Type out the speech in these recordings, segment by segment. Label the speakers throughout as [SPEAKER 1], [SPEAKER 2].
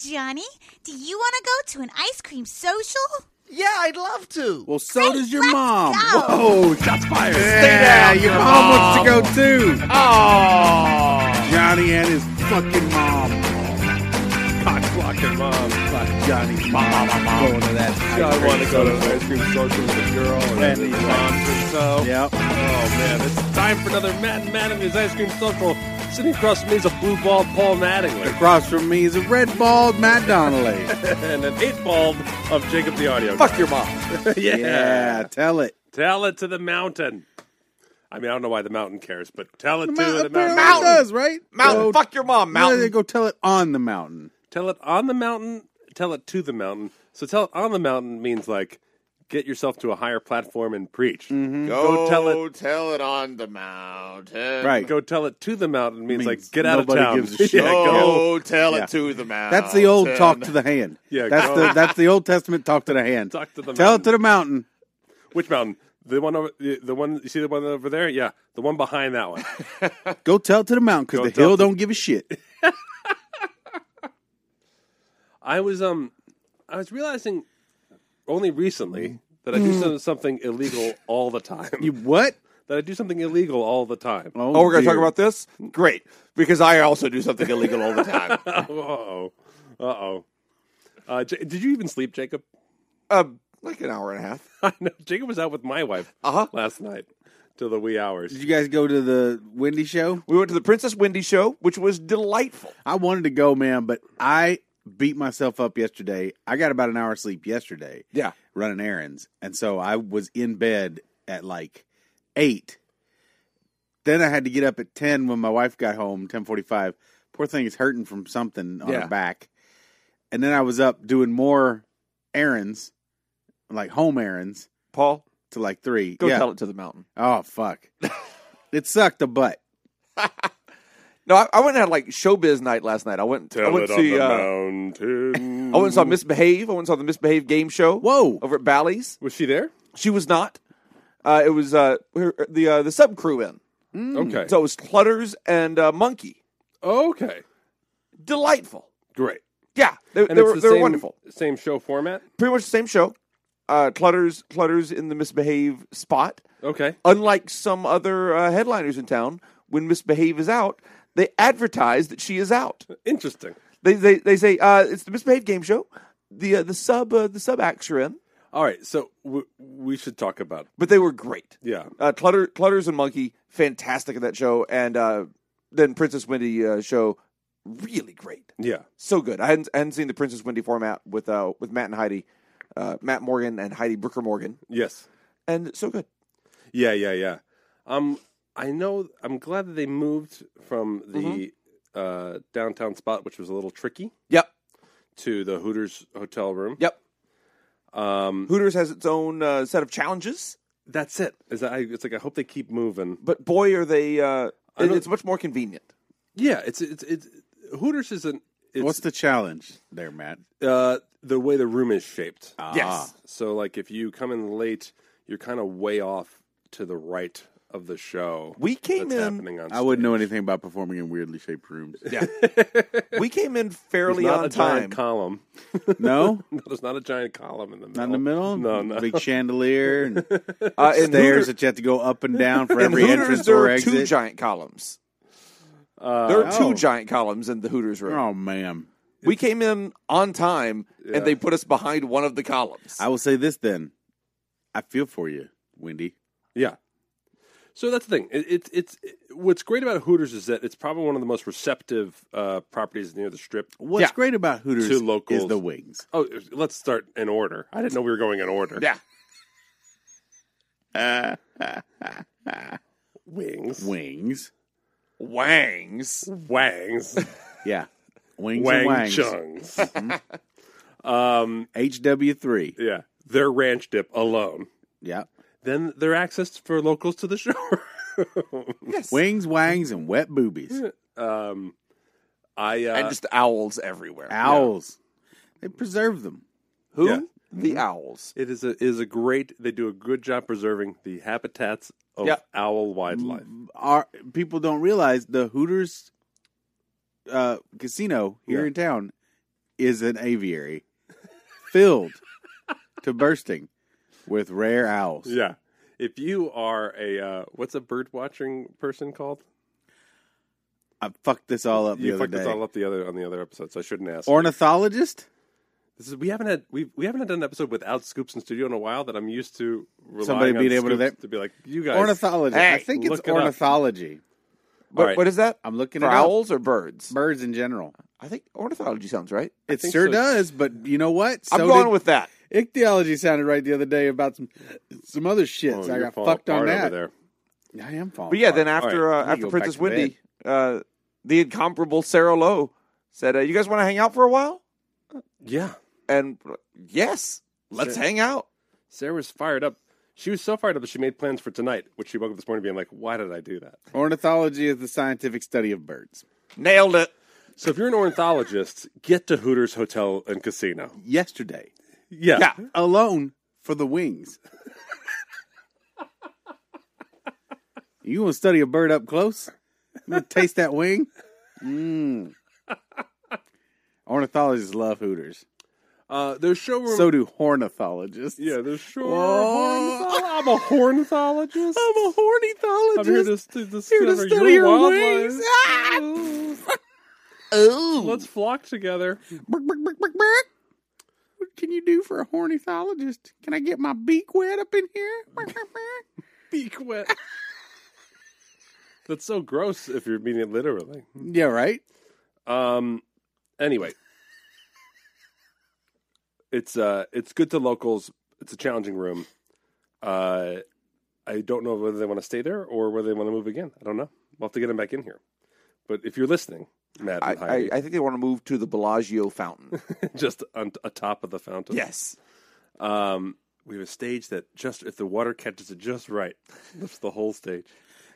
[SPEAKER 1] Johnny. Do you want to go to an ice cream social?
[SPEAKER 2] Yeah, I'd love to.
[SPEAKER 3] Well, so does your
[SPEAKER 1] let's
[SPEAKER 3] mom.
[SPEAKER 1] go.
[SPEAKER 3] Whoa, shots fired.
[SPEAKER 2] Yeah,
[SPEAKER 3] Stay down.
[SPEAKER 2] your
[SPEAKER 3] Your mom, wants to go too.
[SPEAKER 2] Oh.
[SPEAKER 3] Johnny and his fucking mom. Cock blocking mom. Fuck Johnny's mom. I'm going to that.
[SPEAKER 4] I want to go to an ice cream social with a girl
[SPEAKER 3] Yeah.
[SPEAKER 4] and these moms or so.
[SPEAKER 3] Yep.
[SPEAKER 4] Oh man, it's time for another Matt and Matt and his ice cream social. Sitting across from me is a blue ball Paul Mattingly
[SPEAKER 3] Across from me is a red bald Matt Donnelly.
[SPEAKER 4] and an eight ball of Jacob the Audio.
[SPEAKER 2] Fuck your mom.
[SPEAKER 4] Guy. yeah.
[SPEAKER 3] yeah, tell it.
[SPEAKER 4] Tell it to the mountain. I mean, I don't know why the mountain cares, but tell it
[SPEAKER 3] The
[SPEAKER 4] to
[SPEAKER 3] mou-
[SPEAKER 4] the
[SPEAKER 3] apparently
[SPEAKER 4] mountain.
[SPEAKER 3] it does, right?
[SPEAKER 2] Mountain.
[SPEAKER 3] Go-
[SPEAKER 2] Fuck your mom,
[SPEAKER 3] No, they
[SPEAKER 2] mountain.
[SPEAKER 3] go tell it on the mountain.
[SPEAKER 4] Tell it on the mountain. Tell it to the mountain. So tell it on the mountain means like get yourself to a higher platform and preach. Go tell it
[SPEAKER 5] tell it on the mountain.
[SPEAKER 3] Right.
[SPEAKER 4] Go tell it to the mountain means,
[SPEAKER 3] Means
[SPEAKER 4] like get out of
[SPEAKER 3] nobody
[SPEAKER 4] town.
[SPEAKER 3] gives a shit.
[SPEAKER 4] Yeah, go.
[SPEAKER 5] Go tell
[SPEAKER 3] Yeah.
[SPEAKER 5] it to the mountain.
[SPEAKER 3] That's the old talk to the hand.
[SPEAKER 4] Yeah,
[SPEAKER 3] that's
[SPEAKER 4] go.
[SPEAKER 3] the that's the Old Testament talk to the hand.
[SPEAKER 4] Talk to the
[SPEAKER 3] Tell
[SPEAKER 4] mountain.
[SPEAKER 3] it to the mountain.
[SPEAKER 4] Which mountain? The one over the the one you see the one over there? Yeah, the one behind that one.
[SPEAKER 3] Go tell it to the mountain
[SPEAKER 4] Go
[SPEAKER 3] because the
[SPEAKER 4] tell
[SPEAKER 3] hill
[SPEAKER 4] it to-
[SPEAKER 3] don't give a shit.
[SPEAKER 4] I was um I was realizing only recently that I
[SPEAKER 2] Mm.
[SPEAKER 4] do some- something illegal all the time.
[SPEAKER 3] You what?
[SPEAKER 4] that I do something illegal all the time. Oh,
[SPEAKER 2] Oh, we're going to talk
[SPEAKER 3] dear.
[SPEAKER 2] about this? Great. Because I also do something illegal all the time.
[SPEAKER 4] uh-oh. Uh-oh. Uh, J- did you even sleep, Jacob?
[SPEAKER 2] uh, like an hour and a half.
[SPEAKER 4] I know Jacob was out with my wife
[SPEAKER 2] Uh-huh.
[SPEAKER 4] last night till the wee hours.
[SPEAKER 3] Did you guys go to the Wendy show?
[SPEAKER 2] We went to the Princess Wendy show, which was delightful.
[SPEAKER 3] I wanted to go, man, but I beat myself up yesterday. I got about an hour of sleep yesterday
[SPEAKER 2] Yeah.
[SPEAKER 3] running errands, and so I was in bed at like eight. Then I had to get up at ten when my wife got home, ten forty-five. Poor thing is hurting from something on
[SPEAKER 2] Yeah.
[SPEAKER 3] her back, and then I was up doing more errands, like home errands,
[SPEAKER 2] Paul,
[SPEAKER 3] to like three.
[SPEAKER 2] go
[SPEAKER 3] yeah.
[SPEAKER 2] tell it to the mountain.
[SPEAKER 3] Oh fuck! it sucked a butt.
[SPEAKER 2] No, I, I went and had like showbiz night last night. I went. I went to see. uh,
[SPEAKER 4] mountain.
[SPEAKER 2] I went and saw Misbehave. I went and saw the Misbehave game show.
[SPEAKER 3] Whoa.
[SPEAKER 2] Over at Bally's.
[SPEAKER 4] Was she there?
[SPEAKER 2] She was not. Uh, it was uh, her, the uh, the sub crew in.
[SPEAKER 4] Okay.
[SPEAKER 2] Mm. So it was Clutters and uh, Monkey.
[SPEAKER 4] okay.
[SPEAKER 2] Delightful.
[SPEAKER 4] Great.
[SPEAKER 2] Yeah, they,
[SPEAKER 4] And
[SPEAKER 2] they
[SPEAKER 4] it's
[SPEAKER 2] were
[SPEAKER 4] the
[SPEAKER 2] they were
[SPEAKER 4] same-
[SPEAKER 2] wonderful.
[SPEAKER 4] Same show format.
[SPEAKER 2] Pretty much the same show. Uh, Clutters Clutters in the Misbehave spot.
[SPEAKER 4] Okay.
[SPEAKER 2] Unlike some other uh, headliners in town, when Misbehave is out, they advertise that she is out.
[SPEAKER 4] Interesting.
[SPEAKER 2] They they, they say uh, it's the Misbehave game show. The uh, the sub uh, the sub acts are in,
[SPEAKER 4] All right. So w- we should talk about
[SPEAKER 2] but they were great.
[SPEAKER 4] yeah.
[SPEAKER 2] Uh, Clutter Clutters and Monkey, fantastic in that show, and uh, then Princess Wendy uh, show, really great,
[SPEAKER 4] Yeah.
[SPEAKER 2] so good. I hadn't, I hadn't seen the Princess Wendy format with uh, with Matt and Heidi, uh, Matt Morgan and Heidi Brooker Morgan,
[SPEAKER 4] Yes.
[SPEAKER 2] and so good.
[SPEAKER 4] Yeah, yeah, yeah. Um, I know. I'm glad that they moved from the
[SPEAKER 3] Mm-hmm.
[SPEAKER 4] uh, downtown spot, which was a little tricky,
[SPEAKER 2] Yep,
[SPEAKER 4] to the Hooters hotel room.
[SPEAKER 2] yep.
[SPEAKER 4] Um,
[SPEAKER 2] Hooters has its own uh, set of challenges,
[SPEAKER 4] that's it. Is that, I, it's like I hope they keep moving.
[SPEAKER 2] but boy, are they! Uh,
[SPEAKER 4] I
[SPEAKER 2] it-
[SPEAKER 4] don't-
[SPEAKER 2] it's much more convenient.
[SPEAKER 4] Yeah, it's it's it's Hooters is an it's,
[SPEAKER 3] What's the challenge there, Matt?
[SPEAKER 4] uh, the way the room is shaped.
[SPEAKER 3] Ah.
[SPEAKER 4] So like if you come in late, you're kind of way off to the right of the show.
[SPEAKER 2] we came
[SPEAKER 4] that's
[SPEAKER 2] in.
[SPEAKER 4] happening on.
[SPEAKER 3] I wouldn't know anything about performing in weirdly shaped rooms.
[SPEAKER 2] Yeah, we came in
[SPEAKER 4] There's
[SPEAKER 2] fairly
[SPEAKER 4] not
[SPEAKER 2] on
[SPEAKER 4] a
[SPEAKER 2] time.
[SPEAKER 4] giant column.
[SPEAKER 3] No,
[SPEAKER 4] No, there's not a giant column in the middle.
[SPEAKER 3] not in the middle.
[SPEAKER 4] No, no.
[SPEAKER 3] Big chandelier and
[SPEAKER 2] uh, in Hooters-
[SPEAKER 3] stairs that you have to go up and down for
[SPEAKER 2] in
[SPEAKER 3] every
[SPEAKER 2] Hooters,
[SPEAKER 3] entrance
[SPEAKER 2] there
[SPEAKER 3] or
[SPEAKER 2] are two
[SPEAKER 3] exit.
[SPEAKER 2] giant columns.
[SPEAKER 4] Uh,
[SPEAKER 2] There are two
[SPEAKER 3] Oh.
[SPEAKER 2] giant columns in the Hooters room.
[SPEAKER 3] oh man,
[SPEAKER 2] We came in on time,
[SPEAKER 4] Yeah.
[SPEAKER 2] and they put us behind one of the columns.
[SPEAKER 3] I will say this then. I feel for you, Wendy.
[SPEAKER 4] Yeah. So that's the thing. It, it, it's it, what's great about Hooters is that it's probably one of the most receptive uh, properties near the Strip.
[SPEAKER 3] What's
[SPEAKER 2] Yeah.
[SPEAKER 3] great about Hooters
[SPEAKER 4] To locals.
[SPEAKER 3] is the wings.
[SPEAKER 4] Oh, let's start in order. I didn't know we were going in order.
[SPEAKER 2] yeah,
[SPEAKER 4] Wings,
[SPEAKER 3] Wings,
[SPEAKER 2] Wangs.
[SPEAKER 4] wangs,
[SPEAKER 3] yeah, wings and
[SPEAKER 4] wang
[SPEAKER 3] wangs. Mm-hmm.
[SPEAKER 4] chungs. um,
[SPEAKER 3] HW three,
[SPEAKER 4] yeah, their ranch dip alone.
[SPEAKER 3] yeah.
[SPEAKER 4] Then their access for locals to the shore.
[SPEAKER 2] Yes,
[SPEAKER 3] Wings, wangs, and wet boobies.
[SPEAKER 4] um, I uh,
[SPEAKER 2] and just owls everywhere.
[SPEAKER 3] Owls, they preserve them.
[SPEAKER 2] Who?
[SPEAKER 4] Yeah.
[SPEAKER 2] The owls.
[SPEAKER 4] it is a is a great. They do a good job preserving the habitats of
[SPEAKER 2] Yeah.
[SPEAKER 3] Mm.
[SPEAKER 4] owl wildlife.
[SPEAKER 3] Our people don't realize the Hooters uh, casino here
[SPEAKER 4] Yeah.
[SPEAKER 3] in town is an aviary filled to bursting with rare owls.
[SPEAKER 4] Yeah. If you are a uh, what's a bird watching person called?
[SPEAKER 3] I fucked this all up the
[SPEAKER 4] you
[SPEAKER 3] other
[SPEAKER 4] fucked
[SPEAKER 3] day.
[SPEAKER 4] this all up the other on the other episode, so I shouldn't ask.
[SPEAKER 3] Ornithologist?
[SPEAKER 4] this is, we haven't had we we haven't had an episode without Scoops in studio in a while that I'm used to relying
[SPEAKER 3] Somebody
[SPEAKER 4] on
[SPEAKER 3] being able to
[SPEAKER 4] Scoops
[SPEAKER 3] that-
[SPEAKER 4] to be like you guys.
[SPEAKER 3] Ornithology. I
[SPEAKER 2] Hey,
[SPEAKER 3] think it's
[SPEAKER 4] look it up.
[SPEAKER 3] ornithology.
[SPEAKER 2] What,
[SPEAKER 4] right.
[SPEAKER 2] what is that?
[SPEAKER 3] I'm looking
[SPEAKER 2] for
[SPEAKER 3] at
[SPEAKER 2] owls or birds?
[SPEAKER 3] birds in general.
[SPEAKER 2] I think ornithology sounds right.
[SPEAKER 3] It
[SPEAKER 4] think
[SPEAKER 3] sure
[SPEAKER 4] so.
[SPEAKER 3] does, but you know what?
[SPEAKER 2] I'm
[SPEAKER 3] So
[SPEAKER 2] going
[SPEAKER 3] did-
[SPEAKER 2] with that.
[SPEAKER 3] ichthyology sounded right the other day about some some other shit.
[SPEAKER 4] Oh,
[SPEAKER 3] so I
[SPEAKER 4] you're
[SPEAKER 3] got
[SPEAKER 4] falling
[SPEAKER 3] fucked on
[SPEAKER 4] apart
[SPEAKER 3] that.
[SPEAKER 4] Over
[SPEAKER 3] I am falling.
[SPEAKER 2] But yeah,
[SPEAKER 3] apart.
[SPEAKER 2] then after
[SPEAKER 3] right.
[SPEAKER 2] uh,
[SPEAKER 3] Let me
[SPEAKER 2] after
[SPEAKER 3] go
[SPEAKER 2] Princess
[SPEAKER 3] back to
[SPEAKER 2] Wendy, uh, the incomparable Sarah Lowe said, uh, "You guys want to hang out for a while?"
[SPEAKER 4] there. Yeah.
[SPEAKER 2] And uh, yes, let's
[SPEAKER 4] Sure.
[SPEAKER 2] hang out.
[SPEAKER 4] Sarah was fired up. She was so fired up that she made plans for tonight, which she woke up this morning being like, "Why did I do that?"
[SPEAKER 3] ornithology is the scientific study of birds.
[SPEAKER 2] Nailed it.
[SPEAKER 4] So if you're an ornithologist, get to Hooters Hotel and Casino.
[SPEAKER 3] Yesterday,
[SPEAKER 4] Yeah.
[SPEAKER 2] Yeah.
[SPEAKER 3] alone for the wings. you want to study a bird up close? You want to taste that wing? Mmm. Ornithologists love Hooters.
[SPEAKER 4] Uh, there's showroom.
[SPEAKER 3] So do ornithologists.
[SPEAKER 4] yeah, there's showroom.
[SPEAKER 3] Whoa.
[SPEAKER 4] I'm a ornithologist.
[SPEAKER 3] I'm a ornithologist.
[SPEAKER 4] I'm Oh, here to, to
[SPEAKER 3] Here to
[SPEAKER 4] discover
[SPEAKER 3] study
[SPEAKER 4] your
[SPEAKER 3] your
[SPEAKER 4] Ah! wildlife.
[SPEAKER 3] wings. Ah!
[SPEAKER 1] Ooh.
[SPEAKER 4] Let's flock together.
[SPEAKER 3] Brick, brick, brick, brick, brick. What can you do for a ornithologist? Can I get my beak wet up in here? Brick, brick, brick.
[SPEAKER 4] Beak wet. That's so gross if you're meaning it literally.
[SPEAKER 3] yeah, right.
[SPEAKER 4] Um. Anyway, it's uh, it's good to locals. It's a challenging room. Uh, I don't know whether they want to stay there or whether they want to move again. I don't know. We'll have to get them back in here. But if you're listening, Matt
[SPEAKER 2] I,
[SPEAKER 4] and
[SPEAKER 2] I,
[SPEAKER 4] Heidi,
[SPEAKER 2] I think they want to move to the Bellagio fountain.
[SPEAKER 4] just on t- atop of the fountain.
[SPEAKER 2] yes.
[SPEAKER 4] Um, we have a stage that just if the water catches it just right, lifts the whole stage.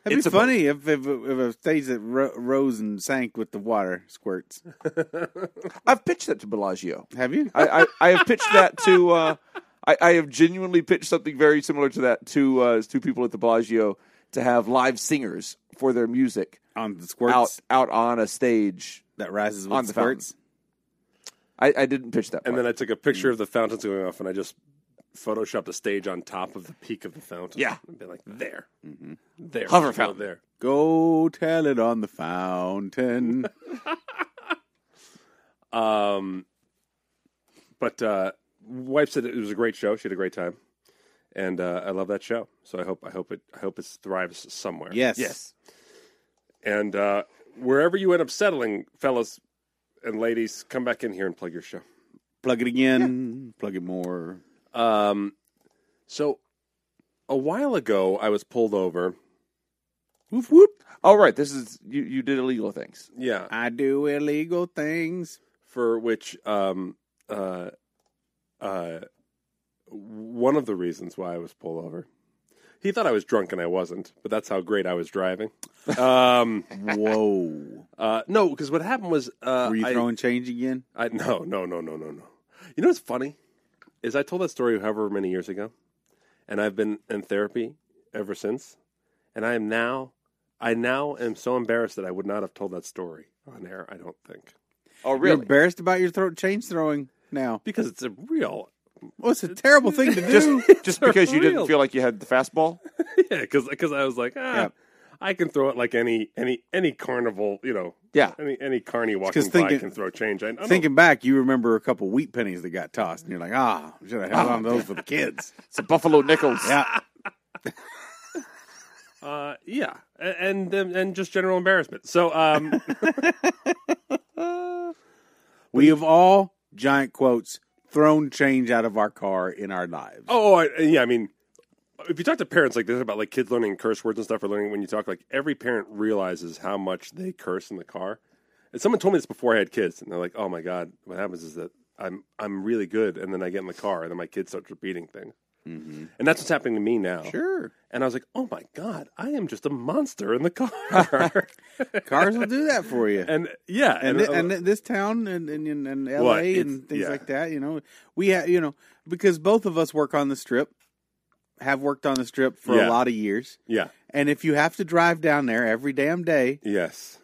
[SPEAKER 3] It'd
[SPEAKER 2] It's
[SPEAKER 3] be
[SPEAKER 2] a-
[SPEAKER 3] funny if, if if a stage that ro- rose and sank with the water squirts.
[SPEAKER 2] I've pitched that to Bellagio.
[SPEAKER 3] Have you?
[SPEAKER 2] I, I, I have pitched that to. Uh, I, I have genuinely pitched something very similar to that to uh, to people at the Bellagio to have live singers for their music
[SPEAKER 3] On the squirts
[SPEAKER 2] out out on a stage.
[SPEAKER 3] that rises with
[SPEAKER 2] on the fountain.
[SPEAKER 3] squirts.
[SPEAKER 2] I, I didn't pitch that.
[SPEAKER 4] And
[SPEAKER 2] part.
[SPEAKER 4] then I took a picture of the fountains going off, and I just photoshopped a stage on top of the peak of the fountain.
[SPEAKER 2] Yeah. Mm-hmm.
[SPEAKER 4] and been like there, there,
[SPEAKER 2] Hover
[SPEAKER 4] Well,
[SPEAKER 2] fountain.
[SPEAKER 4] there.
[SPEAKER 3] Go tell it on the fountain.
[SPEAKER 4] Um, but uh, wife said it was a great show. She had a great time, and uh, I love that show. So I hope I hope it I hope it thrives somewhere.
[SPEAKER 3] yes.
[SPEAKER 2] yes,
[SPEAKER 4] And uh, wherever you end up settling, fellas and ladies, come back in here and plug your show.
[SPEAKER 3] Plug it again. Plug it more.
[SPEAKER 4] Um, so a while ago, I was pulled over.
[SPEAKER 3] Whoop whoop.
[SPEAKER 2] all Oh, right. This is you. You did illegal things.
[SPEAKER 4] Yeah,
[SPEAKER 3] I do illegal things.
[SPEAKER 4] for which um uh uh one of the reasons why I was pulled over. He thought I was drunk and I wasn't, but that's how great I was driving. Um
[SPEAKER 3] Whoa.
[SPEAKER 2] Oh.
[SPEAKER 4] uh no, because what happened was uh
[SPEAKER 3] Were you
[SPEAKER 4] I,
[SPEAKER 3] throwing change again?
[SPEAKER 4] I no, no, no, no, no, no. You know what's funny? Is I told that story however many years ago, and I've been in therapy ever since, and I am now I now am so embarrassed that I would not have told that story on air, I don't think.
[SPEAKER 2] Oh
[SPEAKER 3] You're
[SPEAKER 2] really?
[SPEAKER 3] embarrassed about your throat change throwing now.
[SPEAKER 4] Because it's a real
[SPEAKER 3] Well, it's a terrible thing to do.
[SPEAKER 2] just just
[SPEAKER 4] They're
[SPEAKER 2] because you didn't
[SPEAKER 4] real.
[SPEAKER 2] feel like you had the fastball.
[SPEAKER 4] Yeah, because I was like, ah,
[SPEAKER 3] Yep.
[SPEAKER 4] I can throw it like any any any carnival, you know.
[SPEAKER 2] Yeah.
[SPEAKER 4] Any any carny walking
[SPEAKER 3] 'cause
[SPEAKER 4] by
[SPEAKER 3] thinking-
[SPEAKER 4] can throw change. I, I don't-
[SPEAKER 3] Thinking back, you remember a couple wheat pennies that got tossed, and you're like, ah, should I have on those for the kids?
[SPEAKER 2] It's a Buffalo Nickels.
[SPEAKER 3] Yeah.
[SPEAKER 4] uh, yeah, A- and and and just general embarrassment. So, um,
[SPEAKER 3] We have all, giant quotes, thrown change out of our car in our lives.
[SPEAKER 4] oh I, yeah, I mean, if you talk to parents like this about like kids learning curse words and stuff or learning when you talk, like every parent realizes how much they curse in the car. And someone told me this before I had kids, and they're like, oh my god, what happens is that I'm I'm really good, and then I get in the car, and then my kid starts repeating things,
[SPEAKER 3] Mm-hmm.
[SPEAKER 4] and that's what's happening to me now.
[SPEAKER 3] Sure.
[SPEAKER 4] And I was like, oh my God, I am just a monster in the car.
[SPEAKER 3] Cars will do that for you.
[SPEAKER 4] and yeah.
[SPEAKER 3] and
[SPEAKER 4] and,
[SPEAKER 3] thi- and thi- this town and and, and, and LA
[SPEAKER 4] Well, it's-
[SPEAKER 3] and things
[SPEAKER 4] yeah.
[SPEAKER 3] like that. You know, we ha- you know because both of us work on the strip, have worked on the strip for a
[SPEAKER 4] Yeah.
[SPEAKER 3] lot of years,
[SPEAKER 4] yeah.
[SPEAKER 3] and if you have to drive down there every damn day,
[SPEAKER 4] Yes.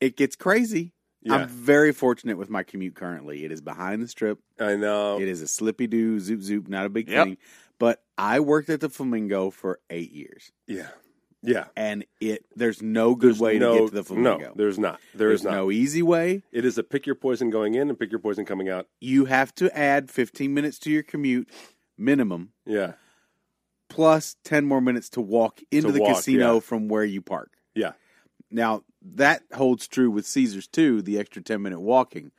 [SPEAKER 3] it gets crazy.
[SPEAKER 4] Yeah,
[SPEAKER 3] I'm very fortunate with my commute currently. It is behind the strip.
[SPEAKER 4] I know.
[SPEAKER 3] It is a slippy do zoop zoop, not a big
[SPEAKER 2] Yep.
[SPEAKER 3] thing. But I worked at the Flamingo for eight years,
[SPEAKER 4] Yeah, yeah.
[SPEAKER 3] and it there's no good way
[SPEAKER 4] no,
[SPEAKER 3] to get to the Flamingo.
[SPEAKER 4] No, there's not.
[SPEAKER 3] there's
[SPEAKER 4] there's not.
[SPEAKER 3] no easy way.
[SPEAKER 4] It is a pick your poison going in and pick your poison coming out.
[SPEAKER 3] You have to add 15 minutes to your commute minimum,
[SPEAKER 4] Yeah,
[SPEAKER 3] plus 10 more minutes to walk into
[SPEAKER 4] To
[SPEAKER 3] the
[SPEAKER 4] walk,
[SPEAKER 3] casino
[SPEAKER 4] yeah.
[SPEAKER 3] from where you park.
[SPEAKER 4] yeah.
[SPEAKER 3] Now that holds true with Caesars too, the extra ten minute walking,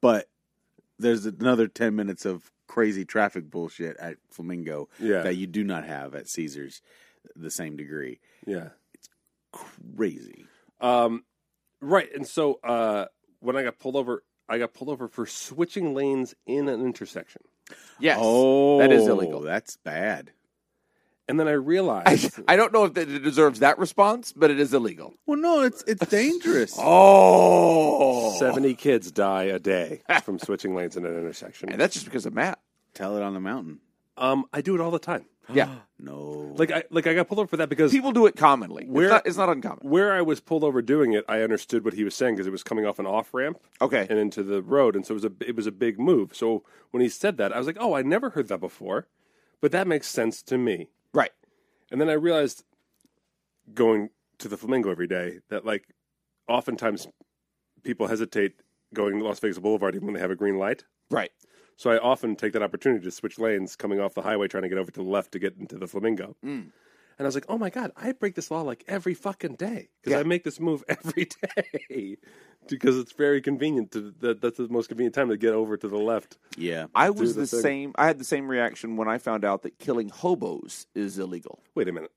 [SPEAKER 3] but there's another ten minutes of crazy traffic bullshit at Flamingo
[SPEAKER 4] Yeah.
[SPEAKER 3] that you do not have at Caesars the same degree.
[SPEAKER 4] Yeah.
[SPEAKER 3] Crazy.
[SPEAKER 4] Um, right. And so uh, when I got pulled over, I got pulled over for switching lanes in an intersection.
[SPEAKER 2] Yes.
[SPEAKER 3] oh,
[SPEAKER 2] that is illegal.
[SPEAKER 3] That's bad.
[SPEAKER 4] And then I
[SPEAKER 2] I,
[SPEAKER 4] realized
[SPEAKER 2] I don't know if that it deserves that response, but it is illegal.
[SPEAKER 3] Well, no, it's it's dangerous.
[SPEAKER 2] Oh,
[SPEAKER 4] 70 kids die a day from switching lanes in an intersection.
[SPEAKER 2] and that's just because of Matt.
[SPEAKER 3] Tell it on the mountain.
[SPEAKER 4] um, I do it all the time.
[SPEAKER 2] Yeah,
[SPEAKER 3] No,
[SPEAKER 4] Like I like I got pulled over for that because
[SPEAKER 2] people do it commonly. It's
[SPEAKER 4] Where-
[SPEAKER 2] not, it's not uncommon.
[SPEAKER 4] where I was pulled over doing it, I understood what he was saying because it was coming off an off ramp
[SPEAKER 2] Okay,
[SPEAKER 4] and into the road, and so it was a it was a big move. So when he said that, I was like, "Oh, I never heard that before," but that makes sense to me.
[SPEAKER 2] right.
[SPEAKER 4] And then I realized going to the Flamingo every day that like oftentimes people hesitate going to Las Vegas Boulevard even when they have a green light.
[SPEAKER 2] Right.
[SPEAKER 4] So I often take that opportunity to switch lanes coming off the highway trying to get over to the left to get into the Flamingo.
[SPEAKER 2] Mm.
[SPEAKER 4] And I was like, "Oh my god, I break this law like every fucking day because
[SPEAKER 2] Yeah.
[SPEAKER 4] I make this move every day because it's very convenient to that, that's the most convenient time to get over to the left."
[SPEAKER 3] yeah,
[SPEAKER 2] I was
[SPEAKER 4] the
[SPEAKER 2] the
[SPEAKER 4] thing.
[SPEAKER 2] same. I had the same reaction when I found out that killing hobos is illegal.
[SPEAKER 4] Wait a minute.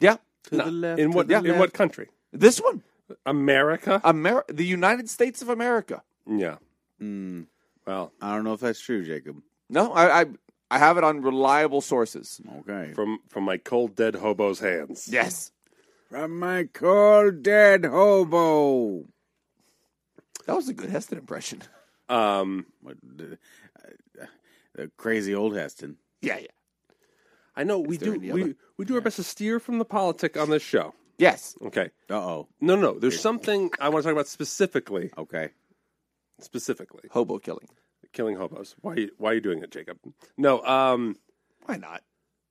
[SPEAKER 2] Yeah,
[SPEAKER 3] to
[SPEAKER 4] No.
[SPEAKER 3] the left.
[SPEAKER 4] in
[SPEAKER 3] to
[SPEAKER 4] what
[SPEAKER 3] the
[SPEAKER 4] in what
[SPEAKER 3] left. Uh,
[SPEAKER 4] country?
[SPEAKER 2] this one,
[SPEAKER 4] America?
[SPEAKER 2] Amer- the United States of America.
[SPEAKER 4] yeah.
[SPEAKER 3] Mm,
[SPEAKER 4] Well,
[SPEAKER 3] I don't know if that's true, Jacob.
[SPEAKER 2] No, I, I, I have it on reliable sources.
[SPEAKER 3] Okay,
[SPEAKER 4] from from my cold dead hobo's hands.
[SPEAKER 2] Yes,
[SPEAKER 3] from my cold dead hobo.
[SPEAKER 2] that was a good Heston impression.
[SPEAKER 4] Um,
[SPEAKER 3] What, the, uh, the crazy old Heston.
[SPEAKER 2] Yeah, yeah,
[SPEAKER 4] I know we
[SPEAKER 2] there
[SPEAKER 4] do
[SPEAKER 2] any
[SPEAKER 4] we,
[SPEAKER 2] other-
[SPEAKER 4] we do our best to steer from the politic on this show.
[SPEAKER 2] yes.
[SPEAKER 4] Okay.
[SPEAKER 3] Uh oh.
[SPEAKER 4] No, no, there's something I want to talk about specifically,
[SPEAKER 3] Okay.
[SPEAKER 4] specifically
[SPEAKER 2] Hobo killing.
[SPEAKER 4] killing hobos. Why you, why are you doing it, Jacob? No, um
[SPEAKER 2] Why not?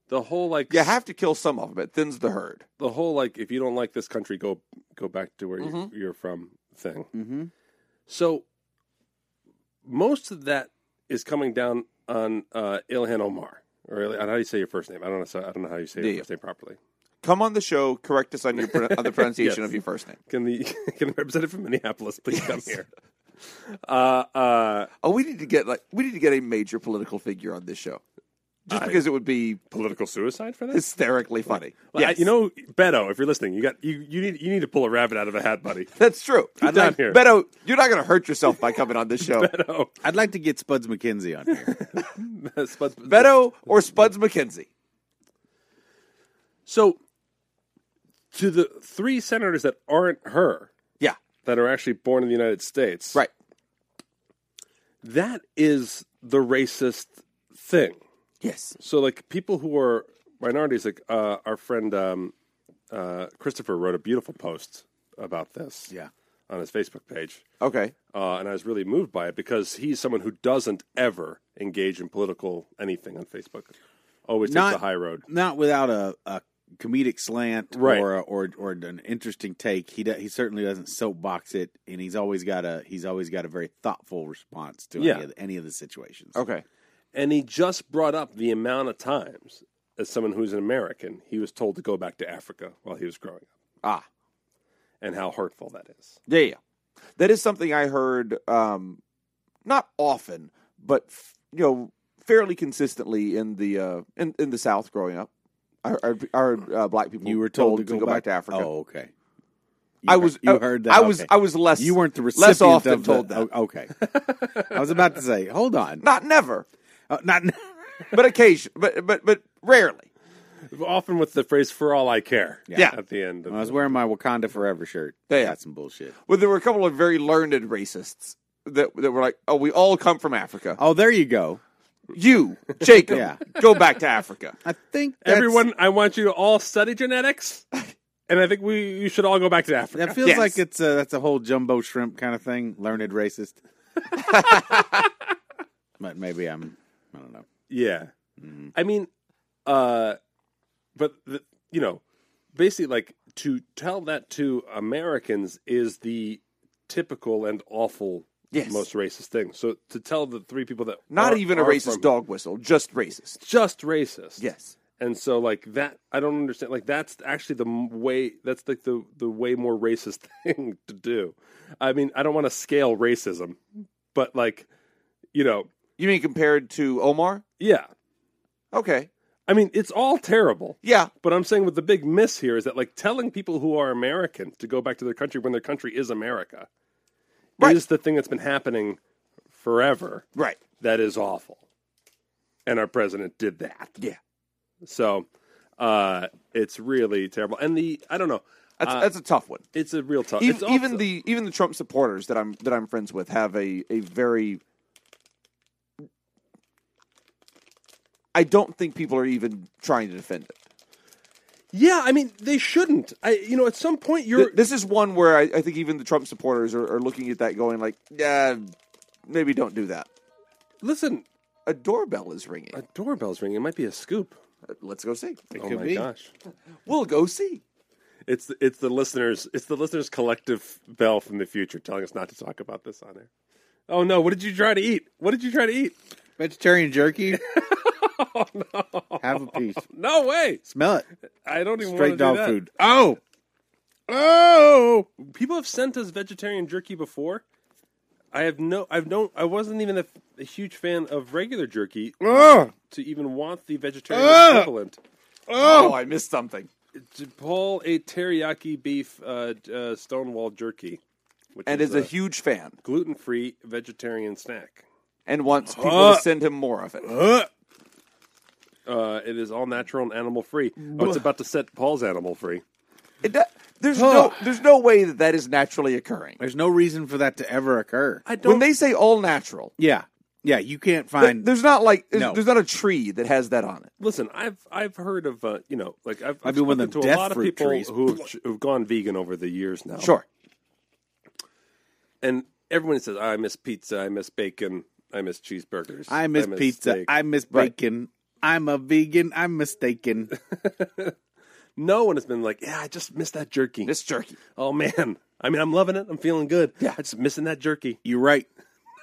[SPEAKER 4] the whole like
[SPEAKER 2] You have to kill some of them. It thins the herd.
[SPEAKER 4] the whole like if you don't like this country go go back to where
[SPEAKER 2] Mhm.
[SPEAKER 4] you, you're from thing.
[SPEAKER 3] Mm-hmm.
[SPEAKER 4] So most of that is coming down on uh Ilhan Omar. Or Ilhan- how do you say your first name? I don't know so I don't know how you say your
[SPEAKER 2] Yeah.
[SPEAKER 4] first name properly.
[SPEAKER 2] Come on the show. Correct us on your pro- on the pronunciation
[SPEAKER 4] Yes.
[SPEAKER 2] of your first name.
[SPEAKER 4] Can the can the representative from Minneapolis please come here? Uh, uh,
[SPEAKER 2] Oh, we need to get like we need to get a major political figure on this show, just
[SPEAKER 4] I-
[SPEAKER 2] because it would be
[SPEAKER 4] political suicide for this?
[SPEAKER 2] hysterically funny.
[SPEAKER 4] Well, I-
[SPEAKER 2] Yes.
[SPEAKER 4] you know, Beto, if you're listening, you got you, you need you need to pull a rabbit out of a hat, buddy.
[SPEAKER 2] that's true.
[SPEAKER 4] I'd like- here.
[SPEAKER 2] Beto, you're not going to hurt yourself by coming on this show.
[SPEAKER 4] Beto,
[SPEAKER 3] I'd like to get Spuds McKenzie on here.
[SPEAKER 4] Spud-
[SPEAKER 2] Beto or Spuds McKenzie.
[SPEAKER 4] So, to the three senators that aren't her,
[SPEAKER 2] Yeah,
[SPEAKER 4] that are actually born in the United States,
[SPEAKER 2] right.
[SPEAKER 4] That is the racist thing.
[SPEAKER 2] Yes.
[SPEAKER 4] So, like people who are minorities, like uh, our friend um, uh, Christopher wrote a beautiful post about this.
[SPEAKER 3] Yeah.
[SPEAKER 4] on his Facebook page,
[SPEAKER 2] Okay.
[SPEAKER 4] uh, and I was really moved by it because he's someone who doesn't ever engage in political anything on Facebook. Always
[SPEAKER 3] Not-
[SPEAKER 4] takes the high road.
[SPEAKER 3] Not without a, a comedic slant
[SPEAKER 4] Right.
[SPEAKER 3] or, a, or or an interesting take. He do, he certainly doesn't soapbox it, and he's always got a he's always got a very thoughtful response to
[SPEAKER 4] Yeah.
[SPEAKER 3] any, of, any of the situations.
[SPEAKER 2] Okay.
[SPEAKER 4] And he just brought up the amount of times as someone who's an American, he was told to go back to Africa while he was growing up,
[SPEAKER 2] Ah.
[SPEAKER 4] and how hurtful that is.
[SPEAKER 2] Yeah. yeah. That is something I heard. Um, not often, but f- you know, fairly consistently in the uh, in in the South growing up. I heard, I heard uh, black people
[SPEAKER 3] You were told, to, go
[SPEAKER 2] back, to Africa.
[SPEAKER 3] Oh, okay. You
[SPEAKER 2] I
[SPEAKER 3] heard-
[SPEAKER 2] was
[SPEAKER 3] you
[SPEAKER 2] I-
[SPEAKER 3] heard that.
[SPEAKER 2] I was
[SPEAKER 3] okay.
[SPEAKER 2] I was less
[SPEAKER 3] you weren't the recipient
[SPEAKER 2] less often
[SPEAKER 3] of the-
[SPEAKER 2] told that.
[SPEAKER 3] oh, okay. I was about to say, hold on.
[SPEAKER 2] Not never,
[SPEAKER 3] Uh, not
[SPEAKER 2] but occasion, but but but rarely.
[SPEAKER 4] Often with the phrase "for all I care"
[SPEAKER 2] Yeah.
[SPEAKER 4] at the end. Of
[SPEAKER 3] I was wearing my Wakanda Forever shirt.
[SPEAKER 2] Yeah, yeah.
[SPEAKER 3] That's some bullshit.
[SPEAKER 2] Well, there were a couple of very learned racists that that were like, "Oh, we all come from Africa.
[SPEAKER 3] Oh, there you go.
[SPEAKER 2] You, Jacob,
[SPEAKER 3] Yeah.
[SPEAKER 2] go back to Africa."
[SPEAKER 3] I think that's,
[SPEAKER 4] Everyone, I want you to all study genetics and I think we you should all go back to Africa.
[SPEAKER 3] That feels
[SPEAKER 2] Yes.
[SPEAKER 3] like it's a, that's a whole jumbo shrimp kind of thing. Learned racist. but maybe I'm. I don't know.
[SPEAKER 4] Yeah.
[SPEAKER 2] Mm-hmm.
[SPEAKER 4] I mean, uh, but the, you know, basically, like to tell that to Americans is the typical and awful,
[SPEAKER 2] Yes.
[SPEAKER 4] most racist thing. So to tell the three people that
[SPEAKER 2] Not
[SPEAKER 4] are-
[SPEAKER 2] even a
[SPEAKER 4] are
[SPEAKER 2] racist
[SPEAKER 4] from-
[SPEAKER 2] dog whistle, just racist.
[SPEAKER 4] just racist.
[SPEAKER 2] Yes.
[SPEAKER 4] And so, like that, I don't understand. Like that's actually the m- way. That's like the the way more racist thing to do. I mean, I don't want to scale racism, but like, you know,
[SPEAKER 2] You mean compared to Omar?
[SPEAKER 4] yeah.
[SPEAKER 2] Okay.
[SPEAKER 4] I mean, it's all terrible.
[SPEAKER 2] Yeah.
[SPEAKER 4] But I'm saying what the big miss here is that like telling people who are American to go back to their country when their country is America
[SPEAKER 2] Right.
[SPEAKER 4] is the thing that's been happening forever.
[SPEAKER 2] Right.
[SPEAKER 4] That is awful. And our president did that.
[SPEAKER 2] Yeah.
[SPEAKER 4] So uh it's really terrible. And the I don't know.
[SPEAKER 2] That's,
[SPEAKER 4] Uh,
[SPEAKER 2] that's a tough one.
[SPEAKER 4] It's a real tough. it's
[SPEAKER 2] Even,
[SPEAKER 4] also-
[SPEAKER 2] even the even the Trump supporters that I'm that I'm friends with have a a very. I don't think people are even trying to defend it.
[SPEAKER 4] yeah. I mean, they shouldn't. I you know at some point you're
[SPEAKER 2] Th- this is one where I, I think even the Trump supporters are, are looking at that, going like, "Yeah, maybe don't do that."
[SPEAKER 4] listen.
[SPEAKER 2] A doorbell is ringing.
[SPEAKER 4] A doorbell's ringing. It might be a scoop.
[SPEAKER 2] Let's go see.
[SPEAKER 4] oh
[SPEAKER 3] could
[SPEAKER 4] my
[SPEAKER 3] be.
[SPEAKER 4] gosh.
[SPEAKER 2] We'll go see.
[SPEAKER 4] It's it's the listeners it's the listeners collective bell from the future telling us not to talk about this on air. Oh no! What did you try to eat? What did you try to eat?
[SPEAKER 3] Vegetarian jerky. Oh, Have a piece.
[SPEAKER 4] No way!
[SPEAKER 3] Smell it.
[SPEAKER 4] I don't even
[SPEAKER 3] Straight
[SPEAKER 4] wanna do
[SPEAKER 3] dog
[SPEAKER 4] that.
[SPEAKER 3] food. Oh. Oh.
[SPEAKER 4] People have sent us vegetarian jerky before. I have no. I've no. I wasn't even a, a huge fan of regular jerky
[SPEAKER 3] Oh.
[SPEAKER 4] to even want the vegetarian
[SPEAKER 3] Ugh.
[SPEAKER 4] equivalent.
[SPEAKER 2] Oh, I missed something.
[SPEAKER 4] To Paul a teriyaki beef uh, uh, Stonewall jerky, which
[SPEAKER 2] And
[SPEAKER 4] is,
[SPEAKER 2] is a huge fan,
[SPEAKER 4] gluten free vegetarian snack.
[SPEAKER 2] and wants people
[SPEAKER 3] Huh.
[SPEAKER 2] to send him more of it.
[SPEAKER 3] Uh.
[SPEAKER 4] Uh, it is all natural and animal free. Oh, it's about to set Paul's animal free.
[SPEAKER 2] It do- there's no there's no way that that is naturally occurring.
[SPEAKER 3] There's no reason for that to ever occur.
[SPEAKER 4] I don't.
[SPEAKER 2] When they say all natural,
[SPEAKER 3] yeah. Yeah. You can't
[SPEAKER 2] th-
[SPEAKER 3] find.
[SPEAKER 2] there's not like there's,
[SPEAKER 3] No.
[SPEAKER 2] there's not a tree that has that on it.
[SPEAKER 4] listen, I've I've heard of uh, you know like I've, I've
[SPEAKER 3] Maybe one
[SPEAKER 4] spoken
[SPEAKER 3] of
[SPEAKER 4] to
[SPEAKER 3] them
[SPEAKER 4] a
[SPEAKER 3] death
[SPEAKER 4] lot of
[SPEAKER 3] fruit
[SPEAKER 4] people
[SPEAKER 3] trees.
[SPEAKER 4] who've, ch- who've gone vegan over the years now.
[SPEAKER 2] Sure.
[SPEAKER 4] and everyone says I miss pizza, I miss bacon, I miss cheeseburgers,
[SPEAKER 3] I miss pizza.
[SPEAKER 4] steak."
[SPEAKER 3] I miss bacon. I'm a vegan. I'm mistaken.
[SPEAKER 4] no one has been like, yeah, I just miss that jerky.
[SPEAKER 2] It's jerky.
[SPEAKER 4] oh man, I mean, I'm loving it. I'm feeling good. Yeah, I'm just missing that jerky.
[SPEAKER 3] You're right.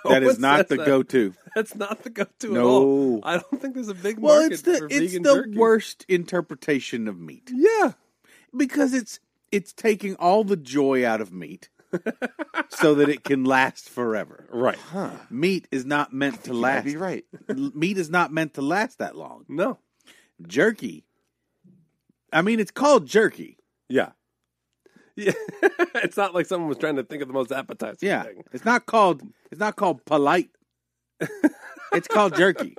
[SPEAKER 3] That is
[SPEAKER 4] one says
[SPEAKER 3] not the
[SPEAKER 4] that.
[SPEAKER 3] go-to.
[SPEAKER 4] That's not the go-to at
[SPEAKER 3] No.
[SPEAKER 4] all. I don't think there's a big
[SPEAKER 3] Well,
[SPEAKER 4] market
[SPEAKER 3] it's the
[SPEAKER 4] for
[SPEAKER 3] it's
[SPEAKER 4] vegan
[SPEAKER 3] the
[SPEAKER 4] jerky.
[SPEAKER 3] worst interpretation of meat
[SPEAKER 4] Yeah,
[SPEAKER 3] because it's it's taking all the joy out of meat so that it can last forever.
[SPEAKER 4] right.
[SPEAKER 3] Meat is not meant to
[SPEAKER 2] Might
[SPEAKER 3] last.
[SPEAKER 2] be right.
[SPEAKER 3] L- Meat is not meant to last that long.
[SPEAKER 4] No.
[SPEAKER 3] Jerky. I mean, it's called jerky.
[SPEAKER 4] Yeah. Yeah. it's not like someone was trying to think of the most appetizing
[SPEAKER 3] Yeah,
[SPEAKER 4] thing.
[SPEAKER 3] it's not called it's not called polite. it's called jerky.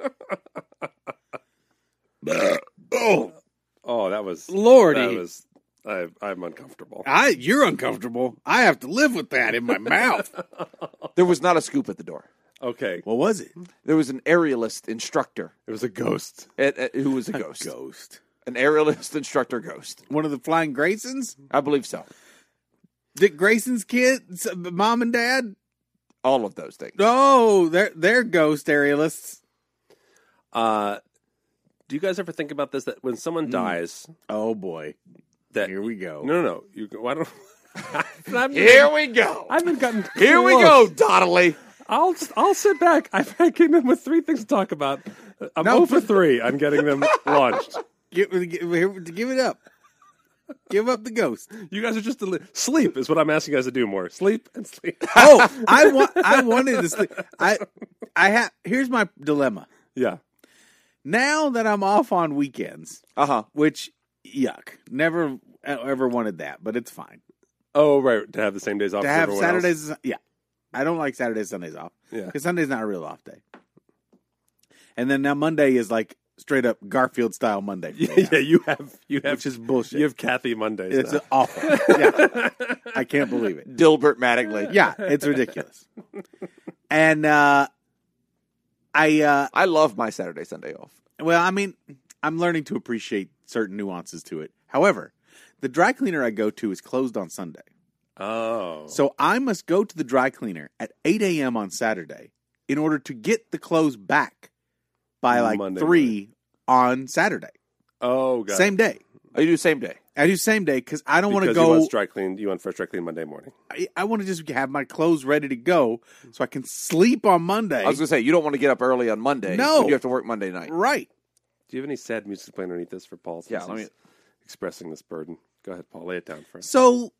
[SPEAKER 3] oh
[SPEAKER 4] Oh, that was
[SPEAKER 3] lordy!
[SPEAKER 4] that was I, I'm uncomfortable.
[SPEAKER 3] I you're uncomfortable. I have to live with that in my mouth.
[SPEAKER 2] There was not a scoop at the door.
[SPEAKER 4] Okay,
[SPEAKER 3] what was it?
[SPEAKER 2] There was an aerialist instructor
[SPEAKER 4] it was a ghost.
[SPEAKER 2] at, at- who was a ghost.
[SPEAKER 3] Ghost.
[SPEAKER 2] An aerialist instructor ghost.
[SPEAKER 3] One of the flying Graysons.
[SPEAKER 2] I believe so.
[SPEAKER 3] Dick Grayson's kids, mom and dad.
[SPEAKER 2] All of those things.
[SPEAKER 3] Oh, they're they're ghost aerialists.
[SPEAKER 4] Uh, do you guys ever think about this? That when someone dies,
[SPEAKER 3] Oh boy,
[SPEAKER 4] that
[SPEAKER 3] here we go.
[SPEAKER 4] No, no, no. You go. I don't. I've
[SPEAKER 2] Here
[SPEAKER 4] been,
[SPEAKER 2] we go.
[SPEAKER 4] I've been gotten.
[SPEAKER 2] Here we go,
[SPEAKER 4] close.
[SPEAKER 2] Donnelly.
[SPEAKER 4] I'll I'll sit back. I came in with three things to talk about. I'm
[SPEAKER 3] No.
[SPEAKER 4] over three on getting them launched.
[SPEAKER 3] Give, give, here- give it up. Give up the ghost.
[SPEAKER 4] You guys are just deli- sleep is what I'm asking you guys to do more. Sleep and sleep.
[SPEAKER 3] Oh, I want. I wanted to sleep. I, I have. Here's my dilemma.
[SPEAKER 4] yeah.
[SPEAKER 3] Now that I'm off on weekends,
[SPEAKER 2] Uh huh.
[SPEAKER 3] which yuck, never e, ever wanted that, but it's fine
[SPEAKER 4] Oh right, to have the same days off.
[SPEAKER 3] to
[SPEAKER 4] as
[SPEAKER 3] have
[SPEAKER 4] everyone else.
[SPEAKER 3] Saturdays. Yeah, I don't like Saturdays, Sundays off.
[SPEAKER 4] Yeah.
[SPEAKER 3] because Sunday's not a real off day. And then now Monday is like straight up Garfield style Monday, for me
[SPEAKER 4] Yeah,
[SPEAKER 3] now,
[SPEAKER 4] yeah, you have you have
[SPEAKER 3] which is bullshit.
[SPEAKER 4] you have Kathy Mondays.
[SPEAKER 3] it's
[SPEAKER 4] now.
[SPEAKER 3] awful. Yeah. I can't believe it.
[SPEAKER 2] Dilbert Mattingly.
[SPEAKER 3] Yeah, it's ridiculous. And uh, I uh,
[SPEAKER 2] I love my Saturday Sunday off.
[SPEAKER 3] Well, I mean, I'm learning to appreciate certain nuances to it. However, the dry cleaner I go to is closed on Sunday.
[SPEAKER 4] Oh.
[SPEAKER 3] So I must go to the dry cleaner at 8 a.m. on Saturday in order to get the clothes back by like
[SPEAKER 4] Monday
[SPEAKER 3] 3 on Saturday.
[SPEAKER 4] oh, got
[SPEAKER 3] Same day.
[SPEAKER 2] I do same day.
[SPEAKER 3] I do same day because I
[SPEAKER 4] It.
[SPEAKER 3] don't want to
[SPEAKER 4] Because You
[SPEAKER 3] go.
[SPEAKER 4] want dry clean. You want fresh dry clean Monday morning.
[SPEAKER 3] I, I want to just have my clothes ready to go so I can sleep on Monday.
[SPEAKER 2] I was gonna say you don't want to get up early on Monday.
[SPEAKER 3] No.
[SPEAKER 2] when you have to work Monday night.
[SPEAKER 3] right.
[SPEAKER 4] Do you have any sad music playing underneath this for Paul? since
[SPEAKER 2] Yeah, let
[SPEAKER 4] he's expressing this burden. Go ahead, Paul. Lay it down for us.
[SPEAKER 3] So,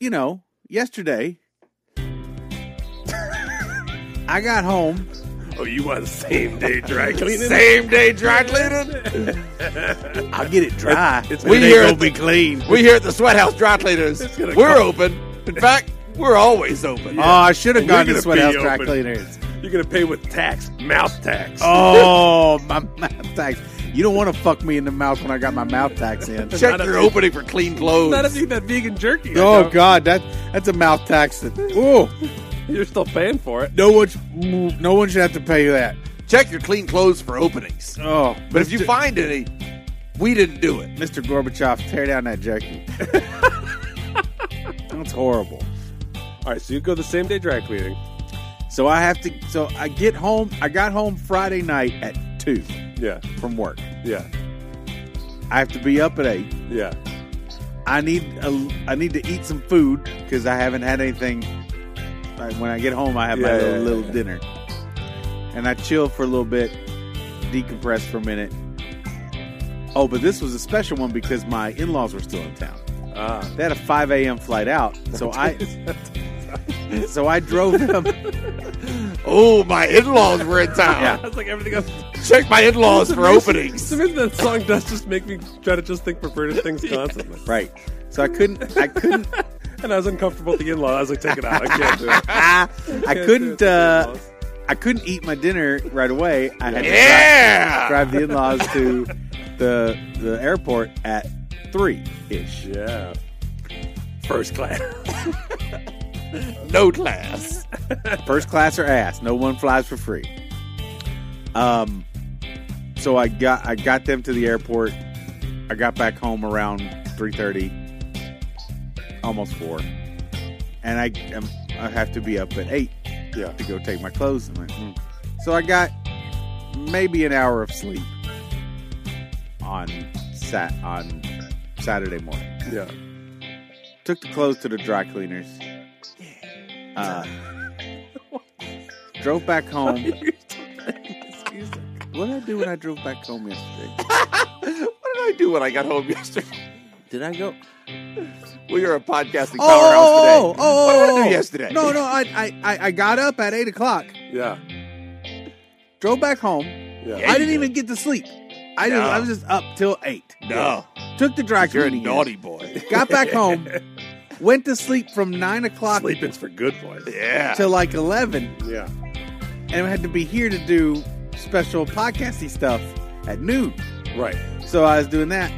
[SPEAKER 3] you know, yesterday I got home.
[SPEAKER 4] Oh, you want same day dry cleaning?
[SPEAKER 2] Same day dry cleaning.
[SPEAKER 3] I'll get it dry.
[SPEAKER 4] It's
[SPEAKER 3] we
[SPEAKER 2] We
[SPEAKER 3] here
[SPEAKER 2] here
[SPEAKER 3] will
[SPEAKER 2] at
[SPEAKER 3] be clean.
[SPEAKER 2] we here at the Sweat House Dry Cleaners,
[SPEAKER 4] gonna
[SPEAKER 2] we're
[SPEAKER 4] come.
[SPEAKER 2] open. In fact, we're always open.
[SPEAKER 3] Oh, I should have
[SPEAKER 4] And you're
[SPEAKER 3] gone to
[SPEAKER 4] gonna
[SPEAKER 3] Sweat
[SPEAKER 4] be
[SPEAKER 3] House Dry
[SPEAKER 4] open.
[SPEAKER 3] Cleaners.
[SPEAKER 4] You're gonna pay with tax, mouth tax.
[SPEAKER 3] Oh, my mouth tax. You don't want to fuck me in the mouth when I got my mouth tax in.
[SPEAKER 2] Check
[SPEAKER 4] not
[SPEAKER 2] your
[SPEAKER 4] a-
[SPEAKER 2] opening for clean clothes.
[SPEAKER 4] Not if you eat that vegan jerky. I
[SPEAKER 3] Oh
[SPEAKER 4] don't-
[SPEAKER 3] God, that that's a mouth tax. That, oh,
[SPEAKER 4] You're still paying for it.
[SPEAKER 3] no one, sh- no one should have to pay that.
[SPEAKER 2] Check your clean clothes for openings.
[SPEAKER 3] Oh,
[SPEAKER 2] But if you
[SPEAKER 3] Mr.
[SPEAKER 2] find any, we didn't do it.
[SPEAKER 3] Mr. Gorbachev, tear down that jerky. that's horrible.
[SPEAKER 4] All right, so you go the same day dry cleaning.
[SPEAKER 3] So I have to. So I get home. I got home Friday night at two
[SPEAKER 4] Yeah,
[SPEAKER 3] from work.
[SPEAKER 4] yeah,
[SPEAKER 3] I have to be up at eight.
[SPEAKER 4] yeah.
[SPEAKER 3] I need a, I need to eat some food because I haven't had anything. Like when I get home, I have my
[SPEAKER 4] Yeah,
[SPEAKER 3] little,
[SPEAKER 4] yeah, yeah,
[SPEAKER 3] little
[SPEAKER 4] yeah.
[SPEAKER 3] dinner, and I chill for a little bit, decompress for a minute. Oh, but this was a special one because my in-laws were still in town.
[SPEAKER 4] Ah,
[SPEAKER 3] They had a 5 a.m. flight out, so I so I drove them.
[SPEAKER 2] Oh, my in-laws were in town.
[SPEAKER 3] Yeah.
[SPEAKER 4] that's like everything else.
[SPEAKER 2] Check my in-laws for
[SPEAKER 4] It's
[SPEAKER 2] openings.
[SPEAKER 4] amazing that song does just make me try to just think for British things constantly.
[SPEAKER 3] Right, so I couldn't I couldn't
[SPEAKER 4] And I was uncomfortable with the in-law. I was like, take it out. I can't do it.
[SPEAKER 3] I
[SPEAKER 4] do
[SPEAKER 3] couldn't
[SPEAKER 4] it,
[SPEAKER 3] uh,
[SPEAKER 4] in-laws.
[SPEAKER 3] I couldn't eat my dinner right away. I had to drive-
[SPEAKER 2] Yeah.
[SPEAKER 3] drive the in-laws to the the airport at three ish.
[SPEAKER 4] Yeah. First class.
[SPEAKER 2] No class.
[SPEAKER 3] First class or ass. No one flies for free. Um, so I got I got them to the airport. I got back home around three thirty, almost four, and I am, I have to be up at eight
[SPEAKER 4] Yeah.
[SPEAKER 3] to go take my clothes. I'm like, "Hmm." So I got maybe an hour of sleep on sat on Saturday morning.
[SPEAKER 4] Yeah.
[SPEAKER 3] took the clothes to the dry cleaners. Uh, drove back home. what did I do when I drove back home yesterday?
[SPEAKER 2] what did I do when I got home yesterday?
[SPEAKER 3] Did I go?
[SPEAKER 2] We are a podcasting powerhouse
[SPEAKER 3] Oh, oh, oh,
[SPEAKER 2] today.
[SPEAKER 3] oh,
[SPEAKER 2] what did
[SPEAKER 3] oh,
[SPEAKER 2] I
[SPEAKER 3] oh.
[SPEAKER 2] do yesterday?
[SPEAKER 3] No, no, I, I, I, I got up at eight o'clock,
[SPEAKER 4] Yeah.
[SPEAKER 3] drove back home.
[SPEAKER 4] Yeah.
[SPEAKER 2] Yeah,
[SPEAKER 3] I
[SPEAKER 2] you
[SPEAKER 3] didn't
[SPEAKER 2] did.
[SPEAKER 3] even get to sleep. I just,
[SPEAKER 2] No.
[SPEAKER 3] I was just up till eight.
[SPEAKER 2] No.
[SPEAKER 3] Took the dry
[SPEAKER 2] You're a
[SPEAKER 3] cleaning. in,
[SPEAKER 2] naughty boy.
[SPEAKER 3] Got back home. Went to sleep from nine o'clock
[SPEAKER 4] Sleeping's for good boys.
[SPEAKER 2] Yeah.
[SPEAKER 3] till like eleven.
[SPEAKER 4] Yeah.
[SPEAKER 3] and I had to be here to do special podcasty stuff at noon.
[SPEAKER 4] Right.
[SPEAKER 3] So I was doing that.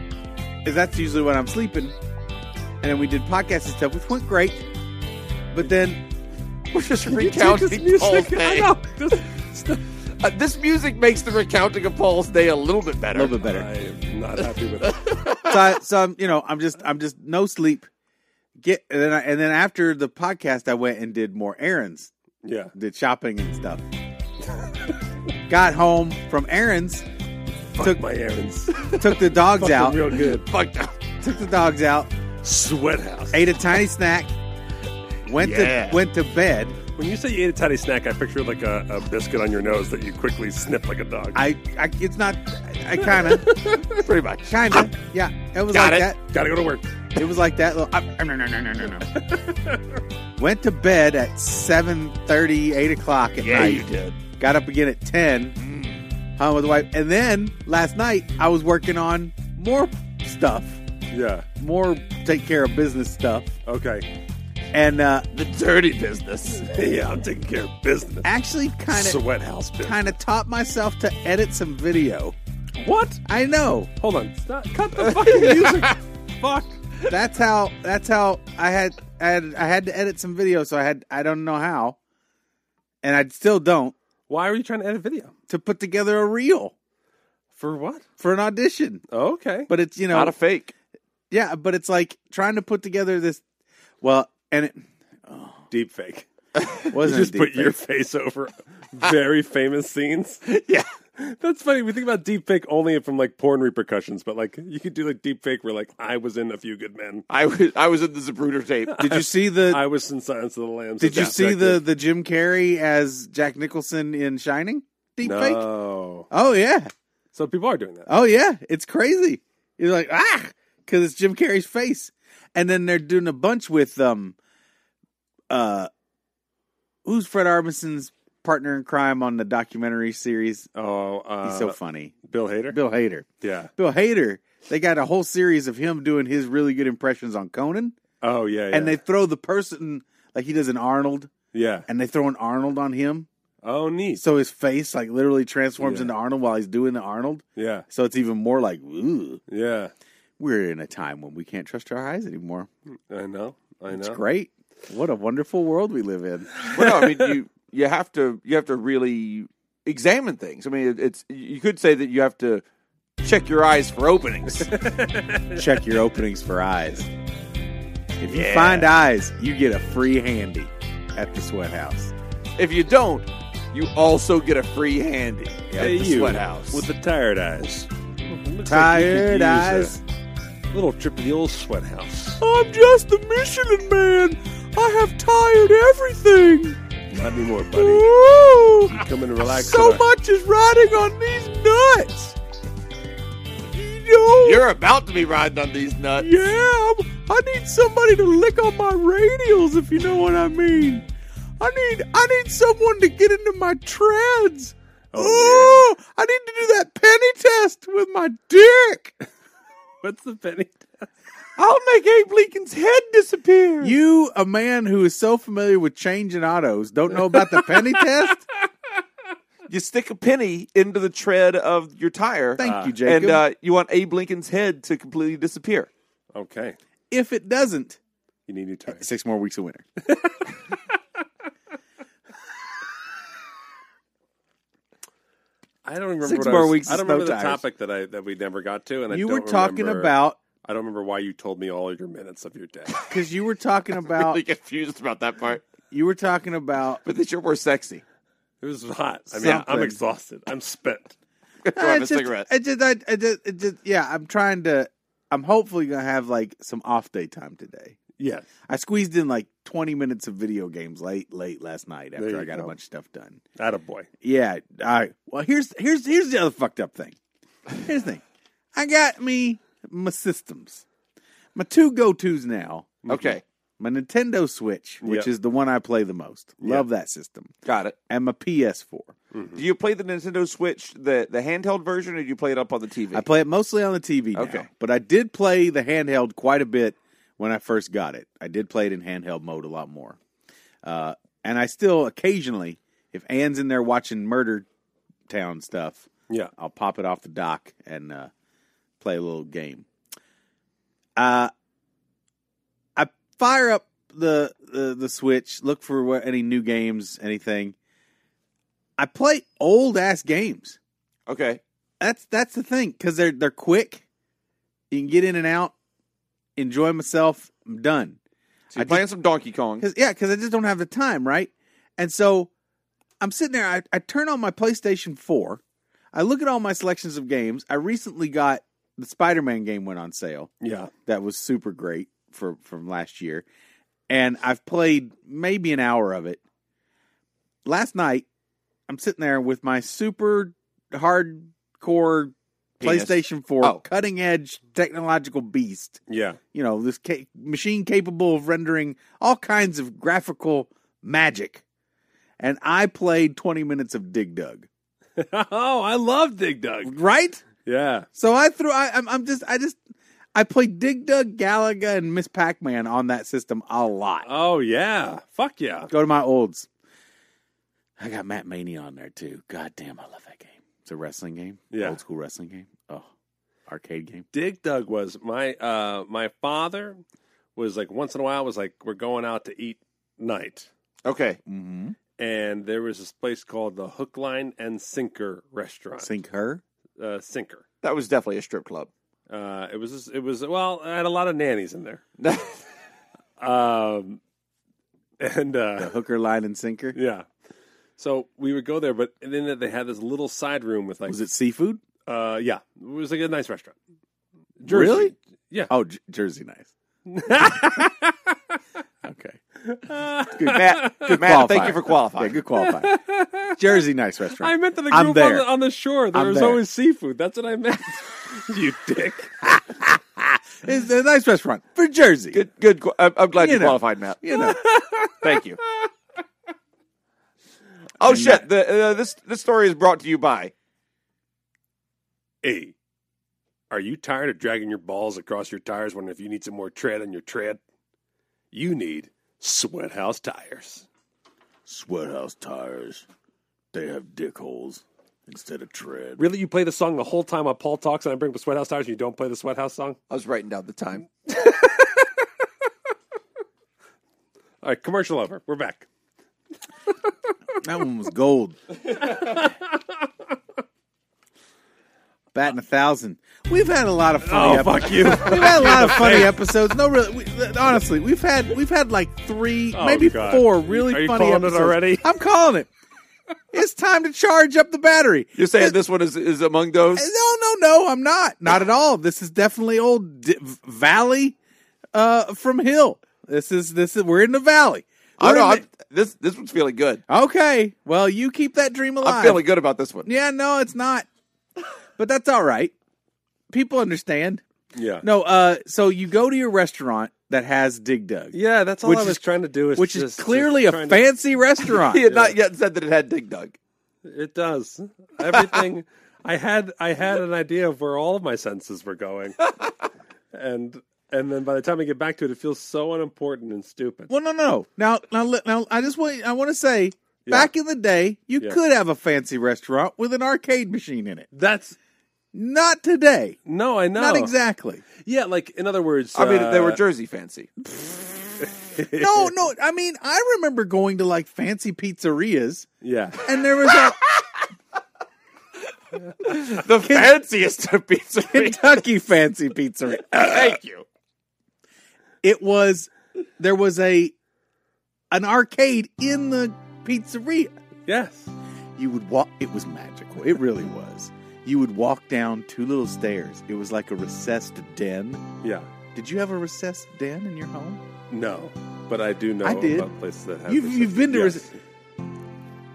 [SPEAKER 3] 'cause that's usually when I'm sleeping. And then we did podcasty stuff, which went great. But then
[SPEAKER 2] We're just
[SPEAKER 4] Take this
[SPEAKER 2] recounting Paul's
[SPEAKER 4] music. I
[SPEAKER 2] day.
[SPEAKER 4] know. Just-
[SPEAKER 2] Uh, this music makes the recounting of Paul's day a little bit
[SPEAKER 3] a
[SPEAKER 2] better.
[SPEAKER 3] little bit better.
[SPEAKER 4] I am not happy with it.
[SPEAKER 3] so, I, so I'm, you know, I'm just, I'm just no sleep. Get and then, I, and then after the podcast, I went and did more errands,
[SPEAKER 4] Yeah.
[SPEAKER 3] did shopping and stuff. Got home from errands,
[SPEAKER 4] Took my errands.
[SPEAKER 3] took the dogs out,
[SPEAKER 4] Real good.
[SPEAKER 2] Fucked up.
[SPEAKER 3] took the dogs out,
[SPEAKER 4] Sweat house.
[SPEAKER 3] ate a tiny snack, went
[SPEAKER 2] Yeah.
[SPEAKER 3] to went to bed.
[SPEAKER 4] When you say you ate a tiny snack, I picture like a, a biscuit on your nose that you quickly sniff like a dog.
[SPEAKER 3] I, I it's not. I kind of,
[SPEAKER 2] Pretty much.
[SPEAKER 3] kind of, yeah. It was
[SPEAKER 2] Got
[SPEAKER 3] like
[SPEAKER 2] it.
[SPEAKER 4] Gotta go to work.
[SPEAKER 3] that. It was like that. Little, um, um, no, no, no, no, no, no. Went to bed at 7.30, 8 o'clock at
[SPEAKER 2] Yeah, you
[SPEAKER 3] night.
[SPEAKER 2] did. Mm.
[SPEAKER 3] Got up again at ten. Hung with the wife, and then last night I was working on more stuff,
[SPEAKER 4] Yeah.
[SPEAKER 3] more take care of business stuff,
[SPEAKER 4] Okay.
[SPEAKER 3] and uh,
[SPEAKER 2] The dirty business.
[SPEAKER 4] Yeah, I'm taking care of business.
[SPEAKER 3] actually kind of
[SPEAKER 4] Sweat house business.
[SPEAKER 3] kind of taught myself to edit some video.
[SPEAKER 4] What?
[SPEAKER 3] I know.
[SPEAKER 4] Hold on. Stop. Cut the fucking music. Fuck.
[SPEAKER 3] that's how that's how I had I had I had to edit some video, so I had I don't know how, and I still don't
[SPEAKER 4] Why are you trying to edit video?
[SPEAKER 3] to put together a reel
[SPEAKER 4] For what?
[SPEAKER 3] for an audition.
[SPEAKER 4] Okay.
[SPEAKER 3] But it's you know
[SPEAKER 2] Not a fake.
[SPEAKER 3] Yeah, but it's like trying to put together this. Well, and it
[SPEAKER 4] Deep fake.
[SPEAKER 3] wasn't.
[SPEAKER 4] just
[SPEAKER 3] a
[SPEAKER 4] put
[SPEAKER 3] deep
[SPEAKER 4] your
[SPEAKER 3] fake.
[SPEAKER 4] face over very famous scenes.
[SPEAKER 2] Yeah.
[SPEAKER 4] That's funny. We think about deep fake only from like porn repercussions, but like you could do like deep fake where like I was in A Few Good Men.
[SPEAKER 2] I was I was in the Zapruder tape.
[SPEAKER 3] Did you see the?
[SPEAKER 4] I was in Silence of the Lambs.
[SPEAKER 3] did you
[SPEAKER 4] That's
[SPEAKER 3] see the
[SPEAKER 4] effective.
[SPEAKER 3] the Jim Carrey as Jack Nicholson in Shining deep fake?
[SPEAKER 4] No.
[SPEAKER 3] Oh yeah,
[SPEAKER 4] So people are doing that.
[SPEAKER 3] oh yeah, it's crazy. You're like ah, because it's Jim Carrey's face, and then they're doing a bunch with um, uh, who's Fred Armisen's partner in crime on the documentary series?
[SPEAKER 4] Oh, uh,
[SPEAKER 3] He's so funny,
[SPEAKER 4] Bill Hader.
[SPEAKER 3] Bill Hader.
[SPEAKER 4] yeah.
[SPEAKER 3] Bill Hader. They got a whole series of him doing his really good impressions on Conan,
[SPEAKER 4] Oh yeah. yeah.
[SPEAKER 3] and they throw the person like he does an Arnold,
[SPEAKER 4] yeah.
[SPEAKER 3] and they throw an Arnold on him,
[SPEAKER 4] Oh neat.
[SPEAKER 3] so his face like literally transforms
[SPEAKER 4] Yeah.
[SPEAKER 3] into Arnold while he's doing the Arnold.
[SPEAKER 4] Yeah.
[SPEAKER 3] So it's even more like, ooh,
[SPEAKER 4] Yeah.
[SPEAKER 3] we're in a time when we can't trust our eyes anymore.
[SPEAKER 4] I know. I know.
[SPEAKER 3] It's great. What a wonderful world we live in.
[SPEAKER 2] well, no, I mean you you have to you have to really examine things. I mean, it, it's you could say that you have to check your eyes for openings.
[SPEAKER 3] Check your openings for eyes. If you find eyes, you get a free handy at the sweat house.
[SPEAKER 2] if you don't, you also get a free handy at
[SPEAKER 4] Hey,
[SPEAKER 2] the
[SPEAKER 4] you
[SPEAKER 2] sweathouse.
[SPEAKER 4] with the tired eyes. Looks like you could
[SPEAKER 3] Tired
[SPEAKER 4] use a
[SPEAKER 3] eyes.
[SPEAKER 4] little trip to the old sweat house.
[SPEAKER 3] I'm just the Michelin man. I have tired everything.
[SPEAKER 4] Not anymore, buddy.
[SPEAKER 3] Ooh,
[SPEAKER 4] Come and relax.
[SPEAKER 3] so
[SPEAKER 4] in our-
[SPEAKER 3] much is riding on these nuts. You know,
[SPEAKER 2] You're about to be riding on these nuts.
[SPEAKER 3] yeah, I'm- I need somebody to lick on my radials, if you know what I mean. I need, I need someone to get into my treads.
[SPEAKER 4] Oh,
[SPEAKER 3] Ooh, I need to do that penny test with my dick.
[SPEAKER 4] What's the penny?
[SPEAKER 2] I'll make Abe Lincoln's head disappear.
[SPEAKER 3] You, a man who is so familiar with changing autos, don't know about the penny test?
[SPEAKER 2] you stick a penny into the tread of your tire.
[SPEAKER 3] Thank you, Jacob.
[SPEAKER 2] and uh, you want Abe Lincoln's head to completely disappear.
[SPEAKER 4] Okay.
[SPEAKER 3] if it doesn't,
[SPEAKER 4] You need new tires.
[SPEAKER 3] six more weeks of winter.
[SPEAKER 4] I don't remember
[SPEAKER 3] Six
[SPEAKER 4] what
[SPEAKER 3] more
[SPEAKER 4] I was,
[SPEAKER 3] weeks
[SPEAKER 4] I
[SPEAKER 3] is
[SPEAKER 4] don't
[SPEAKER 3] no
[SPEAKER 4] remember the
[SPEAKER 3] tires.
[SPEAKER 4] topic that I that we never got to, and I
[SPEAKER 3] you
[SPEAKER 4] don't
[SPEAKER 3] were talking
[SPEAKER 4] remember-
[SPEAKER 3] about
[SPEAKER 4] I don't remember why you told me all your minutes of your day.
[SPEAKER 3] because you were talking about
[SPEAKER 2] really confused about that part.
[SPEAKER 3] you were talking about
[SPEAKER 2] But that you're more sexy.
[SPEAKER 4] It was hot. I mean, I'm
[SPEAKER 3] Something.
[SPEAKER 4] exhausted. I'm spent.
[SPEAKER 2] Throw him
[SPEAKER 3] I
[SPEAKER 2] a
[SPEAKER 3] just-
[SPEAKER 2] cigarette.
[SPEAKER 3] I just, I, I just, I just, yeah, I'm trying to. I'm hopefully gonna have like some off day time today.
[SPEAKER 4] Yes.
[SPEAKER 3] I squeezed in like 20 minutes of video games late, late last night after
[SPEAKER 4] There
[SPEAKER 3] I
[SPEAKER 4] you
[SPEAKER 3] got a
[SPEAKER 4] go.
[SPEAKER 3] bunch of stuff done.
[SPEAKER 4] That a boy.
[SPEAKER 3] Yeah. All right. Well, here's here's here's the other fucked up thing. Here's the thing. I got me my systems, my two go tos now.
[SPEAKER 2] Okay,
[SPEAKER 3] My Nintendo Switch, which
[SPEAKER 4] Yep.
[SPEAKER 3] is the one I play the most. Love that system.
[SPEAKER 2] got it.
[SPEAKER 3] And my PS4. Mm-hmm.
[SPEAKER 2] Do you play the Nintendo Switch, the, the handheld version, or do you play it up on the TV?
[SPEAKER 3] I play it mostly on the TV now,
[SPEAKER 2] Okay.
[SPEAKER 3] but I did play the handheld quite a bit when I first got it. I did play it in handheld mode a lot more, uh, and I still occasionally, if Anne's in there watching Murder Town stuff,
[SPEAKER 4] Yeah.
[SPEAKER 3] I'll pop it off the dock and uh, play a little game. Uh, I fire up the, the the Switch, look for what, any new games, anything. I play old ass games.
[SPEAKER 2] okay,
[SPEAKER 3] That's that's the thing because they're they're quick. You can get in and out, enjoy myself. I'm done.
[SPEAKER 2] so you're
[SPEAKER 3] I
[SPEAKER 2] playing some Donkey Kong.
[SPEAKER 3] Cause yeah, because I just don't have the time, right? And so I'm sitting there. I, I turn on my PlayStation Four. I look at all my selections of games. I recently got the Spider-Man game went on sale.
[SPEAKER 4] Yeah.
[SPEAKER 3] That was super great for from last year, and I've played maybe an hour of it. Last night, I'm sitting there with my super hardcore
[SPEAKER 2] Penis.
[SPEAKER 3] PlayStation Four,
[SPEAKER 2] Oh.
[SPEAKER 3] cutting edge technological beast
[SPEAKER 4] Yeah.
[SPEAKER 3] you know this ca- machine capable of rendering all kinds of graphical magic and i played 20 minutes of dig dug
[SPEAKER 4] oh, I love Dig Dug.
[SPEAKER 3] right
[SPEAKER 4] Yeah.
[SPEAKER 3] so i threw I, I'm, I'm just i just i played dig dug galaga and miss pac-man on that system a lot
[SPEAKER 4] Oh yeah. Fuck yeah.
[SPEAKER 3] go to my olds i got matt Mania on there too god damn i love that game it's a wrestling game
[SPEAKER 4] Yeah.
[SPEAKER 3] old school wrestling game oh arcade game
[SPEAKER 4] Dig Dug was my uh my father was like once in a while was like we're going out to eat night.
[SPEAKER 2] Okay,
[SPEAKER 3] mm-hmm.
[SPEAKER 4] And there was this place called the Hook Line and Sinker Restaurant.
[SPEAKER 3] sink her
[SPEAKER 4] uh, sinker.
[SPEAKER 2] that was definitely a strip club.
[SPEAKER 4] Uh, it was it was well, I had a lot of nannies in there.
[SPEAKER 2] yeah,
[SPEAKER 4] Um, and
[SPEAKER 3] The
[SPEAKER 4] uh,
[SPEAKER 3] hooker, line, and sinker.
[SPEAKER 4] yeah, so we would go there, but and then they had this little side room with like
[SPEAKER 3] Was it seafood?
[SPEAKER 4] Uh, yeah, it was like a nice restaurant.
[SPEAKER 3] Really?
[SPEAKER 4] Yeah.
[SPEAKER 3] Oh, J- Jersey nice. okay.
[SPEAKER 2] good, Matt. Good Matt thank you for
[SPEAKER 3] Yeah,
[SPEAKER 2] qualifying.
[SPEAKER 3] good qualifying. Jersey nice restaurant.
[SPEAKER 4] I meant that the
[SPEAKER 3] I'm
[SPEAKER 4] group on
[SPEAKER 3] there.
[SPEAKER 4] the, on the shore. There
[SPEAKER 3] I'm
[SPEAKER 4] was
[SPEAKER 3] there.
[SPEAKER 4] always seafood. That's what I meant. you dick.
[SPEAKER 3] It's a nice restaurant for Jersey.
[SPEAKER 2] Good, good. qu- I'm, I'm glad you,
[SPEAKER 3] You know.
[SPEAKER 2] qualified, Matt.
[SPEAKER 3] You know.
[SPEAKER 2] Thank you. Oh shit! The, uh, this this story is brought to you by.
[SPEAKER 4] Hey, are you tired of dragging your balls across your tires? Wondering if you need some more tread on your tread? You need Sweat House tires.
[SPEAKER 3] Sweathouse tires. They have dick holes instead of tread.
[SPEAKER 4] Really, you play the song the whole time on Paul Talks, and I bring up Sweat House tires, and you don't play the Sweat House song?
[SPEAKER 2] I was writing down the time.
[SPEAKER 4] All right, commercial over. We're back.
[SPEAKER 3] That one was gold. Batting a thousand. We've had a lot of funny.
[SPEAKER 4] Oh, fuck you.
[SPEAKER 3] We've had a lot of funny episodes. No, really, we, honestly, we've had we've had like three,
[SPEAKER 4] Oh,
[SPEAKER 3] maybe
[SPEAKER 4] God.
[SPEAKER 3] four really
[SPEAKER 4] Are you
[SPEAKER 3] funny
[SPEAKER 4] calling it
[SPEAKER 3] episodes
[SPEAKER 4] already?
[SPEAKER 3] I'm calling it. It's time to charge up the battery.
[SPEAKER 2] You're saying this one is is among those?
[SPEAKER 3] No, no, no, I'm not. Not at all. This is definitely old D- Valley uh, from Hill. This is this is we're in the valley.
[SPEAKER 2] I
[SPEAKER 3] We're
[SPEAKER 2] know.
[SPEAKER 3] in
[SPEAKER 2] I'm, this this one's feeling good.
[SPEAKER 3] the- okay, well, you keep that dream alive.
[SPEAKER 2] I'm feeling good about this one.
[SPEAKER 3] Yeah, no, it's not. But that's all right. People understand.
[SPEAKER 4] Yeah.
[SPEAKER 3] No, uh, so you go to your restaurant that has Dig Dug,
[SPEAKER 4] Yeah, that's all
[SPEAKER 3] Which
[SPEAKER 4] I was
[SPEAKER 3] is-
[SPEAKER 4] trying to do. Is
[SPEAKER 3] which
[SPEAKER 4] just-
[SPEAKER 3] is clearly
[SPEAKER 4] just
[SPEAKER 3] a
[SPEAKER 4] trying to-
[SPEAKER 3] fancy restaurant.
[SPEAKER 2] He had not yet said that it had Dig Dug.
[SPEAKER 4] It does. Everything I had I had an idea of where all of my senses were going. and and then by the time I get back to it it feels so unimportant and stupid.
[SPEAKER 3] Well, no, no. Now, now, li- now I just want I want to say, back in the day, you
[SPEAKER 4] Yeah.
[SPEAKER 3] could have a fancy restaurant with an arcade machine in it.
[SPEAKER 4] That's
[SPEAKER 3] Not today.
[SPEAKER 4] no, I know.
[SPEAKER 3] Not exactly.
[SPEAKER 4] Yeah, like in other words,
[SPEAKER 2] I mean, they were
[SPEAKER 4] uh,
[SPEAKER 2] Jersey fancy.
[SPEAKER 3] No, no. I mean, I remember going to like fancy pizzerias,
[SPEAKER 4] yeah.
[SPEAKER 3] and there was a
[SPEAKER 2] The fanciest of pizza.
[SPEAKER 3] Kentucky fancy pizzeria.
[SPEAKER 2] Thank you.
[SPEAKER 3] It was there was a an arcade in the pizzeria.
[SPEAKER 4] Yes.
[SPEAKER 3] you would walk it was magical it really was you would walk down two little stairs it was like a recessed den
[SPEAKER 4] Yeah.
[SPEAKER 3] did you have a recessed den in your home
[SPEAKER 4] No. But I do know
[SPEAKER 3] I did.
[SPEAKER 4] about places that have
[SPEAKER 3] You've-
[SPEAKER 4] this-
[SPEAKER 3] you've been to
[SPEAKER 4] Yes.
[SPEAKER 3] res-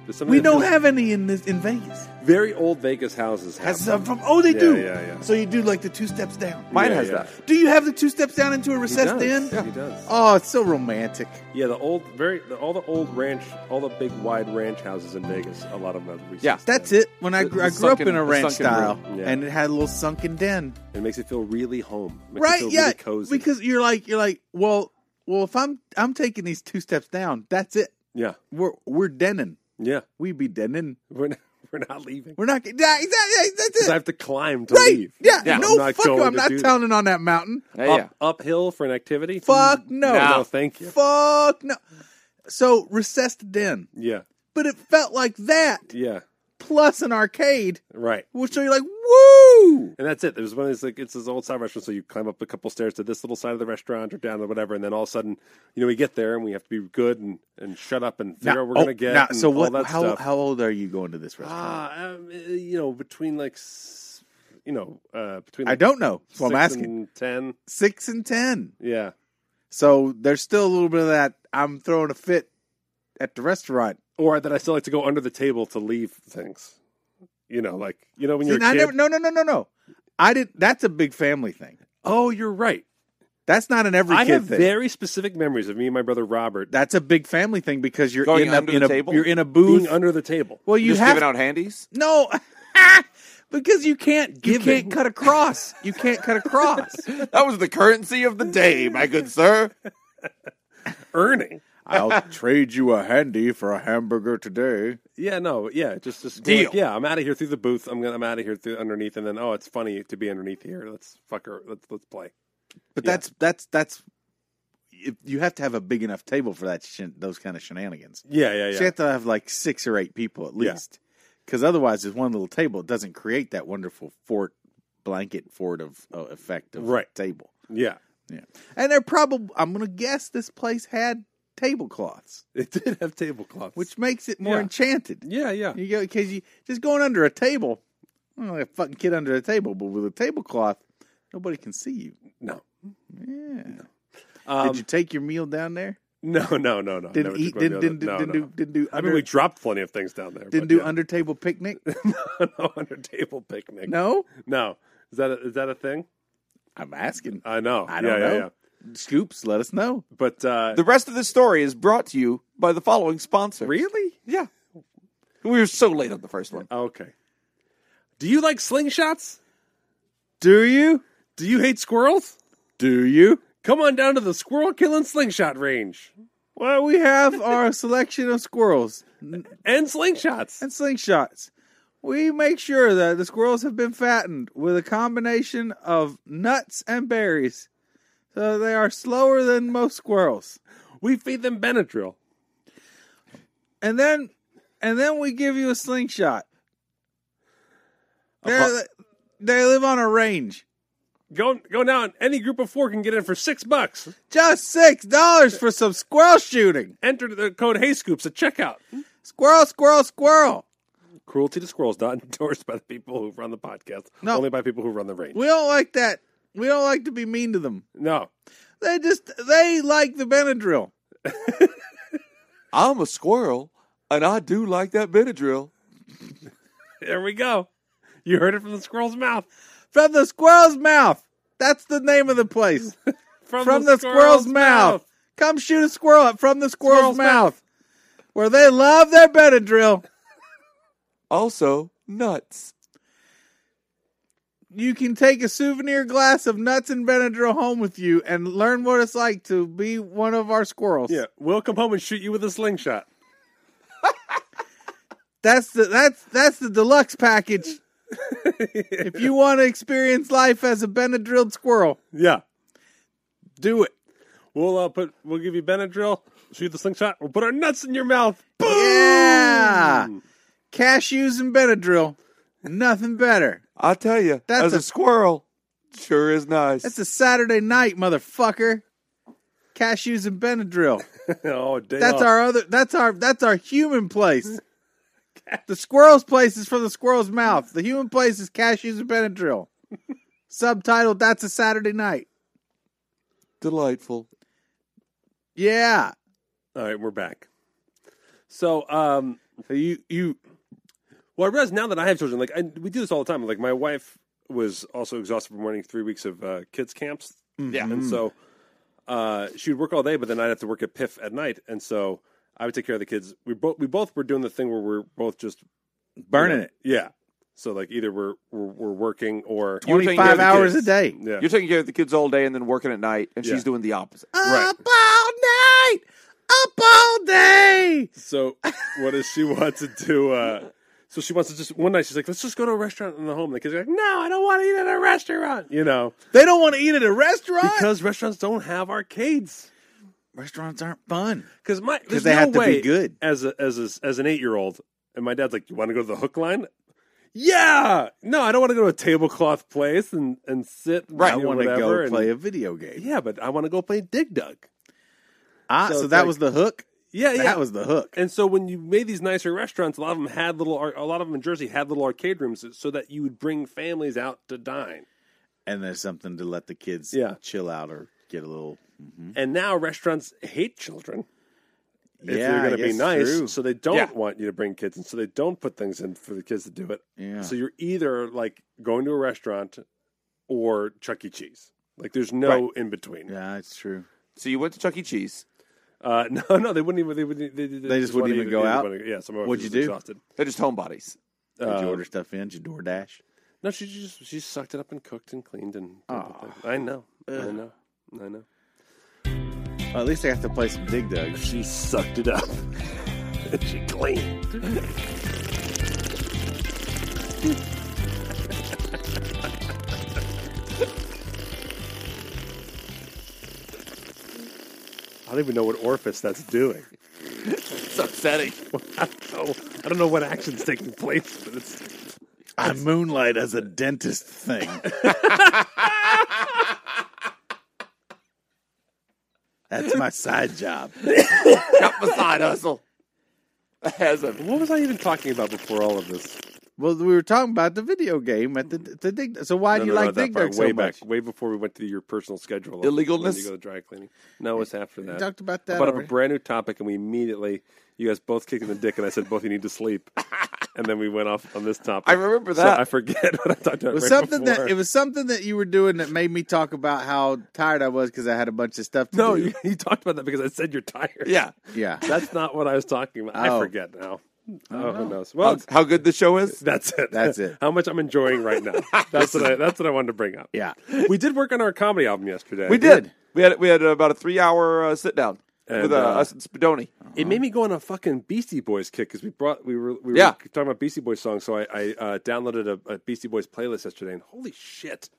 [SPEAKER 4] There's something
[SPEAKER 3] we
[SPEAKER 4] that
[SPEAKER 3] don't
[SPEAKER 4] feels-
[SPEAKER 3] have any in this in vegas
[SPEAKER 4] very old Vegas houses. Have
[SPEAKER 3] Has
[SPEAKER 4] them.
[SPEAKER 3] some from oh they
[SPEAKER 4] Yeah,
[SPEAKER 3] do
[SPEAKER 4] yeah, yeah.
[SPEAKER 3] so you do like the two steps down
[SPEAKER 2] Mine
[SPEAKER 4] Yeah,
[SPEAKER 2] has
[SPEAKER 4] yeah.
[SPEAKER 2] that.
[SPEAKER 3] do you have the two steps down into a
[SPEAKER 4] He
[SPEAKER 3] recessed den
[SPEAKER 4] does. He does.
[SPEAKER 3] oh it's so romantic
[SPEAKER 4] Yeah, the old, very, the, all the old ranch, all the big wide ranch houses in Vegas. A lot of them. Have recessed
[SPEAKER 2] Yeah.
[SPEAKER 3] that's
[SPEAKER 4] dens.
[SPEAKER 3] it when i,
[SPEAKER 2] The-
[SPEAKER 3] gr-
[SPEAKER 2] the
[SPEAKER 3] I grew up
[SPEAKER 2] sunken-
[SPEAKER 3] in a
[SPEAKER 2] the
[SPEAKER 3] ranch
[SPEAKER 2] sunken
[SPEAKER 3] style
[SPEAKER 4] room. Yeah.
[SPEAKER 3] and it had a little sunken den
[SPEAKER 4] It makes it feel really home. It makes It
[SPEAKER 3] right
[SPEAKER 4] feel
[SPEAKER 3] yeah
[SPEAKER 4] Really cozy.
[SPEAKER 3] because you're like you're like well well if i'm i'm taking these two steps down that's it
[SPEAKER 4] yeah,
[SPEAKER 3] we're we're denning
[SPEAKER 4] yeah,
[SPEAKER 3] we be denning.
[SPEAKER 4] we're not, we're not leaving.
[SPEAKER 3] We're not. Yeah, exactly. That's
[SPEAKER 4] Because I
[SPEAKER 3] it.
[SPEAKER 4] have to climb to
[SPEAKER 3] Right.
[SPEAKER 4] leave.
[SPEAKER 3] Yeah.
[SPEAKER 2] Yeah.
[SPEAKER 3] No.
[SPEAKER 4] I'm not
[SPEAKER 3] fuck you.
[SPEAKER 4] going
[SPEAKER 3] I'm
[SPEAKER 4] to
[SPEAKER 3] not
[SPEAKER 4] do that.
[SPEAKER 3] tounding on that mountain.
[SPEAKER 2] Yeah, yeah.
[SPEAKER 4] Up, uphill for an activity.
[SPEAKER 3] Fuck no.
[SPEAKER 4] No, thank you.
[SPEAKER 3] Fuck no. So recessed den,
[SPEAKER 4] Yeah,
[SPEAKER 3] but it felt like that
[SPEAKER 4] yeah,
[SPEAKER 3] plus an arcade.
[SPEAKER 4] right.
[SPEAKER 3] Which so you're like, woo.
[SPEAKER 4] And that's it. There's one of these like it's this old side restaurant, so you climb up a couple stairs to this little side of the restaurant or down or whatever, and then all of a sudden, you know, we get there and we have to be good and, and shut up and figure out what we're
[SPEAKER 3] oh,
[SPEAKER 4] gonna get.
[SPEAKER 3] now,
[SPEAKER 4] and
[SPEAKER 3] so what?
[SPEAKER 4] All that
[SPEAKER 3] how
[SPEAKER 4] stuff.
[SPEAKER 3] how old are you going to this restaurant?
[SPEAKER 4] Ah, um, you know, between like, s- you know, uh, between
[SPEAKER 3] I don't know. So I'm
[SPEAKER 4] six
[SPEAKER 3] asking.
[SPEAKER 4] and ten.
[SPEAKER 3] Six and ten.
[SPEAKER 4] Yeah,
[SPEAKER 3] So there's still a little bit of that. I'm throwing a fit at the restaurant.
[SPEAKER 4] or that I still like to go under the table to leave things. You know, like you know when
[SPEAKER 3] See,
[SPEAKER 4] you're a
[SPEAKER 3] I
[SPEAKER 4] kid.
[SPEAKER 3] never. No, no, no, no, no. I did. That's a big family thing.
[SPEAKER 4] oh, you're right.
[SPEAKER 3] That's not an every
[SPEAKER 4] I
[SPEAKER 3] kid
[SPEAKER 4] have
[SPEAKER 3] thing.
[SPEAKER 4] very specific memories of me and my brother Robert
[SPEAKER 3] that's a big family thing because you're
[SPEAKER 2] Going
[SPEAKER 3] in a,
[SPEAKER 2] under
[SPEAKER 3] in
[SPEAKER 2] the
[SPEAKER 3] a
[SPEAKER 2] table?
[SPEAKER 3] you're in a booth.
[SPEAKER 4] being under the table.
[SPEAKER 3] well, you
[SPEAKER 2] just
[SPEAKER 3] have
[SPEAKER 2] giving out handies.
[SPEAKER 3] no because you can't you
[SPEAKER 4] Giving.
[SPEAKER 3] can't cut across. You can't cut across.
[SPEAKER 2] That was the currency of the day, my good sir.
[SPEAKER 4] Earning.
[SPEAKER 3] I'll trade you a handy for a hamburger today.
[SPEAKER 4] Yeah, no, yeah, just just go
[SPEAKER 2] Deal.
[SPEAKER 4] like, yeah, I'm out of here through the booth. I'm gonna I'm out of here through underneath, and then oh, it's funny to be underneath here. Let's fucker. Let's let's play.
[SPEAKER 3] But
[SPEAKER 4] Yeah.
[SPEAKER 3] that's that's that's if you have to have a big enough table for that shen- those kind of shenanigans.
[SPEAKER 4] Yeah, yeah,
[SPEAKER 3] So
[SPEAKER 4] yeah.
[SPEAKER 3] you have to have like six or eight people at
[SPEAKER 4] Yeah.
[SPEAKER 3] least, because otherwise, there's one little table. It doesn't create that wonderful fort blanket Ford of, of effect of
[SPEAKER 4] Right.
[SPEAKER 3] table.
[SPEAKER 4] Yeah.
[SPEAKER 3] Yeah, and they're probably. I'm gonna guess this place had tablecloths,
[SPEAKER 4] It did have tablecloths.
[SPEAKER 3] which makes it more
[SPEAKER 4] Yeah.
[SPEAKER 3] enchanted.
[SPEAKER 4] yeah, yeah.
[SPEAKER 3] You go because you just going under a table. I'm like a fucking kid under a table, but with a tablecloth, nobody can see you.
[SPEAKER 4] No.
[SPEAKER 3] Yeah.
[SPEAKER 4] Um,
[SPEAKER 3] Did you take your meal down there?
[SPEAKER 4] No, no, no, no. I
[SPEAKER 3] Didn't
[SPEAKER 4] never
[SPEAKER 3] eat?
[SPEAKER 4] took my
[SPEAKER 3] Didn't,
[SPEAKER 4] meal
[SPEAKER 3] didn't,
[SPEAKER 4] down-
[SPEAKER 3] do-
[SPEAKER 4] no,
[SPEAKER 3] didn't
[SPEAKER 4] no.
[SPEAKER 3] do? Didn't do?
[SPEAKER 4] I
[SPEAKER 3] Under,
[SPEAKER 4] mean, we dropped plenty of things down there.
[SPEAKER 3] didn't
[SPEAKER 4] but
[SPEAKER 3] do
[SPEAKER 4] yeah.
[SPEAKER 3] under table picnic?
[SPEAKER 4] no under table picnic.
[SPEAKER 3] no.
[SPEAKER 4] No. Is that a, is that a thing?
[SPEAKER 3] I'm asking.
[SPEAKER 4] I know.
[SPEAKER 3] I don't
[SPEAKER 4] yeah,
[SPEAKER 3] know.
[SPEAKER 4] Yeah, yeah.
[SPEAKER 3] Scoops, let us know.
[SPEAKER 4] But uh,
[SPEAKER 2] The rest of this story is brought to you by the following sponsor.
[SPEAKER 4] really,
[SPEAKER 2] Yeah. We were so late on the first one.
[SPEAKER 4] Oh, okay. Do you like slingshots?
[SPEAKER 3] Do you?
[SPEAKER 4] Do you hate squirrels?
[SPEAKER 3] Do you?
[SPEAKER 4] Come on down to the squirrel killing slingshot range
[SPEAKER 3] Well, we have our selection of squirrels and
[SPEAKER 4] and slingshots.
[SPEAKER 3] slingshots. We make sure that the squirrels have been fattened with a combination of nuts and berries. So they are slower than most squirrels.
[SPEAKER 4] We feed them Benadryl.
[SPEAKER 3] And then and then we give you a slingshot. They're, they live on a range.
[SPEAKER 4] Go go down. Any group of four can get in for six bucks.
[SPEAKER 3] Just six dollars for some squirrel shooting.
[SPEAKER 4] Enter the code Hey Scoops at checkout.
[SPEAKER 3] Squirrel, squirrel, squirrel.
[SPEAKER 4] Cruelty to squirrels not endorsed by the people who run the podcast.
[SPEAKER 3] No.
[SPEAKER 4] Only by people who run the range.
[SPEAKER 3] We don't like that. We don't like to be mean to them.
[SPEAKER 4] No.
[SPEAKER 3] They just they like the Benadryl.
[SPEAKER 2] I'm a squirrel, and I do like that Benadryl.
[SPEAKER 4] There we go. You heard it from the squirrel's mouth.
[SPEAKER 3] From the squirrel's mouth. That's the name of the place.
[SPEAKER 4] From,
[SPEAKER 3] From the squirrel's mouth. Come shoot a squirrel at from the squirrel's
[SPEAKER 4] Squirrel's mouth.
[SPEAKER 3] mouth. Where they love their Benadryl.
[SPEAKER 2] Also, nuts.
[SPEAKER 3] You can take a souvenir glass of nuts and Benadryl home with you and learn what it's like to be one of our squirrels.
[SPEAKER 4] Yeah. We'll come home and shoot you with a slingshot.
[SPEAKER 3] That's the that's that's the deluxe package. if you want to experience life as a Benadryl squirrel,
[SPEAKER 4] Yeah.
[SPEAKER 3] do it.
[SPEAKER 4] We'll uh, put we'll give you Benadryl, shoot the slingshot, we'll put our nuts in your mouth. Boom!
[SPEAKER 3] Yeah. ah, Cashews and Benadryl. Nothing better.
[SPEAKER 2] I tell you,
[SPEAKER 3] That's
[SPEAKER 2] as a,
[SPEAKER 3] a-
[SPEAKER 2] squirrel, sure is nice.
[SPEAKER 3] That's a Saturday night, motherfucker. Cashews and Benadryl.
[SPEAKER 4] oh, day
[SPEAKER 3] That's
[SPEAKER 4] off.
[SPEAKER 3] our other that's our that's our human place. The squirrel's place is from the squirrel's mouth. The human place is cashews and Benadryl. Subtitled That's a Saturday Night.
[SPEAKER 2] Delightful.
[SPEAKER 3] Yeah.
[SPEAKER 4] All right, we're back. So, um,
[SPEAKER 3] So you you
[SPEAKER 4] well, I realize now that I have children, like I, we do this all the time. Like my wife was also exhausted from running three weeks of uh, kids camps,
[SPEAKER 5] Yeah.
[SPEAKER 4] and so uh, she would work all day, but then I'd have to work at PIF at night, and so I would take care of the kids. We both we both were doing the thing where we're both just
[SPEAKER 3] burning it.
[SPEAKER 4] yeah. So like either we're we're, we're working or
[SPEAKER 2] You were
[SPEAKER 3] Twenty
[SPEAKER 2] taking care of
[SPEAKER 3] five
[SPEAKER 2] the
[SPEAKER 3] hours
[SPEAKER 2] kids.
[SPEAKER 3] a day.
[SPEAKER 4] yeah.
[SPEAKER 2] You're taking care of the kids all day and then working at night, and
[SPEAKER 4] Yeah.
[SPEAKER 2] she's doing the opposite.
[SPEAKER 3] Uh,
[SPEAKER 4] Right.
[SPEAKER 3] Up all night. Up all day.
[SPEAKER 4] So what does she want to do? Uh, so she wants to just one night. She's like, let's just go to a restaurant in the home. The kids are like, no, I don't want to eat at a restaurant. You know,
[SPEAKER 3] They don't want to eat at a restaurant.
[SPEAKER 4] because restaurants don't have arcades.
[SPEAKER 3] Restaurants aren't fun.
[SPEAKER 4] Because my because
[SPEAKER 3] they have to be good.
[SPEAKER 4] as a, as a, as an eight year old. And my dad's like, you want to go to the hook line? Yeah. No, I don't want to go to a tablecloth place and and sit.
[SPEAKER 3] I want to go play a video game.
[SPEAKER 4] Yeah, but I want to go play Dig Dug.
[SPEAKER 3] Ah,
[SPEAKER 4] So
[SPEAKER 3] so,
[SPEAKER 4] it's
[SPEAKER 3] that
[SPEAKER 4] like-
[SPEAKER 3] was the hook.
[SPEAKER 4] Yeah, yeah.
[SPEAKER 3] That was the hook.
[SPEAKER 4] And so when you made these nicer restaurants, a lot of them had little, ar- a lot of them in Jersey had little arcade rooms so that you would bring families out to dine.
[SPEAKER 3] And there's something to let the kids
[SPEAKER 4] Yeah.
[SPEAKER 3] chill out or get a little.
[SPEAKER 4] And now restaurants hate children if
[SPEAKER 3] Yeah,
[SPEAKER 4] they're
[SPEAKER 3] I
[SPEAKER 4] going to be
[SPEAKER 3] guess
[SPEAKER 4] nice,
[SPEAKER 3] true.
[SPEAKER 4] so they don't
[SPEAKER 2] Yeah.
[SPEAKER 4] want you to bring kids, and so they don't put things in for the kids to do it.
[SPEAKER 3] Yeah.
[SPEAKER 4] So you're either like going to a restaurant or Chuck E. Cheese. Like there's no
[SPEAKER 2] Right.
[SPEAKER 4] in between.
[SPEAKER 3] yeah, it's true.
[SPEAKER 2] So you went to Chuck E. Cheese.
[SPEAKER 4] Uh, no, no, they wouldn't even. They, wouldn't, they,
[SPEAKER 3] They just wouldn't even go out?
[SPEAKER 4] wouldn't- yeah, some of us
[SPEAKER 3] What'd you
[SPEAKER 4] was
[SPEAKER 3] do?
[SPEAKER 4] Exhausted.
[SPEAKER 2] They're just homebodies.
[SPEAKER 3] Did
[SPEAKER 4] Uh,
[SPEAKER 3] you order stuff in? Did you DoorDash?
[SPEAKER 4] No, she just she sucked it up and cooked and cleaned and. did the thing. I know, I know, I know.
[SPEAKER 3] Well, at least I have to play some Dig Dug.
[SPEAKER 4] She sucked it up. she cleaned. I don't even know what orifice that's doing.
[SPEAKER 2] It's upsetting.
[SPEAKER 4] I don't know, I don't know what action's taking place, but it's
[SPEAKER 3] I moonlight as a dentist thing. That's my side job.
[SPEAKER 2] Got my side hustle. As a
[SPEAKER 4] What was I even talking about before all of this?
[SPEAKER 3] Well, we were talking about the video game at the, the dig. So why
[SPEAKER 4] No,
[SPEAKER 3] do you
[SPEAKER 4] no, no,
[SPEAKER 3] like
[SPEAKER 4] that
[SPEAKER 3] Dig
[SPEAKER 4] part,
[SPEAKER 3] Dug so
[SPEAKER 4] way
[SPEAKER 3] much?
[SPEAKER 4] back, way before we went through your personal schedule. of
[SPEAKER 2] Illegalness?
[SPEAKER 4] when You go to dry cleaning. No, it's after
[SPEAKER 3] We
[SPEAKER 4] that.
[SPEAKER 3] talked about
[SPEAKER 4] uh, I
[SPEAKER 3] that.
[SPEAKER 4] brought up a
[SPEAKER 3] already.
[SPEAKER 4] brand new topic, and we immediately, you guys both kicked in the dick, and I said both you need to sleep, and then we went off on this topic.
[SPEAKER 2] I remember
[SPEAKER 4] So
[SPEAKER 2] that.
[SPEAKER 4] I forget what I talked about.
[SPEAKER 3] It was
[SPEAKER 4] right
[SPEAKER 3] something
[SPEAKER 4] before.
[SPEAKER 3] that it was something that you were doing that made me talk about how tired I was because I had a bunch of stuff to
[SPEAKER 4] No,
[SPEAKER 3] do.
[SPEAKER 4] you, you talked about that because I said you're tired.
[SPEAKER 2] yeah.
[SPEAKER 3] yeah,
[SPEAKER 4] that's not what I was talking about. I
[SPEAKER 3] Oh.
[SPEAKER 4] forget now. Oh, who knows? Well,
[SPEAKER 2] How,
[SPEAKER 4] it's-
[SPEAKER 2] how good the show is.
[SPEAKER 4] that's it.
[SPEAKER 3] That's it.
[SPEAKER 4] How much I'm enjoying right now. That's what I. That's what I wanted to bring up.
[SPEAKER 3] yeah.
[SPEAKER 4] We did work on our comedy album yesterday.
[SPEAKER 2] We did. We had we had about a three hour uh, sit down
[SPEAKER 4] And,
[SPEAKER 2] with uh,
[SPEAKER 4] uh,
[SPEAKER 2] us and Spadoni.
[SPEAKER 4] It made me go on a fucking Beastie Boys kick because we brought we were we were
[SPEAKER 2] Yeah.
[SPEAKER 4] talking about Beastie Boys songs. So I, I uh, downloaded a, a Beastie Boys playlist yesterday, and holy shit,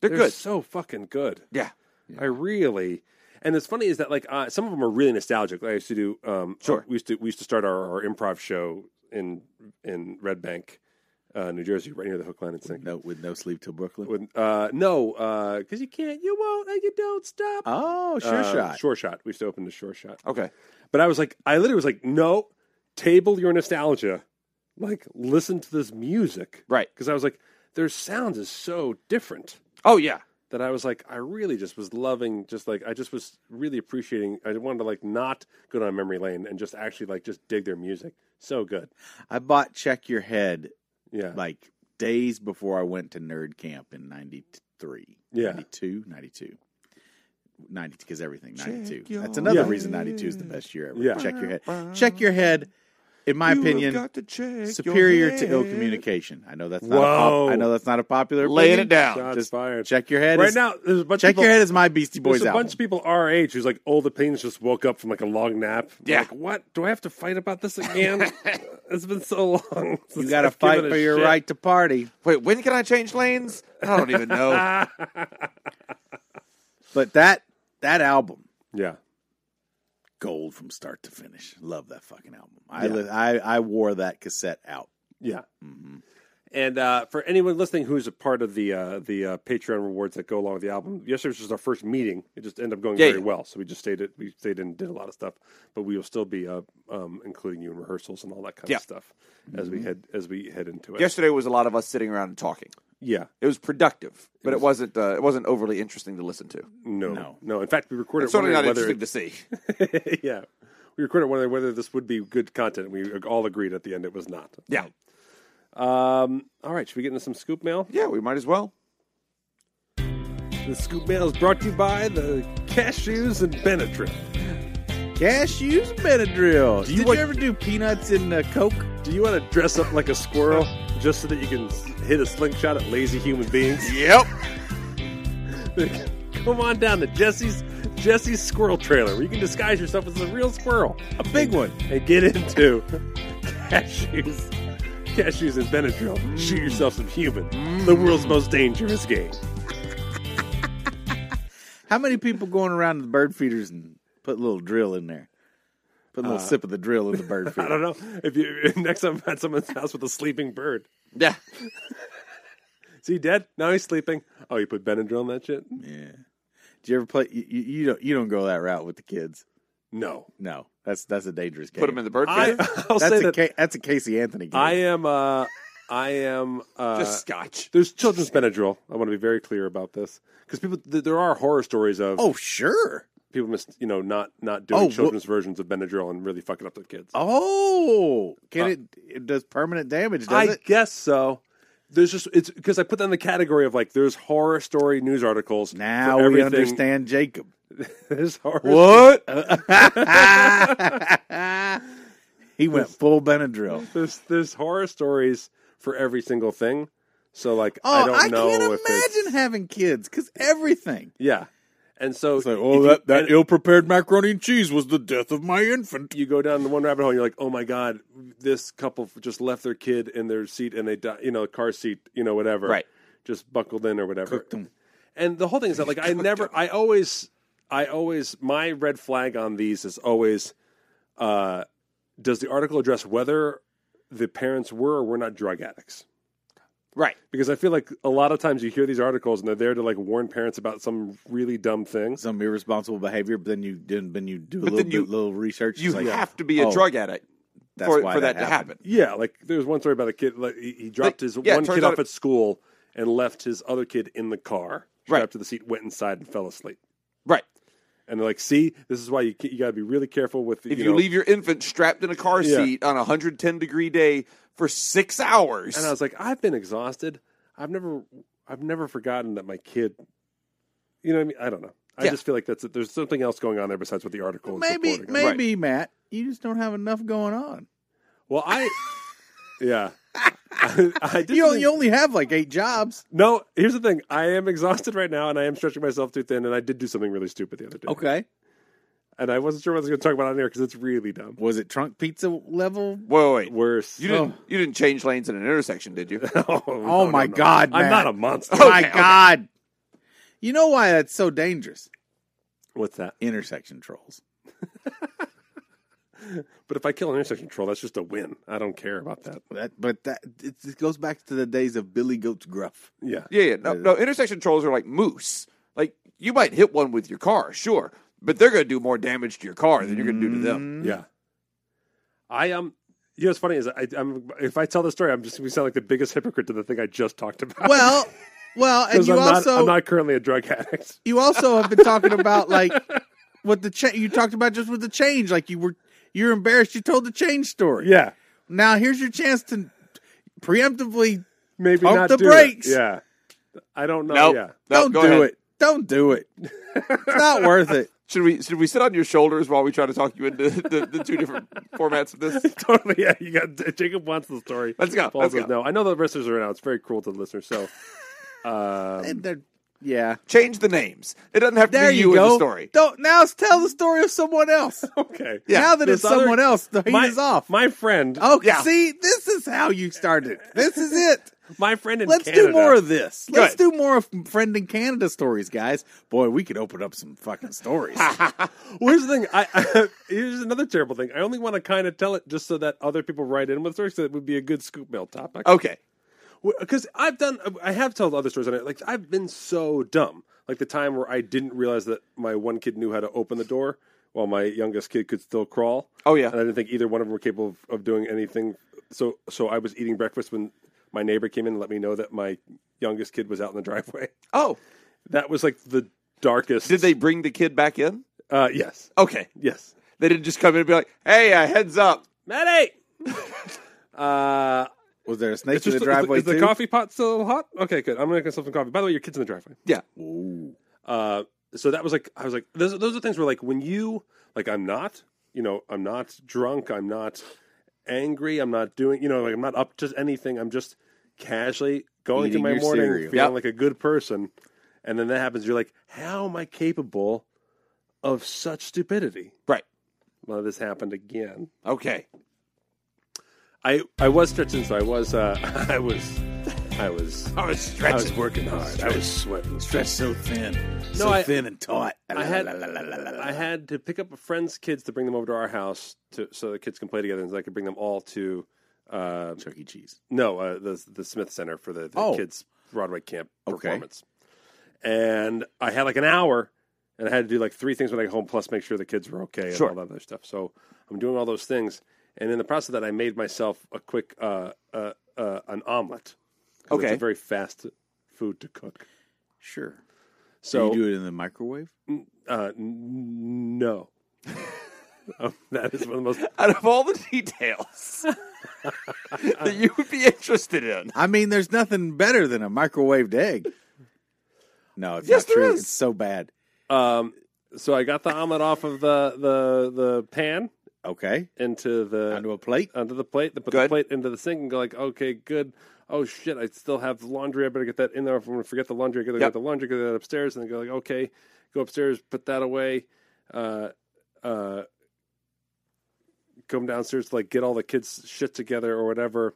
[SPEAKER 2] They're,
[SPEAKER 4] they're
[SPEAKER 2] good.
[SPEAKER 4] so fucking good.
[SPEAKER 2] yeah.
[SPEAKER 4] I really. And it's funny is that like uh, some of them are really nostalgic. Like I used to do. Um,
[SPEAKER 2] Sure.
[SPEAKER 4] We used to we used to start our, our improv show in in Red Bank, uh, New Jersey, right near the Hook Line and Sink.
[SPEAKER 3] No, with no sleep till Brooklyn.
[SPEAKER 4] With, uh, no, because you can't, you won't, and you don't stop.
[SPEAKER 3] oh, sure
[SPEAKER 4] Uh,
[SPEAKER 3] shot.
[SPEAKER 4] Sure shot. We used to open the sure shot.
[SPEAKER 2] Okay.
[SPEAKER 4] But I was like, I literally was like, no, table your nostalgia. Like, listen to this music.
[SPEAKER 2] Right.
[SPEAKER 4] Because I was like, their sound is so different
[SPEAKER 2] Oh yeah.
[SPEAKER 4] that I was like, I really just was loving, just like, I just was really appreciating. I wanted to, like, not go down memory lane and just actually, like, just dig their music. So good.
[SPEAKER 3] I bought Check Your Head
[SPEAKER 4] Yeah.
[SPEAKER 3] like days before I went to nerd camp in 93,
[SPEAKER 4] Yeah.
[SPEAKER 3] 92, 92. 90 because everything
[SPEAKER 2] Check
[SPEAKER 3] 92.
[SPEAKER 2] your
[SPEAKER 3] That's another
[SPEAKER 4] head.
[SPEAKER 3] reason 92 is the best year ever.
[SPEAKER 4] Yeah.
[SPEAKER 3] Check your head. Check your head in my
[SPEAKER 2] You have
[SPEAKER 3] opinion
[SPEAKER 2] got to check
[SPEAKER 3] superior
[SPEAKER 2] your
[SPEAKER 3] to ill
[SPEAKER 2] head.
[SPEAKER 3] communication. I know that's not a pop-
[SPEAKER 4] Whoa.
[SPEAKER 3] I know that's not a popular
[SPEAKER 2] Laying
[SPEAKER 3] opinion.
[SPEAKER 2] it down.
[SPEAKER 4] Shots
[SPEAKER 3] Just
[SPEAKER 4] fired.
[SPEAKER 3] Check your head
[SPEAKER 4] right
[SPEAKER 3] is-
[SPEAKER 4] now, there's a bunch
[SPEAKER 3] Check
[SPEAKER 4] of people,
[SPEAKER 3] your head is my Beastie Boys
[SPEAKER 4] There's a
[SPEAKER 3] album.
[SPEAKER 4] bunch of people our age who's like, oh, the pains just woke up from like a long nap.
[SPEAKER 2] Yeah.
[SPEAKER 4] Like, what? Do I have to fight about this again? it's been so long.
[SPEAKER 3] you
[SPEAKER 4] since
[SPEAKER 3] got to
[SPEAKER 4] I've given
[SPEAKER 3] fight
[SPEAKER 4] a
[SPEAKER 3] for your
[SPEAKER 4] shit.
[SPEAKER 3] right to party.
[SPEAKER 2] Wait, when can I change lanes? I don't even know.
[SPEAKER 3] But that that album
[SPEAKER 4] Yeah.
[SPEAKER 3] gold from start to finish. Love that fucking album. I li- I, I wore that cassette out.
[SPEAKER 4] Yeah. Mm-hmm. And uh, for anyone listening who's a part of the uh, the uh, Patreon rewards that go along with the album, yesterday was just our first meeting. It just ended up going
[SPEAKER 2] Yeah,
[SPEAKER 4] very
[SPEAKER 2] yeah.
[SPEAKER 4] well, so we just stayed at, we stayed in and did a lot of stuff. But we will still be uh, um, including you in rehearsals and all that kind
[SPEAKER 2] Yeah.
[SPEAKER 4] of stuff as we head as we head into it.
[SPEAKER 2] Yesterday was a lot of us sitting around and talking.
[SPEAKER 4] Yeah.
[SPEAKER 2] It was productive, but it wasn't. Uh, it wasn't overly interesting to listen to.
[SPEAKER 4] No.
[SPEAKER 3] No.
[SPEAKER 4] No. In fact, we recorded
[SPEAKER 2] It's certainly
[SPEAKER 4] wondering
[SPEAKER 2] not
[SPEAKER 4] whether
[SPEAKER 2] interesting to see.
[SPEAKER 4] yeah. We recorded wondering whether this would be good content. We all agreed at the end it was not.
[SPEAKER 2] Yeah.
[SPEAKER 4] Um, all right, should we get into some scoop mail?
[SPEAKER 2] Yeah, we might as well.
[SPEAKER 4] The scoop mail is brought to you by the cashews and Benadryl.
[SPEAKER 3] Cashews and Benadryl.
[SPEAKER 4] you
[SPEAKER 3] Did
[SPEAKER 4] want-
[SPEAKER 3] you ever do peanuts in uh, Coke?
[SPEAKER 4] Do you want to dress up like a squirrel just so that you can s- hit a slingshot at lazy human beings?
[SPEAKER 2] Yep.
[SPEAKER 4] Come on down to Jesse's Jesse's squirrel trailer where you can disguise yourself as a real squirrel
[SPEAKER 3] A big one.
[SPEAKER 4] and get into cashews, cashews and Benadryl. Shoot yourself some human, the world's most dangerous game.
[SPEAKER 3] How many people going around to the bird feeders and put a little drill in there? Put a little sip of the drill in the bird feeder.
[SPEAKER 4] Uh, I don't know if you if next time I'm at someone's house with a sleeping bird.
[SPEAKER 2] Yeah.
[SPEAKER 4] Is he dead? No, he's sleeping. Oh, you put Benadryl in that shit?
[SPEAKER 3] Yeah. Do you ever play? You, you, you don't. You don't go that route with the kids.
[SPEAKER 4] No.
[SPEAKER 3] No, that's that's a dangerous game.
[SPEAKER 2] Put them in the bird
[SPEAKER 4] I,
[SPEAKER 2] feeder.
[SPEAKER 4] will
[SPEAKER 3] that's
[SPEAKER 4] say
[SPEAKER 3] a
[SPEAKER 4] that
[SPEAKER 3] Ca- that's a Casey Anthony game.
[SPEAKER 4] I am. Uh, I am. Uh,
[SPEAKER 2] Just scotch.
[SPEAKER 4] There's children's Benadryl. I want to be very clear about this because people th- there are horror stories of
[SPEAKER 3] oh sure.
[SPEAKER 4] people mis- you know not not doing
[SPEAKER 3] Oh, wh-
[SPEAKER 4] children's versions of Benadryl and really fucking up their kids.
[SPEAKER 3] Oh, can it? It does permanent damage, does
[SPEAKER 4] Uh, I
[SPEAKER 3] it?
[SPEAKER 4] guess so. There's just it's because I put that in the category of like there's horror story news articles.
[SPEAKER 3] Now
[SPEAKER 4] for
[SPEAKER 3] we
[SPEAKER 4] everything.
[SPEAKER 3] understand Jacob.
[SPEAKER 4] there's horror.
[SPEAKER 2] What?
[SPEAKER 3] he went full Benadryl.
[SPEAKER 4] There's there's horror stories for every single thing. So like I
[SPEAKER 3] Oh,
[SPEAKER 4] don't
[SPEAKER 3] I,
[SPEAKER 4] know
[SPEAKER 3] can't
[SPEAKER 4] if it's
[SPEAKER 3] imagine having kids because everything.
[SPEAKER 4] yeah. And so
[SPEAKER 3] It's like,
[SPEAKER 4] if
[SPEAKER 3] oh,
[SPEAKER 4] you-
[SPEAKER 3] that, that
[SPEAKER 4] and-
[SPEAKER 3] ill prepared macaroni and cheese was the death of my infant.
[SPEAKER 4] you go down the one rabbit hole and you're like, oh my god, this couple just left their kid in their seat and they died, you know, car seat, you know, whatever.
[SPEAKER 2] Right.
[SPEAKER 4] Just buckled in or whatever.
[SPEAKER 3] Cooked 'em.
[SPEAKER 4] And the whole thing is that like I never I always I always my red flag on these is always uh does the article address whether the parents were or were not drug addicts?
[SPEAKER 2] Right.
[SPEAKER 4] Because I feel like a lot of times you hear these articles and they're there to like warn parents about some really dumb things.
[SPEAKER 3] Some irresponsible behavior, but then you then, then you do a
[SPEAKER 2] But
[SPEAKER 3] little
[SPEAKER 2] then you-
[SPEAKER 3] bit, little research. it's
[SPEAKER 2] You
[SPEAKER 3] like,
[SPEAKER 2] have to be a
[SPEAKER 3] oh,
[SPEAKER 2] drug addict
[SPEAKER 3] that's
[SPEAKER 2] for,
[SPEAKER 3] why
[SPEAKER 2] for that, to
[SPEAKER 3] happened.
[SPEAKER 2] happen.
[SPEAKER 4] Yeah, like there's one story about a kid. Like, he, he dropped his
[SPEAKER 2] yeah, it
[SPEAKER 4] one
[SPEAKER 2] turns
[SPEAKER 4] kid
[SPEAKER 2] out
[SPEAKER 4] off
[SPEAKER 2] it-
[SPEAKER 4] at school and left his other kid in the car,
[SPEAKER 2] Right.
[SPEAKER 4] strapped to the seat, went inside and fell asleep.
[SPEAKER 2] Right.
[SPEAKER 4] And they're like, "See, this is why you ca- you got to be really careful with
[SPEAKER 2] If you,
[SPEAKER 4] know-
[SPEAKER 2] leave your infant strapped in a car
[SPEAKER 4] Yeah.
[SPEAKER 2] seat on a 110 degree day for six hours,
[SPEAKER 4] And I was like, I've been exhausted. I've never, I've never forgotten that my kid. You know what I mean? I don't know. I
[SPEAKER 2] Yeah.
[SPEAKER 4] just feel like that's there's something else going on there besides what the article. is
[SPEAKER 3] Maybe,
[SPEAKER 4] reporting on.
[SPEAKER 3] maybe Matt, you just don't have enough going on.
[SPEAKER 4] Well, I, yeah. I, I
[SPEAKER 3] You,
[SPEAKER 4] disagree.
[SPEAKER 3] only- you only have like eight jobs.
[SPEAKER 4] no, here's the thing. I am exhausted right now, and I am stretching myself too thin. And I did do something really stupid the other day.
[SPEAKER 3] Okay.
[SPEAKER 4] And I wasn't sure what I was going to talk about on air because it's really dumb.
[SPEAKER 3] Was it trunk pizza level?
[SPEAKER 2] whoa, wait,
[SPEAKER 4] Worse.
[SPEAKER 2] you didn't you didn't change lanes in an intersection, did you?
[SPEAKER 4] oh
[SPEAKER 3] Oh, my God,
[SPEAKER 4] I'm
[SPEAKER 3] Matt.
[SPEAKER 4] not a monster.
[SPEAKER 3] Oh my God. You know why that's so dangerous?
[SPEAKER 4] What's that?
[SPEAKER 3] Intersection trolls.
[SPEAKER 4] But if I kill an intersection troll, that's just a win. I don't care about that.
[SPEAKER 3] That, but that it, it goes back to the days of Billy Goat's Gruff.
[SPEAKER 4] Yeah.
[SPEAKER 2] Yeah, yeah. No, no, intersection trolls are like moose. Like you might hit one with your car, sure, but they're going to do more damage to your car than you're going to do to them.
[SPEAKER 3] Mm-hmm.
[SPEAKER 4] Yeah. I um you know what's funny is I I'm if I tell the story, I'm just gonna sound like the biggest hypocrite to the thing I just talked about.
[SPEAKER 3] Well, well, and
[SPEAKER 4] 'Cause
[SPEAKER 3] you
[SPEAKER 4] I'm not-
[SPEAKER 3] also
[SPEAKER 4] I'm not currently a drug addict.
[SPEAKER 3] you also have been talking about like what the cha- you talked about just with the change, like you were you're embarrassed. You told the change story.
[SPEAKER 4] Yeah.
[SPEAKER 3] Now here's your chance to preemptively
[SPEAKER 4] Maybe
[SPEAKER 3] Pump
[SPEAKER 4] not
[SPEAKER 3] the
[SPEAKER 4] do it.
[SPEAKER 3] brakes.
[SPEAKER 4] Yeah. I don't know.
[SPEAKER 2] Nope.
[SPEAKER 4] Yeah.
[SPEAKER 2] No,
[SPEAKER 3] don't
[SPEAKER 2] go
[SPEAKER 3] do
[SPEAKER 2] ahead.
[SPEAKER 3] it. Don't do it. It's not worth it.
[SPEAKER 2] Should we should we sit on your shoulders while we try to talk you into the, the two different formats of this?
[SPEAKER 4] Totally. Yeah. You got Jacob wants the story.
[SPEAKER 2] Let's go,
[SPEAKER 4] Paul
[SPEAKER 2] let's
[SPEAKER 4] says
[SPEAKER 2] go.
[SPEAKER 4] no. I know the listeners are now. It's very cruel to the listeners. So um,
[SPEAKER 3] And they're, yeah.
[SPEAKER 2] Change the names. It doesn't have to
[SPEAKER 3] There
[SPEAKER 2] be
[SPEAKER 3] you,
[SPEAKER 2] you,
[SPEAKER 3] go.
[SPEAKER 2] in the story.
[SPEAKER 3] Don't now tell the story of someone else.
[SPEAKER 4] okay.
[SPEAKER 3] now that it's
[SPEAKER 4] This other-
[SPEAKER 3] someone else, the heat
[SPEAKER 4] My,
[SPEAKER 3] is off.
[SPEAKER 4] my friend,
[SPEAKER 3] Oh,
[SPEAKER 2] Yeah.
[SPEAKER 3] see, this is how you started. This is it.
[SPEAKER 4] my friend in
[SPEAKER 3] Let's
[SPEAKER 4] Canada.
[SPEAKER 3] do more of this. Let's
[SPEAKER 2] Good.
[SPEAKER 3] do more of friend in Canada stories, guys. Boy, we could open up some fucking stories.
[SPEAKER 4] Well, here's the thing. I, I here's another terrible thing. I only want to kind of tell it just so that other people write in with stories. So it would be a good scoop mail topic.
[SPEAKER 3] Oh.
[SPEAKER 2] Okay.
[SPEAKER 4] Because I've done, I have told other stories on it. Like I've been so dumb. Like the time where I didn't realize that my one kid knew how to open the door while my youngest kid could still crawl.
[SPEAKER 2] Oh, yeah.
[SPEAKER 4] and I didn't think either one of them were capable of, of doing anything. So so I was eating breakfast when my neighbor came in and let me know that my youngest kid was out in the driveway.
[SPEAKER 2] Oh,
[SPEAKER 4] That was like the darkest.
[SPEAKER 2] did they bring the kid back in?
[SPEAKER 4] Uh, yes,
[SPEAKER 2] Okay.
[SPEAKER 4] yes.
[SPEAKER 2] They didn't just come in and be like, "Hey, uh, heads up."
[SPEAKER 4] Matty. uh,
[SPEAKER 3] Was there a snake
[SPEAKER 4] it's
[SPEAKER 3] in the
[SPEAKER 4] just
[SPEAKER 3] driveway
[SPEAKER 4] Is the
[SPEAKER 3] too?
[SPEAKER 4] coffee pot still hot? Okay, good. I'm gonna get some coffee. By the way, your kid's in the driveway.
[SPEAKER 2] Yeah.
[SPEAKER 3] Ooh.
[SPEAKER 4] Uh, so that was like I was like those those are things where like when you like I'm not you know I'm not drunk I'm not angry I'm not doing you know like I'm not up to anything I'm just casually going
[SPEAKER 3] Eating
[SPEAKER 4] through my
[SPEAKER 3] your
[SPEAKER 4] morning
[SPEAKER 3] cereal.
[SPEAKER 4] feeling
[SPEAKER 2] Yep.
[SPEAKER 4] like a good person and then that happens you're like how am I capable of such stupidity
[SPEAKER 2] Right.
[SPEAKER 4] well this happened again
[SPEAKER 2] Okay.
[SPEAKER 4] I I was stretching, so I was uh, I was I was
[SPEAKER 2] I was
[SPEAKER 4] I
[SPEAKER 2] stretching.
[SPEAKER 4] was working hard. I was sweating.
[SPEAKER 3] Stretched so thin.
[SPEAKER 4] So I- thin
[SPEAKER 3] and taut.
[SPEAKER 4] I had I had to pick up a friend's kids to bring them over to our house to so the kids can play together, and so I could bring them all to uh,
[SPEAKER 3] Chuck E. Cheese.
[SPEAKER 4] no uh, the the Smith Center for the, the
[SPEAKER 3] Oh.
[SPEAKER 4] kids Broadway camp
[SPEAKER 3] Okay.
[SPEAKER 4] performance. And I had like an hour, and I had to do like three things when I got home, plus make sure the kids were okay and
[SPEAKER 2] Sure.
[SPEAKER 4] all that other stuff. So I'm doing all those things, and in the process of that, I made myself a quick uh, uh, uh, an omelet. 'Cause it's
[SPEAKER 2] Okay.
[SPEAKER 4] a very fast food to cook.
[SPEAKER 3] Sure.
[SPEAKER 4] So
[SPEAKER 3] Do you do it in the microwave?
[SPEAKER 4] uh, n- no. Um, that is one of the most.
[SPEAKER 2] Out of all the details that you would be interested in,
[SPEAKER 3] I mean, there's nothing better than a microwaved egg. No, it's
[SPEAKER 2] Yes,
[SPEAKER 3] not
[SPEAKER 2] there
[SPEAKER 3] true.
[SPEAKER 2] is.
[SPEAKER 3] It's so bad.
[SPEAKER 4] Um, so I got the omelet off of the the the pan
[SPEAKER 3] Okay.
[SPEAKER 4] into the
[SPEAKER 3] Onto a plate.
[SPEAKER 4] onto the plate, put the
[SPEAKER 2] Good.
[SPEAKER 4] plate into the sink, and go like, okay, good. Oh shit, I still have laundry. I better get that in there. If I'm gonna forget the laundry, I gotta
[SPEAKER 2] Yep.
[SPEAKER 4] get the laundry. Get that upstairs, and then go like, okay, go upstairs, put that away. Uh, uh, come downstairs, to, like get all the kids' shit together or whatever.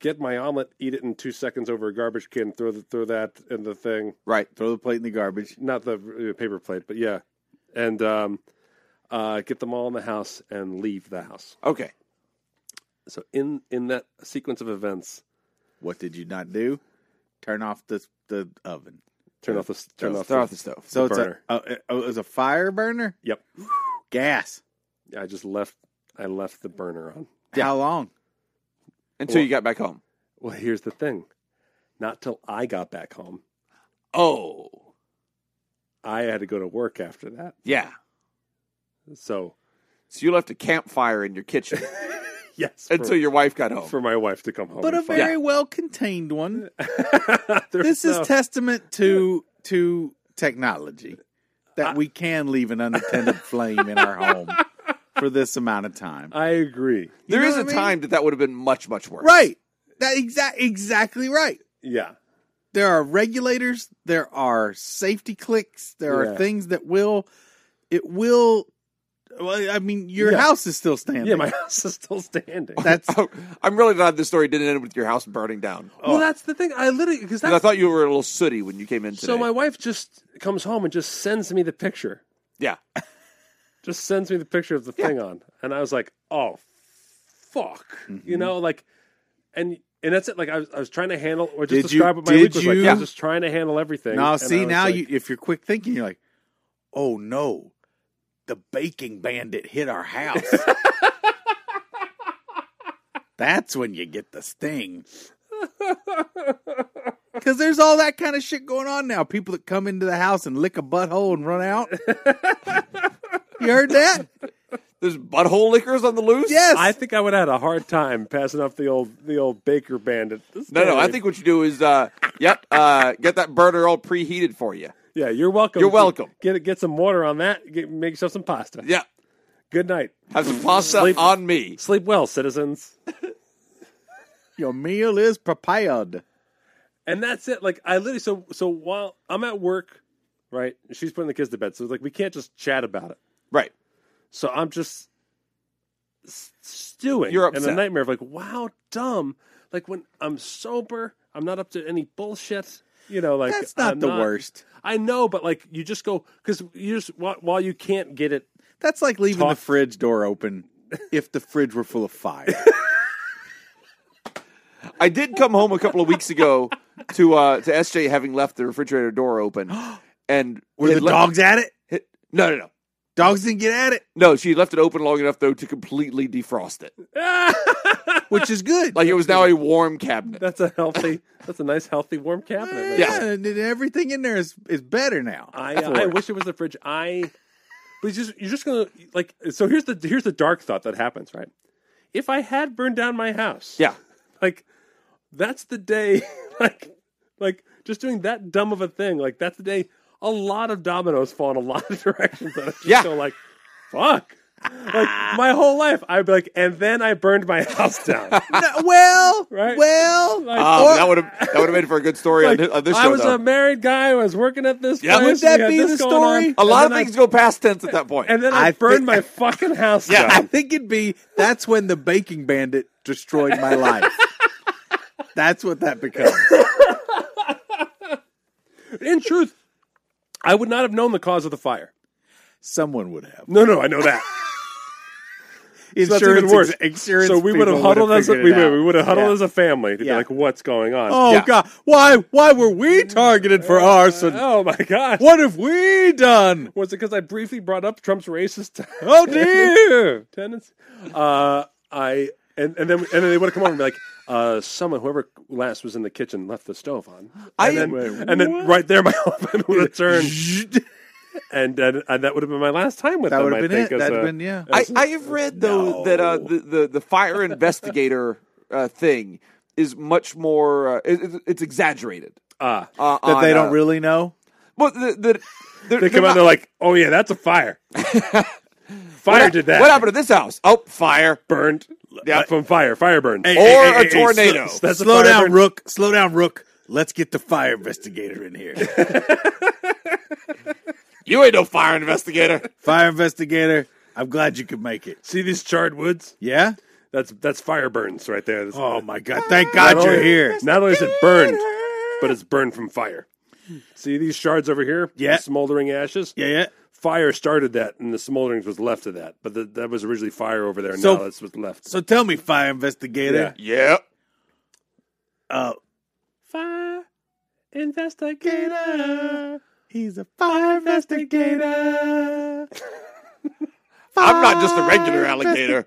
[SPEAKER 4] Get my omelet, eat it in two seconds over a garbage can. Throw the, throw that in the thing
[SPEAKER 2] right?
[SPEAKER 3] Throw the plate in the garbage.
[SPEAKER 4] not the uh, paper plate, but yeah, and um, uh, get them all in the house and leave the house.
[SPEAKER 2] Okay.
[SPEAKER 4] So in in that sequence of events,
[SPEAKER 3] What did you not do? Turn off the the oven.
[SPEAKER 4] Turn off the turn off.
[SPEAKER 2] Start off the stove.
[SPEAKER 3] So
[SPEAKER 4] The
[SPEAKER 3] it's a,
[SPEAKER 4] burner.
[SPEAKER 3] oh, it- oh, it was a fire burner.
[SPEAKER 4] Yep.
[SPEAKER 3] Gas.
[SPEAKER 4] I just left. I left the burner on.
[SPEAKER 3] How long?
[SPEAKER 2] Until you got back home.
[SPEAKER 4] Well, here's the thing. Not till I got back home.
[SPEAKER 2] Oh.
[SPEAKER 4] I had to go to work after that.
[SPEAKER 2] Yeah.
[SPEAKER 4] So
[SPEAKER 2] So you left a campfire in your kitchen
[SPEAKER 4] yes, for,
[SPEAKER 2] until your wife got home.
[SPEAKER 4] for my wife to come home.
[SPEAKER 3] But a
[SPEAKER 4] and find-
[SPEAKER 3] very well contained one.
[SPEAKER 4] There's
[SPEAKER 3] This is
[SPEAKER 4] no-
[SPEAKER 3] testament to to technology that we can leave an unattended flame in our home for this amount of time.
[SPEAKER 4] I agree.
[SPEAKER 2] There
[SPEAKER 3] know
[SPEAKER 2] is
[SPEAKER 3] what
[SPEAKER 2] a
[SPEAKER 3] I mean?
[SPEAKER 2] time that that would have been much, much worse.
[SPEAKER 3] Right. That exact exactly right.
[SPEAKER 4] Yeah.
[SPEAKER 3] There are regulators, there are safety clicks, there
[SPEAKER 4] Yeah.
[SPEAKER 3] are things that will it will well, I mean your
[SPEAKER 4] Yeah.
[SPEAKER 3] house is still standing.
[SPEAKER 4] Yeah, my house is still standing.
[SPEAKER 3] that's
[SPEAKER 2] Oh, I'm really glad this story didn't end with your house burning down.
[SPEAKER 3] oh.
[SPEAKER 4] Well, that's the thing. I literally because
[SPEAKER 2] 'Cause I
[SPEAKER 4] that's
[SPEAKER 2] thought you were a little sooty when you came in today.
[SPEAKER 4] so my wife just comes home and just sends me the picture.
[SPEAKER 2] yeah.
[SPEAKER 4] Just sends me the picture of the thing on, and I was like, oh, fuck, you
[SPEAKER 3] Mm-hmm.
[SPEAKER 4] know, like, and and that's it. Like I was, I was trying to handle or just
[SPEAKER 3] Did you-
[SPEAKER 4] describe what my
[SPEAKER 3] did
[SPEAKER 4] week was like.
[SPEAKER 3] you-
[SPEAKER 4] I was just trying to handle everything.
[SPEAKER 3] Now,
[SPEAKER 4] and I
[SPEAKER 3] see,
[SPEAKER 4] was
[SPEAKER 3] now
[SPEAKER 4] like,
[SPEAKER 3] you if you're quick thinking, you're like, oh no, the baking bandit hit our house. That's when you get the sting. Because there's all that kind of shit going on now. People that come into the house and lick a butthole and run out. you heard that?
[SPEAKER 2] There's butthole liquors on the loose?
[SPEAKER 3] Yes.
[SPEAKER 4] I think I would have had a hard time passing off the old the old Baker Bandit.
[SPEAKER 2] No, no. I think what you do is, uh, yep, uh, get that burner all preheated for you.
[SPEAKER 4] yeah, you're welcome.
[SPEAKER 2] You're welcome.
[SPEAKER 4] Get get some water on that. Get, make yourself some pasta.
[SPEAKER 2] Yeah.
[SPEAKER 4] Good night.
[SPEAKER 2] Have some pasta
[SPEAKER 4] Sleep.
[SPEAKER 2] on me.
[SPEAKER 4] Sleep well, citizens.
[SPEAKER 3] Your meal is prepared.
[SPEAKER 4] and that's it. Like I literally so so while I'm at work, right? She's putting the kids to bed, so like we can't just chat about it.
[SPEAKER 2] Right.
[SPEAKER 4] So I'm just s- stewing
[SPEAKER 2] You're
[SPEAKER 4] in a
[SPEAKER 2] upset.
[SPEAKER 4] nightmare of like, wow, dumb. Like when I'm sober, I'm not up to any bullshit. You know, like
[SPEAKER 3] That's not
[SPEAKER 4] I'm
[SPEAKER 3] the worst.
[SPEAKER 4] I know, but like you just go because you just while, while you can't get it,
[SPEAKER 3] That's like leaving
[SPEAKER 4] Talk-
[SPEAKER 3] the fridge door open if the fridge were full of fire.
[SPEAKER 2] I did come home a couple of weeks ago to uh, to SJ having left the refrigerator door open, and
[SPEAKER 3] Were the
[SPEAKER 2] had le-
[SPEAKER 3] dogs at it?
[SPEAKER 2] had- no, no, no,
[SPEAKER 3] Dogs didn't get at it,
[SPEAKER 2] no. She left it open long enough though to completely defrost it.
[SPEAKER 3] which is good.
[SPEAKER 2] Like it was now a warm cabinet.
[SPEAKER 4] that's a healthy, that's a nice, healthy, warm cabinet. right
[SPEAKER 2] Yeah.
[SPEAKER 3] Yeah, and then everything in there is is better now.
[SPEAKER 4] I,
[SPEAKER 2] That's
[SPEAKER 4] uh,
[SPEAKER 2] the
[SPEAKER 4] I
[SPEAKER 2] worst.
[SPEAKER 4] wish it was the fridge. I, but it's just you're just gonna like. So here's the here's the dark thought that happens, right? If I had burned down my house,
[SPEAKER 2] Yeah,
[SPEAKER 4] like that's the day, like, like just doing that dumb of a thing, like that's the day a lot of dominoes fall in a lot of directions. That I just
[SPEAKER 2] Yeah.
[SPEAKER 4] go like, fuck. Like my whole life, I'd be like, and then I burned my house down.
[SPEAKER 3] No, well,
[SPEAKER 4] Right.
[SPEAKER 3] well,
[SPEAKER 4] Like,
[SPEAKER 2] um,
[SPEAKER 3] Or-
[SPEAKER 2] that would have that would have made for a good story on
[SPEAKER 4] like,
[SPEAKER 2] thi- on this
[SPEAKER 4] I
[SPEAKER 2] show.
[SPEAKER 4] was um,
[SPEAKER 2] though.
[SPEAKER 4] a married guy. I was working at this.
[SPEAKER 2] Yeah.
[SPEAKER 3] Would
[SPEAKER 4] place,
[SPEAKER 3] that
[SPEAKER 4] we had
[SPEAKER 3] be
[SPEAKER 4] this
[SPEAKER 3] the
[SPEAKER 4] going on,
[SPEAKER 3] story?
[SPEAKER 2] a
[SPEAKER 4] and
[SPEAKER 2] lot of
[SPEAKER 4] then I-
[SPEAKER 2] things go past tense at that point.
[SPEAKER 4] and then I,
[SPEAKER 3] I thi-
[SPEAKER 4] burned my fucking house
[SPEAKER 2] Yeah.
[SPEAKER 3] I
[SPEAKER 4] down.
[SPEAKER 3] think it'd be that's when the baking bandit destroyed my life. that's what that becomes.
[SPEAKER 4] In truth, I would not have known the cause of the fire.
[SPEAKER 3] Someone would have
[SPEAKER 4] No, no, I know that.
[SPEAKER 3] insurance.
[SPEAKER 4] even worse.
[SPEAKER 3] ex- insurance
[SPEAKER 4] so we
[SPEAKER 3] people
[SPEAKER 4] would have huddled as a,
[SPEAKER 3] figured
[SPEAKER 4] we,
[SPEAKER 3] it out.
[SPEAKER 4] would- we would have huddled
[SPEAKER 3] Yeah.
[SPEAKER 4] as a family to be
[SPEAKER 3] Yeah.
[SPEAKER 4] like, "What's going on?"
[SPEAKER 3] Oh
[SPEAKER 2] Yeah.
[SPEAKER 3] God! Why? Why were we targeted for arson?
[SPEAKER 4] Oh my god!
[SPEAKER 3] What have we done?
[SPEAKER 4] Was it because I briefly brought up Trump's racist
[SPEAKER 3] Oh dear!
[SPEAKER 4] tendencies? Uh, I and, and then and then they would have come over and be like, uh, "Someone, whoever last was in the kitchen, left the stove on." And
[SPEAKER 2] I-
[SPEAKER 4] then,
[SPEAKER 2] Wait,
[SPEAKER 4] and then right there, my husband would have turned,
[SPEAKER 3] that
[SPEAKER 4] and, and and that would have been my last time with them.
[SPEAKER 3] would
[SPEAKER 4] I
[SPEAKER 3] have been
[SPEAKER 4] think,
[SPEAKER 3] it.
[SPEAKER 4] as
[SPEAKER 3] That'd
[SPEAKER 4] a- uh,
[SPEAKER 3] have been yeah.
[SPEAKER 2] I, I have read though
[SPEAKER 3] No.
[SPEAKER 2] that uh, the, the the fire investigator uh, thing is much more uh, it, it- it's exaggerated.
[SPEAKER 4] ah.
[SPEAKER 2] Uh,
[SPEAKER 3] That they
[SPEAKER 2] on,
[SPEAKER 3] don't
[SPEAKER 2] uh,
[SPEAKER 3] really Oh, know.
[SPEAKER 2] Well, the, the, they're,
[SPEAKER 4] They come
[SPEAKER 2] not-
[SPEAKER 4] out and they're like, oh yeah, that's a fire. fire
[SPEAKER 2] what,
[SPEAKER 4] did that.
[SPEAKER 2] What happened to this house? Oh, fire.
[SPEAKER 4] Burned.
[SPEAKER 2] Yeah.
[SPEAKER 4] Yeah. From fire. Fire burned.
[SPEAKER 2] Or a tornado.
[SPEAKER 4] sl- that's a
[SPEAKER 3] Slow
[SPEAKER 4] fire
[SPEAKER 3] down,
[SPEAKER 4] burn.
[SPEAKER 3] Rook. Slow down, Rook. Let's get the fire investigator in here.
[SPEAKER 2] You ain't no fire investigator.
[SPEAKER 3] fire investigator, I'm glad you could make it.
[SPEAKER 4] See these charred woods?
[SPEAKER 3] Yeah?
[SPEAKER 4] That's that's fire burns right there. That's-
[SPEAKER 3] Oh my God. Thank
[SPEAKER 4] not
[SPEAKER 3] God you're
[SPEAKER 4] only-
[SPEAKER 3] here.
[SPEAKER 4] Not only is it burned, but it's burned from fire. See these shards over here?
[SPEAKER 3] Yeah.
[SPEAKER 4] The smoldering ashes?
[SPEAKER 3] Yeah, yeah.
[SPEAKER 4] Fire started that, and the smoldering was left of that. But the, that was originally fire over there. and
[SPEAKER 3] So-
[SPEAKER 4] now that's what's left.
[SPEAKER 3] So tell me, fire investigator,
[SPEAKER 2] Yep.
[SPEAKER 3] Uh,
[SPEAKER 4] Fire investigator.
[SPEAKER 3] he's a fire investigator.
[SPEAKER 5] I'm not just a regular alligator.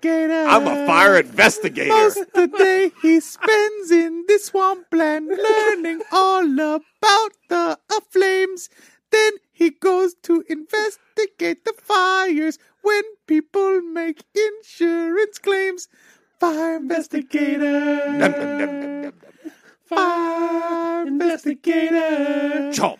[SPEAKER 5] I'm a fire investigator.
[SPEAKER 3] Most of the day he spends in the swampland learning all about the uh, flames. Then he goes to investigate the fires when people make insurance claims. Fire investigator.
[SPEAKER 5] Nom, nom, nom, nom, nom, nom.
[SPEAKER 3] Fire investigator.
[SPEAKER 5] Chomp.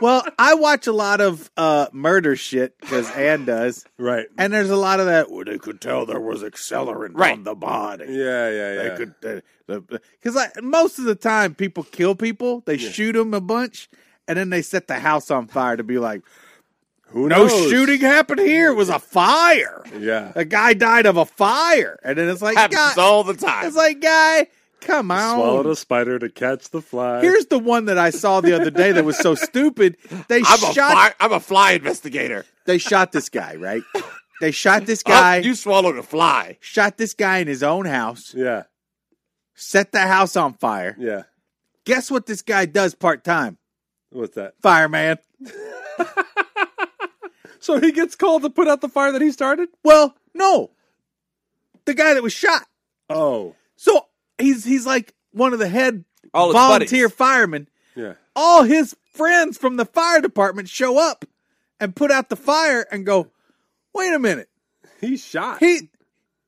[SPEAKER 3] Well, I watch a lot of uh, murder shit because Ann does.
[SPEAKER 4] Right.
[SPEAKER 3] And there's a lot of that. Well, they could tell there was accelerant
[SPEAKER 5] Right.
[SPEAKER 3] on the body.
[SPEAKER 4] Yeah, yeah, yeah.
[SPEAKER 3] They could, because like most of the time, people kill people. They shoot 'em shoot them a bunch, and then they set the house on fire to be like,
[SPEAKER 4] Who
[SPEAKER 3] "No
[SPEAKER 4] knows?
[SPEAKER 3] shooting happened here. It was a fire.
[SPEAKER 4] Yeah.
[SPEAKER 3] A guy died of a fire." And then it's like,
[SPEAKER 5] Happens
[SPEAKER 3] "Guy-
[SPEAKER 5] all the time.
[SPEAKER 3] it's like, guy, come on."
[SPEAKER 4] Swallowed a spider to catch the fly.
[SPEAKER 3] Here's the one that I saw the other day that was so stupid. They
[SPEAKER 5] I'm a
[SPEAKER 3] shot.
[SPEAKER 5] fly. I'm a fly investigator.
[SPEAKER 3] They shot this guy. Right. They shot this
[SPEAKER 5] Oh,
[SPEAKER 3] guy.
[SPEAKER 5] you swallowed a fly.
[SPEAKER 3] shot this guy in his own house.
[SPEAKER 4] yeah,
[SPEAKER 3] Set the house on fire.
[SPEAKER 4] yeah.
[SPEAKER 3] Guess what this guy does part time?
[SPEAKER 4] What's that?
[SPEAKER 3] Fireman.
[SPEAKER 4] So he gets called to put out the fire that he started.
[SPEAKER 3] Well, no. The guy that was shot.
[SPEAKER 4] Oh,
[SPEAKER 3] So he's he's like one of the head
[SPEAKER 2] All his
[SPEAKER 3] volunteer
[SPEAKER 2] buddies.
[SPEAKER 3] firemen.
[SPEAKER 4] yeah.
[SPEAKER 3] All his friends from the fire department show up and put out the fire and go, wait a minute.
[SPEAKER 4] He shot.
[SPEAKER 3] He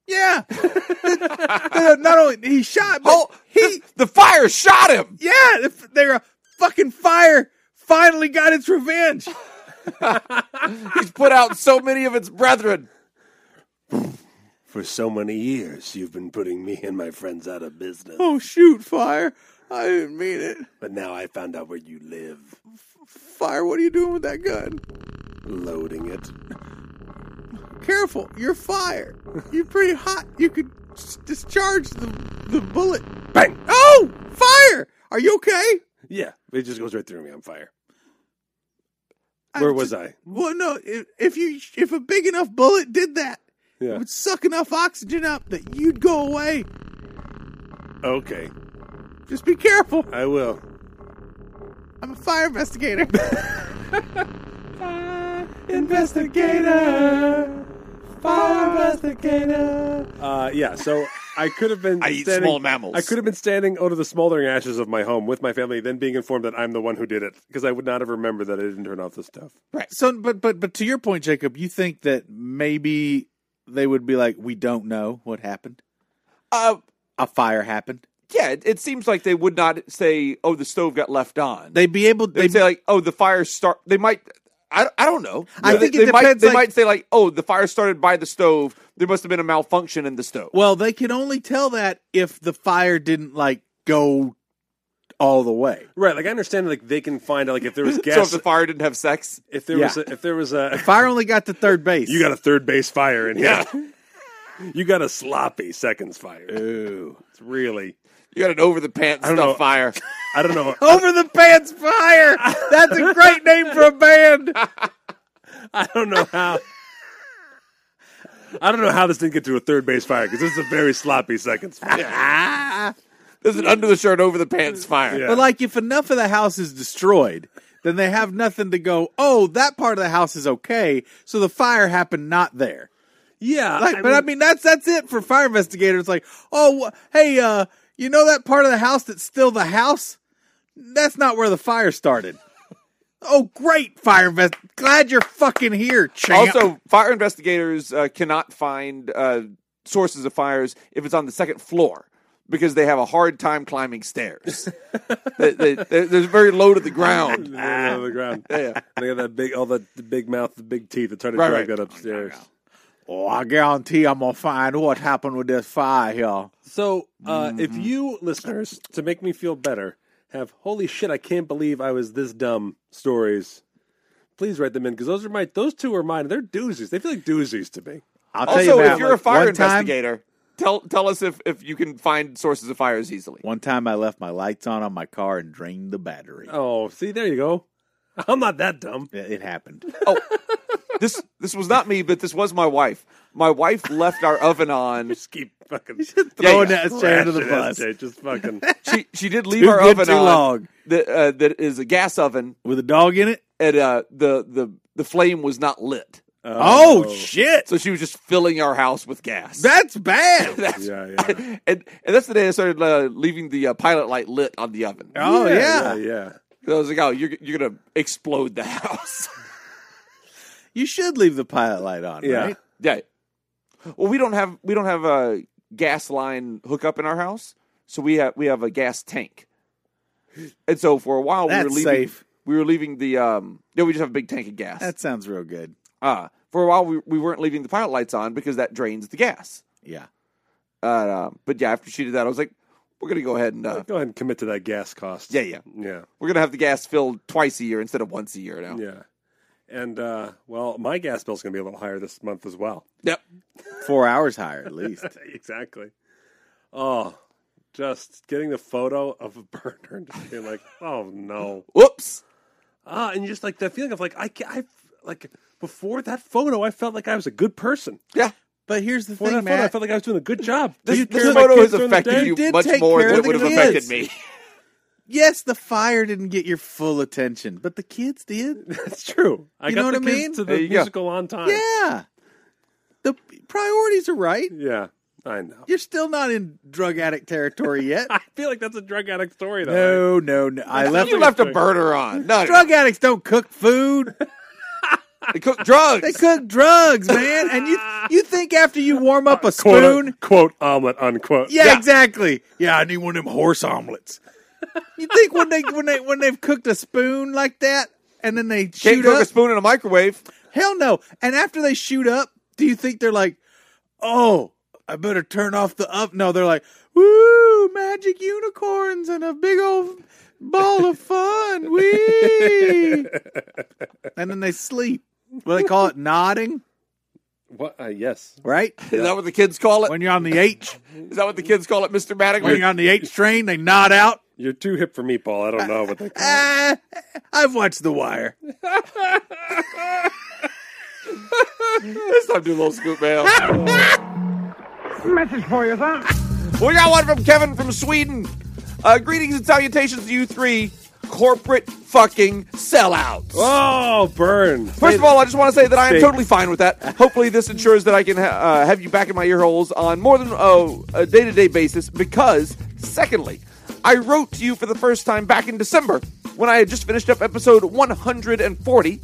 [SPEAKER 3] Yeah. Not only he shot, but
[SPEAKER 2] Oh,
[SPEAKER 3] he
[SPEAKER 2] the fire shot him.
[SPEAKER 3] Yeah, if they're a fucking fire finally got its revenge.
[SPEAKER 2] He's put out so many of its brethren.
[SPEAKER 4] For so many years, you've been putting me and my friends out of business,
[SPEAKER 3] Oh shoot, fire. I didn't mean it.
[SPEAKER 4] but now I found out where you live.
[SPEAKER 3] Fire, what are you doing with that gun?
[SPEAKER 4] Loading it.
[SPEAKER 3] Careful, you're fire. You're pretty hot. You could s- discharge the, the bullet.
[SPEAKER 4] Bang!
[SPEAKER 3] Oh, fire! Are you okay?
[SPEAKER 4] Yeah, it just goes right through me. I'm fire.
[SPEAKER 3] I
[SPEAKER 4] Where
[SPEAKER 3] just-
[SPEAKER 4] was I?
[SPEAKER 3] Well, no. If, if you if a big enough bullet did that, it
[SPEAKER 4] Yeah.
[SPEAKER 3] would suck enough oxygen up that you'd go away.
[SPEAKER 4] Okay,
[SPEAKER 3] Just be careful.
[SPEAKER 4] I will.
[SPEAKER 3] I'm a fire investigator.
[SPEAKER 4] Investigator. Fire investigator. Uh, yeah. So I could have been.
[SPEAKER 5] I eat
[SPEAKER 4] standing-
[SPEAKER 5] small mammals.
[SPEAKER 4] I could have been standing under the smoldering ashes of my home with my family, then being informed that I'm the one who did it because I would not have remembered that I didn't turn off the stuff.
[SPEAKER 3] so, but but but to your point, Jacob, you think that maybe they would be like, we don't know what happened.
[SPEAKER 2] Uh,
[SPEAKER 3] A fire happened.
[SPEAKER 2] yeah, it, it seems like they would not say, "Oh, the stove got left on."
[SPEAKER 3] They'd be able.
[SPEAKER 2] They'd say like, "Oh, the fire start." They might. I, I don't know.
[SPEAKER 3] I
[SPEAKER 2] They-
[SPEAKER 3] think it
[SPEAKER 2] they Might,
[SPEAKER 3] depends,
[SPEAKER 2] they
[SPEAKER 3] like-
[SPEAKER 2] might say like, "Oh, the fire started by the stove. There must have been a malfunction in the stove."
[SPEAKER 3] Well, they can only tell that if the fire didn't like go all the way.
[SPEAKER 4] Right. Like I understand. Like they can find out. Like if there was
[SPEAKER 2] so if
[SPEAKER 4] gas.
[SPEAKER 2] the fire didn't have sex,
[SPEAKER 4] if there
[SPEAKER 3] Yeah.
[SPEAKER 4] was. A, if there was a.
[SPEAKER 3] Fire only got to third base.
[SPEAKER 4] You got a third base fire in here. you got a sloppy seconds fire. Ooh, it's really.
[SPEAKER 2] you got an over the pants
[SPEAKER 4] don't
[SPEAKER 2] stuff
[SPEAKER 4] know.
[SPEAKER 2] fire.
[SPEAKER 4] I don't know.
[SPEAKER 3] over the pants fire. That's a great name for a band.
[SPEAKER 4] I don't know how. I don't know how this didn't get to a third base fire because this is a very sloppy seconds fire. Ah.
[SPEAKER 2] There's an under the shirt, over the pants fire.
[SPEAKER 4] Yeah.
[SPEAKER 3] But like, if enough of the house is destroyed, then they have nothing to go. Oh, that part of the house is okay. So the fire happened not there.
[SPEAKER 4] Yeah,
[SPEAKER 3] Like, but I mean, that's that's it for fire investigators. Like, oh, wh- hey, uh, you know that part of the house that's still the house? That's not where the fire started. oh, great, fire invest. Glad you're fucking here, champ.
[SPEAKER 2] Also, fire investigators uh, cannot find uh, sources of fires if it's on the second floor because they have a hard time climbing stairs. they, they, they're, they're very low to the ground.
[SPEAKER 4] They're on the ground.
[SPEAKER 2] Yeah.
[SPEAKER 4] They got that big, all the, the big mouth, the big teeth. They're trying to
[SPEAKER 2] Right,
[SPEAKER 4] drag
[SPEAKER 2] right.
[SPEAKER 4] that upstairs.
[SPEAKER 3] oh, I guarantee I'm gonna find what happened with this fire here.
[SPEAKER 4] So, uh,
[SPEAKER 3] Mm-hmm.
[SPEAKER 4] if you listeners, to make me feel better, have holy shit, I can't believe I was this dumb stories. Please write them in because those are my those two are mine. They're doozies. They feel like doozies to me.
[SPEAKER 3] I'll tell
[SPEAKER 2] Also,
[SPEAKER 3] you about
[SPEAKER 2] if you're a fire
[SPEAKER 3] one time-
[SPEAKER 2] investigator, tell tell us if, if you can find sources of fires easily.
[SPEAKER 3] One time I left my lights on on my car and drained the battery.
[SPEAKER 4] Oh, see, there you go. I'm not that dumb.
[SPEAKER 3] It it happened.
[SPEAKER 2] Oh, this this was not me, but this was my wife. my wife left our oven on.
[SPEAKER 4] Just keep fucking
[SPEAKER 3] throwing that shit under the
[SPEAKER 4] crashing
[SPEAKER 3] bus.
[SPEAKER 4] that shit. Just fucking.
[SPEAKER 2] She she did leave
[SPEAKER 3] Too
[SPEAKER 2] our
[SPEAKER 3] good,
[SPEAKER 2] oven
[SPEAKER 3] too
[SPEAKER 2] on.
[SPEAKER 3] long.
[SPEAKER 2] That uh, that is a gas oven,
[SPEAKER 3] with a dog in it.
[SPEAKER 2] and uh, the the the flame was not lit,
[SPEAKER 3] Oh, shit,
[SPEAKER 2] so she was just filling our house with gas.
[SPEAKER 3] that's bad.
[SPEAKER 2] that's
[SPEAKER 4] Yeah, yeah.
[SPEAKER 2] and and that's the day I started uh, leaving the uh, pilot light lit on the oven.
[SPEAKER 3] Oh yeah.
[SPEAKER 4] yeah, yeah.
[SPEAKER 2] I was like, oh, you're you're gonna explode the house.
[SPEAKER 3] you should leave the pilot light on,
[SPEAKER 4] Yeah.
[SPEAKER 3] right?
[SPEAKER 2] Yeah. Well, we don't have we don't have a gas line hookup in our house, so we have we have a gas tank. And so for a while we
[SPEAKER 3] That's
[SPEAKER 2] were leaving
[SPEAKER 3] safe.
[SPEAKER 2] we were leaving the um yeah, we just have a big tank of gas.
[SPEAKER 3] That sounds real good.
[SPEAKER 2] uh for a while we we weren't leaving the pilot lights on because that drains the gas.
[SPEAKER 3] Yeah.
[SPEAKER 2] Uh, uh, but yeah, after she did that I was like we're going to go ahead and uh,
[SPEAKER 4] Go ahead and commit to that gas cost.
[SPEAKER 2] Yeah, yeah.
[SPEAKER 4] yeah,
[SPEAKER 2] we're going to have the gas filled twice a year instead of once a year now.
[SPEAKER 4] yeah. And uh, well, my gas bill's going to be a little higher this month as well.
[SPEAKER 2] Yep.
[SPEAKER 3] Four hours higher at least.
[SPEAKER 4] exactly. Oh, just getting the photo of a burner and just being like, oh no.
[SPEAKER 2] Whoops.
[SPEAKER 4] Ah, and just like that feeling of like I, ca- I like before that photo, I felt like I was a good person.
[SPEAKER 2] Yeah.
[SPEAKER 3] But here's the
[SPEAKER 4] Before
[SPEAKER 3] thing,
[SPEAKER 4] that photo, I
[SPEAKER 3] man.
[SPEAKER 4] felt like I was doing a good job.
[SPEAKER 2] This,
[SPEAKER 4] Taking
[SPEAKER 2] this
[SPEAKER 4] care of my
[SPEAKER 2] photo has
[SPEAKER 4] kids during the day.
[SPEAKER 2] affected you
[SPEAKER 3] did
[SPEAKER 2] much
[SPEAKER 3] take
[SPEAKER 2] more
[SPEAKER 3] care
[SPEAKER 2] than
[SPEAKER 3] of
[SPEAKER 2] it
[SPEAKER 3] the
[SPEAKER 2] would have
[SPEAKER 3] kids.
[SPEAKER 2] affected me.
[SPEAKER 3] Yes, the fire didn't get your full attention, but the kids did.
[SPEAKER 4] That's true. I
[SPEAKER 3] You
[SPEAKER 4] got
[SPEAKER 3] know
[SPEAKER 4] the
[SPEAKER 3] what I
[SPEAKER 4] kids
[SPEAKER 3] mean?
[SPEAKER 4] to
[SPEAKER 2] There
[SPEAKER 4] the
[SPEAKER 2] you go.
[SPEAKER 4] musical on time.
[SPEAKER 3] yeah. The priorities are right.
[SPEAKER 4] Yeah, I know.
[SPEAKER 3] You're still not in drug addict territory yet.
[SPEAKER 4] I feel like that's a drug addict story, though.
[SPEAKER 3] no, no, no. I left
[SPEAKER 2] You left a burner on. No, no.
[SPEAKER 3] drug addicts don't cook food.
[SPEAKER 2] They cook drugs.
[SPEAKER 3] They cook drugs, man. And you you think after you warm up a
[SPEAKER 4] Quote,
[SPEAKER 3] spoon?
[SPEAKER 4] quote omelet unquote.
[SPEAKER 3] yeah,
[SPEAKER 2] yeah.
[SPEAKER 3] exactly. Yeah, I need one of them horse omelets. you think when they when they when they've cooked a spoon like that and then they
[SPEAKER 2] Can't
[SPEAKER 3] shoot
[SPEAKER 2] cook a
[SPEAKER 3] up?
[SPEAKER 2] spoon in a microwave.
[SPEAKER 3] Hell no. And after they shoot up, do you think they're like, oh, I better turn off the up? No, they're like, woo, magic unicorns and a big old ball of fun. Wee. and then they sleep. What do they call it? Nodding,
[SPEAKER 4] What? Uh, yes.
[SPEAKER 3] right?
[SPEAKER 2] Is that what the kids call it?
[SPEAKER 3] When you're on the H,
[SPEAKER 2] Is that what the kids call it, Mister Maddox?
[SPEAKER 3] when you're on the H train, they nod out.
[SPEAKER 4] You're too hip for meatball. I don't know what they call it.
[SPEAKER 3] Ah, I've watched The Wire.
[SPEAKER 2] It's time to do a little scoop mail. Message for you, son. We got one from Kevin from Sweden. Uh, greetings and salutations to you three, corporate fucking sellouts.
[SPEAKER 4] Oh, burn.
[SPEAKER 2] First of all, I just want to say that I am
[SPEAKER 4] Fake.
[SPEAKER 2] totally fine with that. Hopefully, this ensures that I can ha- uh, have you back in my ear holes on more than oh, a day to day basis because, secondly, I wrote to you for the first time back in December when I had just finished up episode 140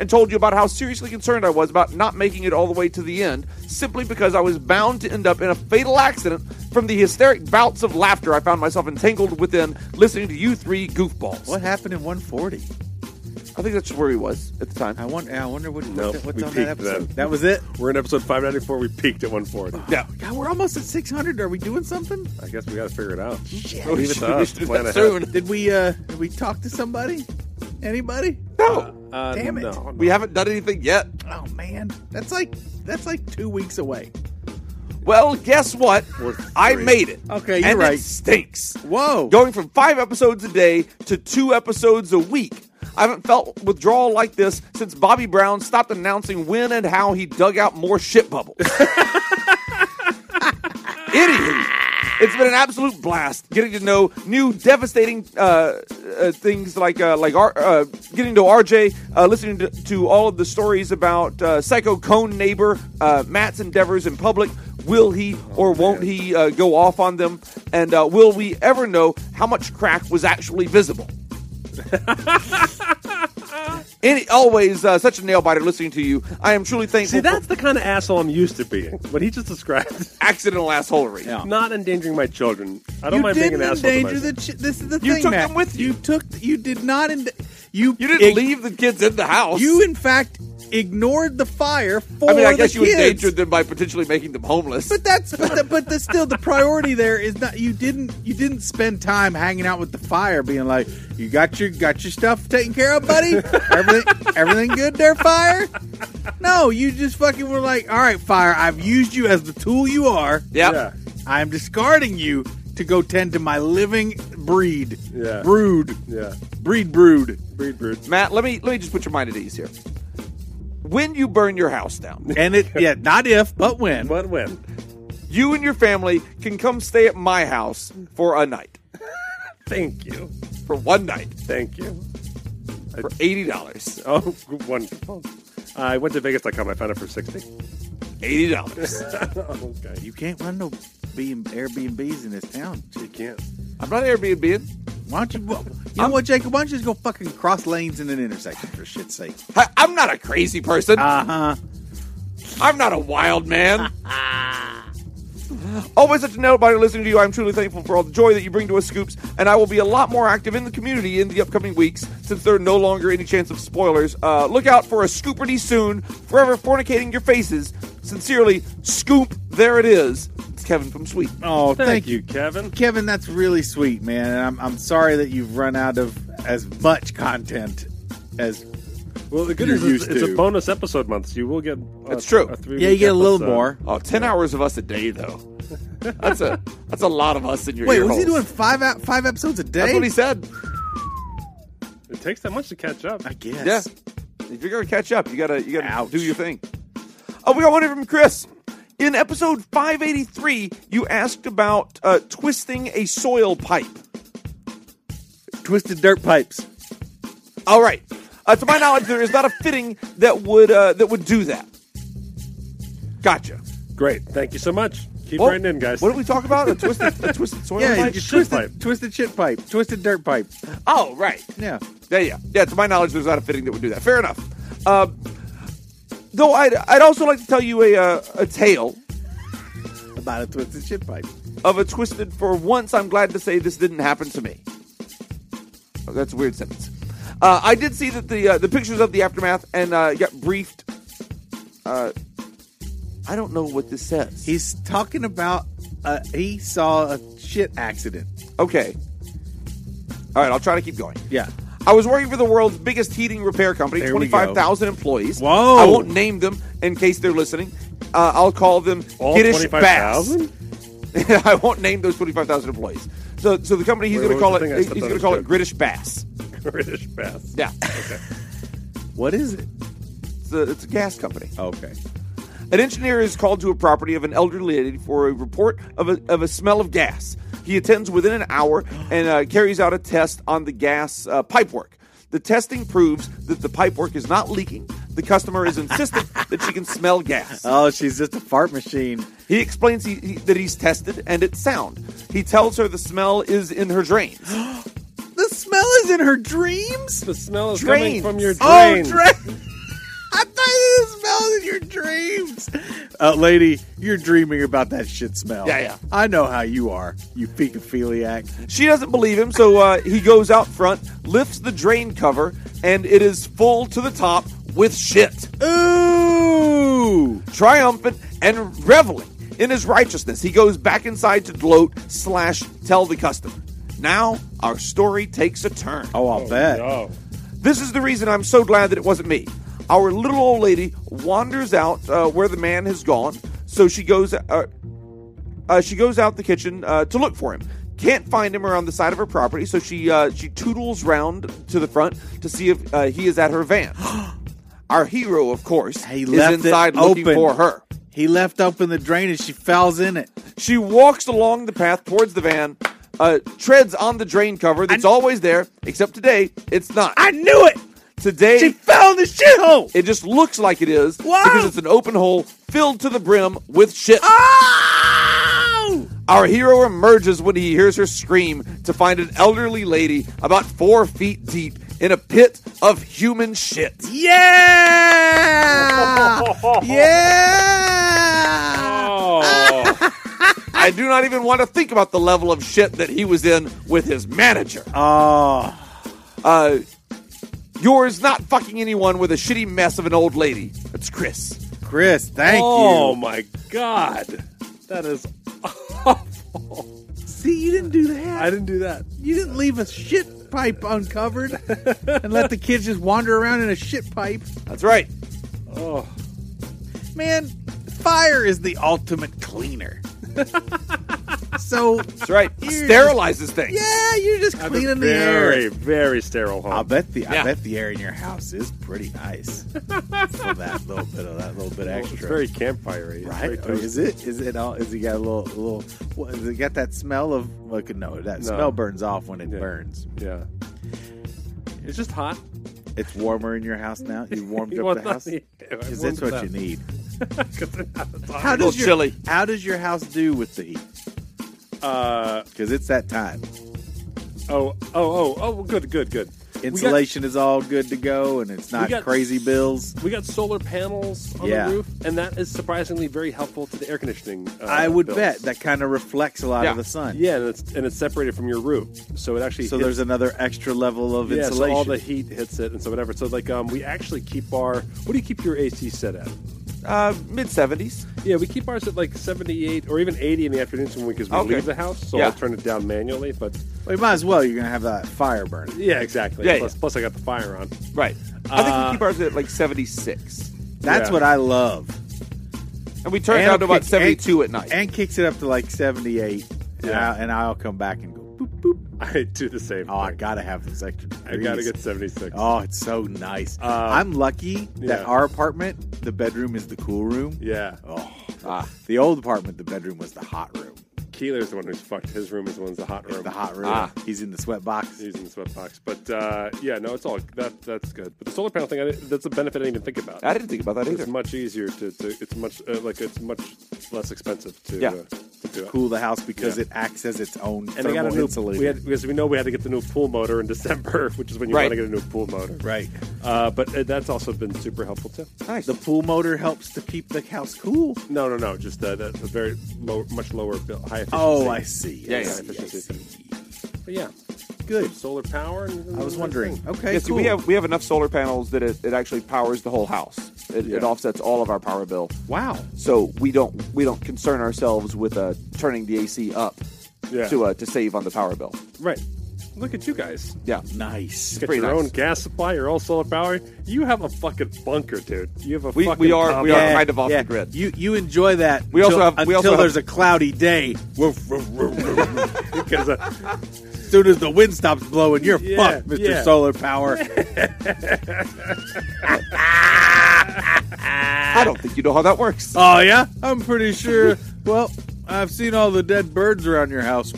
[SPEAKER 2] and told you about how seriously concerned I was about not making it all the way to the end simply because I was bound to end up in a fatal accident from the hysteric bouts of laughter I found myself entangled within listening to you three goofballs.
[SPEAKER 3] What happened in 140?
[SPEAKER 2] I think that's where he was at the time.
[SPEAKER 3] I wonder. I wonder what,
[SPEAKER 4] Nope,
[SPEAKER 3] what's
[SPEAKER 4] we
[SPEAKER 3] on that
[SPEAKER 4] peaked
[SPEAKER 3] episode.
[SPEAKER 4] then.
[SPEAKER 3] That was it.
[SPEAKER 4] We're in episode 594. We peaked at 140.
[SPEAKER 2] Yeah.
[SPEAKER 3] God, we're almost at 600. Are we doing something?
[SPEAKER 4] I guess we got to figure it out.
[SPEAKER 3] Shit.
[SPEAKER 4] Leave it
[SPEAKER 2] should-
[SPEAKER 4] to us.
[SPEAKER 2] should do
[SPEAKER 4] Plan
[SPEAKER 2] that
[SPEAKER 4] ahead.
[SPEAKER 2] soon.
[SPEAKER 3] Did we uh did we talk to somebody? Anybody?
[SPEAKER 2] No,
[SPEAKER 4] Uh,
[SPEAKER 3] Damn it.
[SPEAKER 4] no.
[SPEAKER 2] we haven't done anything yet.
[SPEAKER 3] Oh man, that's like that's like 2 weeks away.
[SPEAKER 2] Well, guess what?
[SPEAKER 4] We're
[SPEAKER 2] I
[SPEAKER 4] three.
[SPEAKER 2] made it.
[SPEAKER 3] Okay, you're
[SPEAKER 2] and
[SPEAKER 3] right.
[SPEAKER 2] it stinks.
[SPEAKER 3] Whoa.
[SPEAKER 2] Going from five episodes a day to two episodes a week. I haven't felt withdrawal like this since Bobby Brown stopped announcing when and how he dug out more shit bubbles. Anywho, it's been an absolute blast getting to know new devastating uh, uh, things like uh, like R- uh, getting to RJ, uh, listening to, to all of the stories about uh, Psycho Cone neighbor uh, Matt's endeavors in public. Will he
[SPEAKER 3] Oh,
[SPEAKER 2] or won't he uh, go off on them? And uh, will we ever know how much crack was actually visible? Any, always uh, such a nail biter listening to you. I am truly thankful
[SPEAKER 4] See, that's the kind of asshole I'm used to being. What he just described.
[SPEAKER 2] for accidental assholery.
[SPEAKER 3] Yeah.
[SPEAKER 4] Not endangering my children. I don't
[SPEAKER 3] Oh. you
[SPEAKER 4] mind being
[SPEAKER 3] didn't
[SPEAKER 4] an asshole. to
[SPEAKER 3] endanger
[SPEAKER 4] myself.
[SPEAKER 3] the ch- this is the
[SPEAKER 2] You
[SPEAKER 3] thing,
[SPEAKER 2] took
[SPEAKER 3] Matt.
[SPEAKER 2] them with you.
[SPEAKER 3] You took you did not end you
[SPEAKER 2] You didn't
[SPEAKER 3] ig-
[SPEAKER 2] leave the kids in the house.
[SPEAKER 3] You in fact ignored the fire for
[SPEAKER 2] I mean, I
[SPEAKER 3] the
[SPEAKER 2] guess you
[SPEAKER 3] kids.
[SPEAKER 2] endangered them by potentially making them homeless.
[SPEAKER 3] But that's but the, but the, still the priority there is not you didn't you didn't spend time hanging out with the fire being like you got your got your stuff taken care of buddy everything everything good there fire no you just fucking were like all right fire I've used you as the tool you are
[SPEAKER 2] yep.
[SPEAKER 4] Yeah.
[SPEAKER 3] I'm discarding you to go tend to my living breed
[SPEAKER 4] Yeah.
[SPEAKER 3] brood
[SPEAKER 4] Yeah.
[SPEAKER 3] breed brood
[SPEAKER 4] Breed, brood.
[SPEAKER 2] Matt, let me let me just put your mind at ease here. when you burn your house down,
[SPEAKER 3] And it, yeah, not if, but when.
[SPEAKER 4] But when?
[SPEAKER 2] you and your family can come stay at my house for a night,
[SPEAKER 4] Thank you.
[SPEAKER 2] for one night,
[SPEAKER 4] Thank you.
[SPEAKER 2] for eighty dollars.
[SPEAKER 4] Oh, wonderful. I went to Vegas.com. I found it for 60
[SPEAKER 2] Eighty dollars.
[SPEAKER 4] Okay. You
[SPEAKER 3] You can't run no B- Airbnbs in this town.
[SPEAKER 4] you can't.
[SPEAKER 2] I'm not Airbnb.
[SPEAKER 3] Why don't you? well, You know what, Jacob? Why don't you just go fucking cross lanes in an intersection for shit's sake?
[SPEAKER 2] I'm not a crazy person.
[SPEAKER 3] Uh huh.
[SPEAKER 2] I'm not a wild man. Always have to know by listening to you. I'm truly thankful for all the joy that you bring to us, Scoops, and I will be a lot more active in the community in the upcoming weeks since there are no longer any chance of spoilers. Uh, look out for a Scooperty soon, forever fornicating your faces. Sincerely, Scoop, there it is. It's Kevin from Sweet.
[SPEAKER 3] Oh, thank,
[SPEAKER 4] Thank
[SPEAKER 3] you,
[SPEAKER 4] you, Kevin.
[SPEAKER 3] Kevin. That's really sweet, man. And I'm I'm sorry that you've run out of as much content as.
[SPEAKER 4] Well, the good
[SPEAKER 3] You're
[SPEAKER 4] news is
[SPEAKER 3] used
[SPEAKER 4] it's
[SPEAKER 3] to.
[SPEAKER 4] a bonus episode month, so you will get.
[SPEAKER 2] That's true.
[SPEAKER 4] three-week
[SPEAKER 3] Yeah, you get a little
[SPEAKER 4] episode.
[SPEAKER 3] more.
[SPEAKER 2] Oh, 10 hours of us a day, though. That's a that's a lot of us in your
[SPEAKER 3] Wait,
[SPEAKER 2] ear
[SPEAKER 3] was he
[SPEAKER 2] holes.
[SPEAKER 3] doing five out five episodes a day?
[SPEAKER 2] That's what he said.
[SPEAKER 4] It takes that much to catch up.
[SPEAKER 3] I guess.
[SPEAKER 2] Yeah. If you're gonna catch up, you gotta you gotta
[SPEAKER 3] Ouch.
[SPEAKER 2] do your thing. Oh, we got one here from Chris. In episode 583, you asked about uh, twisting a soil pipe.
[SPEAKER 3] Twisted dirt pipes.
[SPEAKER 2] All right. Uh, to my knowledge, there is not a fitting that would uh, that would do that. Gotcha.
[SPEAKER 4] Great. Thank you so much. Keep
[SPEAKER 2] Well,
[SPEAKER 4] writing in, guys.
[SPEAKER 2] What did we talk about? A twisted, a twisted soil
[SPEAKER 3] Yeah,
[SPEAKER 2] pipe.
[SPEAKER 3] you
[SPEAKER 4] shit
[SPEAKER 3] twisted
[SPEAKER 4] pipe.
[SPEAKER 3] twisted shit pipe, twisted dirt pipe.
[SPEAKER 2] Oh, right.
[SPEAKER 3] Yeah.
[SPEAKER 2] Yeah, yeah, yeah. To my knowledge, there's not a fitting that would do that. Fair enough. Um, though I'd, I'd also like to tell you a uh, a tale
[SPEAKER 3] About a twisted shit pipe.
[SPEAKER 2] of a twisted for once i'm glad to say this didn't happen to me Oh, that's a weird sentence uh, i did see that the uh, the pictures of the aftermath and uh, got briefed uh, i don't know what this says
[SPEAKER 3] He's talking about uh, he saw a shit accident.
[SPEAKER 2] okay all right i'll try to keep going
[SPEAKER 3] Yeah.
[SPEAKER 2] I was working for the world's biggest heating repair company,
[SPEAKER 3] There we
[SPEAKER 2] 25,000 employees.
[SPEAKER 3] Whoa.
[SPEAKER 2] I won't name them in case they're listening. Uh, I'll call them
[SPEAKER 4] All
[SPEAKER 2] Giddish Bass.
[SPEAKER 4] 25,000?
[SPEAKER 2] I won't name those 25,000 employees. So, so the company he's
[SPEAKER 4] Wait,
[SPEAKER 2] going to
[SPEAKER 4] what
[SPEAKER 2] call
[SPEAKER 4] was
[SPEAKER 2] it
[SPEAKER 4] the thing? I
[SPEAKER 2] he's
[SPEAKER 4] thought
[SPEAKER 2] going
[SPEAKER 4] that
[SPEAKER 2] to
[SPEAKER 4] was
[SPEAKER 2] call it
[SPEAKER 4] good.
[SPEAKER 2] British Bass.
[SPEAKER 4] British Bass.
[SPEAKER 2] Yeah,
[SPEAKER 3] What is it?
[SPEAKER 2] it's a, it's a gas company.
[SPEAKER 3] Okay.
[SPEAKER 2] An engineer is called to a property of an elderly lady for a report of a, of a smell of gas. He attends within an hour and uh, carries out a test on the gas uh, pipework. The testing proves that the pipework is not leaking. The customer is insistent that she can smell gas.
[SPEAKER 3] Oh, she's just a fart machine.
[SPEAKER 2] He explains he, he, that he's tested and it's sound. He tells her the smell is in her drains.
[SPEAKER 3] The smell is in her dreams.
[SPEAKER 4] The smell is coming
[SPEAKER 2] Drains.
[SPEAKER 4] from your
[SPEAKER 3] Oh,
[SPEAKER 4] drain.
[SPEAKER 3] dream. I thought the smell is in your dreams. Uh, lady, you're dreaming about that shit smell.
[SPEAKER 2] Yeah, yeah.
[SPEAKER 3] I know how you are. You fecophiliac.
[SPEAKER 2] She doesn't believe him, so uh, he goes out front, lifts the drain cover, and it is full to the top with shit.
[SPEAKER 3] Ooh.
[SPEAKER 2] triumphant and reveling in his righteousness, he goes back inside to gloat slash tell the customer. Now our story takes a turn.
[SPEAKER 3] Oh, I'll bet.
[SPEAKER 4] Oh.
[SPEAKER 2] This is the reason I'm so glad that it wasn't me. Our little old lady wanders out uh, where the man has gone, so she goes. Uh, uh, she goes out the kitchen uh, to look for him. Can't find him around the side of her property, so she uh, she toodles round to the front to see if uh, he is at her van. Our hero, of course,
[SPEAKER 3] He
[SPEAKER 2] is
[SPEAKER 3] left
[SPEAKER 2] inside
[SPEAKER 3] it
[SPEAKER 2] looking
[SPEAKER 3] open.
[SPEAKER 2] for her.
[SPEAKER 3] He left open the drain and she falls in it.
[SPEAKER 2] She walks along the path towards the van, uh, treads on the drain cover that's always there, except today it's not.
[SPEAKER 3] I knew it.
[SPEAKER 2] today
[SPEAKER 3] She fell in the shithole.
[SPEAKER 2] it just looks like it is
[SPEAKER 3] Whoa!
[SPEAKER 2] because it's an open hole filled to the brim with shit.
[SPEAKER 3] Ah. Oh!
[SPEAKER 2] Our hero emerges when he hears her scream to find an elderly lady about four feet deep in a pit of human shit.
[SPEAKER 3] Yeah! yeah!
[SPEAKER 4] Oh.
[SPEAKER 2] I do not even want to think about the level of shit that he was in with his manager.
[SPEAKER 3] Oh,
[SPEAKER 2] Uh, yours not fucking anyone with a shitty mess of an old lady. That's Chris.
[SPEAKER 3] Chris, thank
[SPEAKER 4] oh
[SPEAKER 3] you.
[SPEAKER 4] my God. That is awful.
[SPEAKER 3] See, you didn't do that.
[SPEAKER 4] I didn't do that.
[SPEAKER 3] You didn't leave a shit pipe uncovered and let the kids just wander around in a shit pipe.
[SPEAKER 2] That's right.
[SPEAKER 4] Oh.
[SPEAKER 3] Man, fire is the ultimate cleaner. So
[SPEAKER 2] That's right.
[SPEAKER 3] You're-
[SPEAKER 2] Sterilize this thing.
[SPEAKER 3] yeah, you're just
[SPEAKER 4] I have a
[SPEAKER 3] cleaning the
[SPEAKER 4] very,
[SPEAKER 3] air.
[SPEAKER 4] very sterile home.
[SPEAKER 3] I bet the I
[SPEAKER 2] Yeah.
[SPEAKER 3] bet the air in your house is pretty nice for that little bit of that little bit
[SPEAKER 4] Well,
[SPEAKER 3] extra.
[SPEAKER 4] It's very campfire.
[SPEAKER 3] Right? Oh, Or is it? Is it all? Is it got a little? A little? What, has it got that smell of? Like, no, that
[SPEAKER 4] No.
[SPEAKER 3] smell burns off when it
[SPEAKER 4] Yeah.
[SPEAKER 3] burns.
[SPEAKER 4] Yeah. It's just hot.
[SPEAKER 3] It's warmer in your house now. You warmed
[SPEAKER 4] You
[SPEAKER 3] up
[SPEAKER 4] want
[SPEAKER 3] the house
[SPEAKER 4] nothing- I
[SPEAKER 3] because
[SPEAKER 4] warmed
[SPEAKER 3] that's what
[SPEAKER 4] it up.
[SPEAKER 3] you need.
[SPEAKER 2] A
[SPEAKER 3] How
[SPEAKER 2] little
[SPEAKER 3] does your
[SPEAKER 2] chilly.
[SPEAKER 3] How does your house do with the heat?
[SPEAKER 4] Uh,
[SPEAKER 3] Because it's that time.
[SPEAKER 4] oh, oh, oh, oh, good, good, good.
[SPEAKER 3] Insulation is all good to go, and it's not
[SPEAKER 4] got-
[SPEAKER 3] crazy bills.
[SPEAKER 4] We got solar panels on
[SPEAKER 3] Yeah.
[SPEAKER 4] the roof, and that is surprisingly very helpful to the air conditioning. Uh,
[SPEAKER 3] I would
[SPEAKER 4] bills.
[SPEAKER 3] bet that kind of reflects a lot
[SPEAKER 2] Yeah.
[SPEAKER 3] of the sun.
[SPEAKER 4] Yeah, and it's, and it's separated from your roof, so it actually
[SPEAKER 3] So
[SPEAKER 4] hits-
[SPEAKER 3] there's another extra level of
[SPEAKER 4] yeah,
[SPEAKER 3] insulation.
[SPEAKER 4] so all the heat hits it, and so whatever. So like, um, we actually keep our what do you keep your AC set at?
[SPEAKER 2] Uh, Mid 70s.
[SPEAKER 4] Yeah, we keep ours at like 78 or even 80 in the afternoons when we because we
[SPEAKER 2] Okay.
[SPEAKER 4] leave the house, so
[SPEAKER 2] Yeah.
[SPEAKER 4] I'll turn it down manually. But
[SPEAKER 3] well, you might as well. You're gonna have that fire burning.
[SPEAKER 4] yeah, exactly.
[SPEAKER 2] Yeah,
[SPEAKER 4] Plus-
[SPEAKER 2] yeah.
[SPEAKER 4] plus I got the fire on.
[SPEAKER 2] Right. I think
[SPEAKER 4] Uh,
[SPEAKER 2] we keep ours at like 76.
[SPEAKER 3] That's
[SPEAKER 4] Yeah.
[SPEAKER 3] what I love.
[SPEAKER 2] And we turn it
[SPEAKER 3] And
[SPEAKER 2] down to about
[SPEAKER 3] kick-
[SPEAKER 2] 72
[SPEAKER 3] and-
[SPEAKER 2] at night.
[SPEAKER 3] And kicks it up to like 78. And,
[SPEAKER 4] Yeah.
[SPEAKER 3] I'll, and I'll come back and go boop, boop.
[SPEAKER 4] I do the same.
[SPEAKER 3] Oh, I
[SPEAKER 4] thing.
[SPEAKER 3] got to have this extra.
[SPEAKER 4] I gotta
[SPEAKER 3] degrees.
[SPEAKER 4] get 76.
[SPEAKER 3] Oh, it's so nice. I'm lucky that
[SPEAKER 4] yeah.
[SPEAKER 3] our apartment, the bedroom is the cool room.
[SPEAKER 4] Yeah,
[SPEAKER 3] Oh,
[SPEAKER 2] Ah.
[SPEAKER 3] the old apartment, the bedroom was the hot room.
[SPEAKER 4] Keeler's the one who's fucked. His room is the one's the hot
[SPEAKER 3] It's
[SPEAKER 4] room.
[SPEAKER 3] the hot room.
[SPEAKER 2] Ah.
[SPEAKER 3] He's in the sweat box.
[SPEAKER 4] He's in the sweatbox, but uh, yeah, no, it's all that. That's good. But the solar panel thing—that's a benefit I didn't even think about.
[SPEAKER 2] I didn't think about that either.
[SPEAKER 4] It's much easier to. to it's much uh, like it's much less expensive to,
[SPEAKER 2] Yeah.
[SPEAKER 4] uh, to do it.
[SPEAKER 3] Cool the house because
[SPEAKER 4] Yeah.
[SPEAKER 3] it acts as its own
[SPEAKER 4] And
[SPEAKER 3] thermal
[SPEAKER 4] they got a new.
[SPEAKER 3] insulator.
[SPEAKER 4] We had because we know we had to get the new pool motor in December, which is when you
[SPEAKER 2] Right.
[SPEAKER 4] want to get a new pool motor.
[SPEAKER 3] right.
[SPEAKER 4] Uh, but uh, that's also been super helpful too.
[SPEAKER 2] nice.
[SPEAKER 3] The pool motor helps to keep the house cool.
[SPEAKER 4] No, no, no. Just uh, the, the very low, much lower, bill, high efficiency.
[SPEAKER 3] Oh, I see.
[SPEAKER 2] Yeah,
[SPEAKER 3] I
[SPEAKER 2] yeah.
[SPEAKER 3] see, I see.
[SPEAKER 4] But yeah,
[SPEAKER 3] Good.
[SPEAKER 4] solar power. And,
[SPEAKER 3] I was wondering. Okay,
[SPEAKER 2] yeah, see,
[SPEAKER 3] cool.
[SPEAKER 2] we have we have enough solar panels that it, it actually powers the whole house. It, it
[SPEAKER 4] Yeah.
[SPEAKER 2] offsets all of our power bill,
[SPEAKER 3] wow.
[SPEAKER 2] so we don't we don't concern ourselves with uh, turning the AC up
[SPEAKER 4] Yeah.
[SPEAKER 2] to uh, to save on the power bill.
[SPEAKER 4] Right. Look at you guys.
[SPEAKER 2] Yeah,
[SPEAKER 3] Nice.
[SPEAKER 4] Get
[SPEAKER 2] Pretty
[SPEAKER 4] your
[SPEAKER 2] nice.
[SPEAKER 4] own gas supply, your own solar power. You have a fucking bunker, dude. You have a
[SPEAKER 2] We-
[SPEAKER 4] fucking
[SPEAKER 2] we are- we
[SPEAKER 4] compound.
[SPEAKER 2] are kind of off the grid.
[SPEAKER 3] You you enjoy that.
[SPEAKER 2] We also
[SPEAKER 3] until-
[SPEAKER 2] have- we also
[SPEAKER 3] until
[SPEAKER 2] have-
[SPEAKER 3] there's a cloudy day. Woof, woof, woof, woof.
[SPEAKER 4] Because, uh,
[SPEAKER 3] As soon as the wind stops blowing, you're
[SPEAKER 4] Yeah,
[SPEAKER 3] fucked, Mister
[SPEAKER 4] yeah.
[SPEAKER 3] Solar Power.
[SPEAKER 2] I don't think you know how that works.
[SPEAKER 3] oh yeah, I'm pretty sure. Well, I've seen all the dead birds around your house.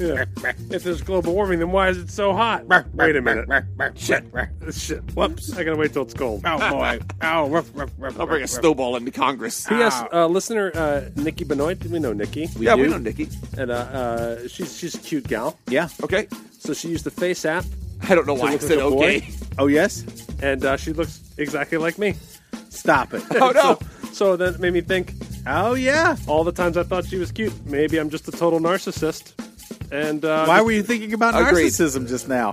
[SPEAKER 4] yeah. if there's global warming, then why is it so hot? Wait a minute.
[SPEAKER 3] Shit.
[SPEAKER 4] Shit. Whoops. I gotta wait till it's cold.
[SPEAKER 2] Oh.
[SPEAKER 3] Ow, boy. Ow. ruff, ruff, ruff,
[SPEAKER 2] I'll bring a
[SPEAKER 3] ruff, ruff.
[SPEAKER 2] snowball into Congress.
[SPEAKER 3] Ah.
[SPEAKER 4] P.S. Uh, listener uh, Nikki Benoit. We know Nikki,
[SPEAKER 2] yeah,
[SPEAKER 3] do.
[SPEAKER 2] we know Nikki.
[SPEAKER 4] and uh, uh, she's she's a cute gal.
[SPEAKER 3] Yeah.
[SPEAKER 2] Okay,
[SPEAKER 4] So she used the Face app,
[SPEAKER 2] I don't know
[SPEAKER 4] So
[SPEAKER 2] why I
[SPEAKER 4] looking
[SPEAKER 2] said
[SPEAKER 4] for a boy?
[SPEAKER 2] okay.
[SPEAKER 3] Oh yes.
[SPEAKER 4] and uh, she looks exactly like me.
[SPEAKER 3] Stop it.
[SPEAKER 2] Oh no,
[SPEAKER 4] So, so that made me think.
[SPEAKER 3] oh yeah.
[SPEAKER 4] All the times I thought she was cute, maybe I'm just a total narcissist. And uh,
[SPEAKER 3] Why were you thinking about
[SPEAKER 2] Agreed.
[SPEAKER 3] narcissism just now?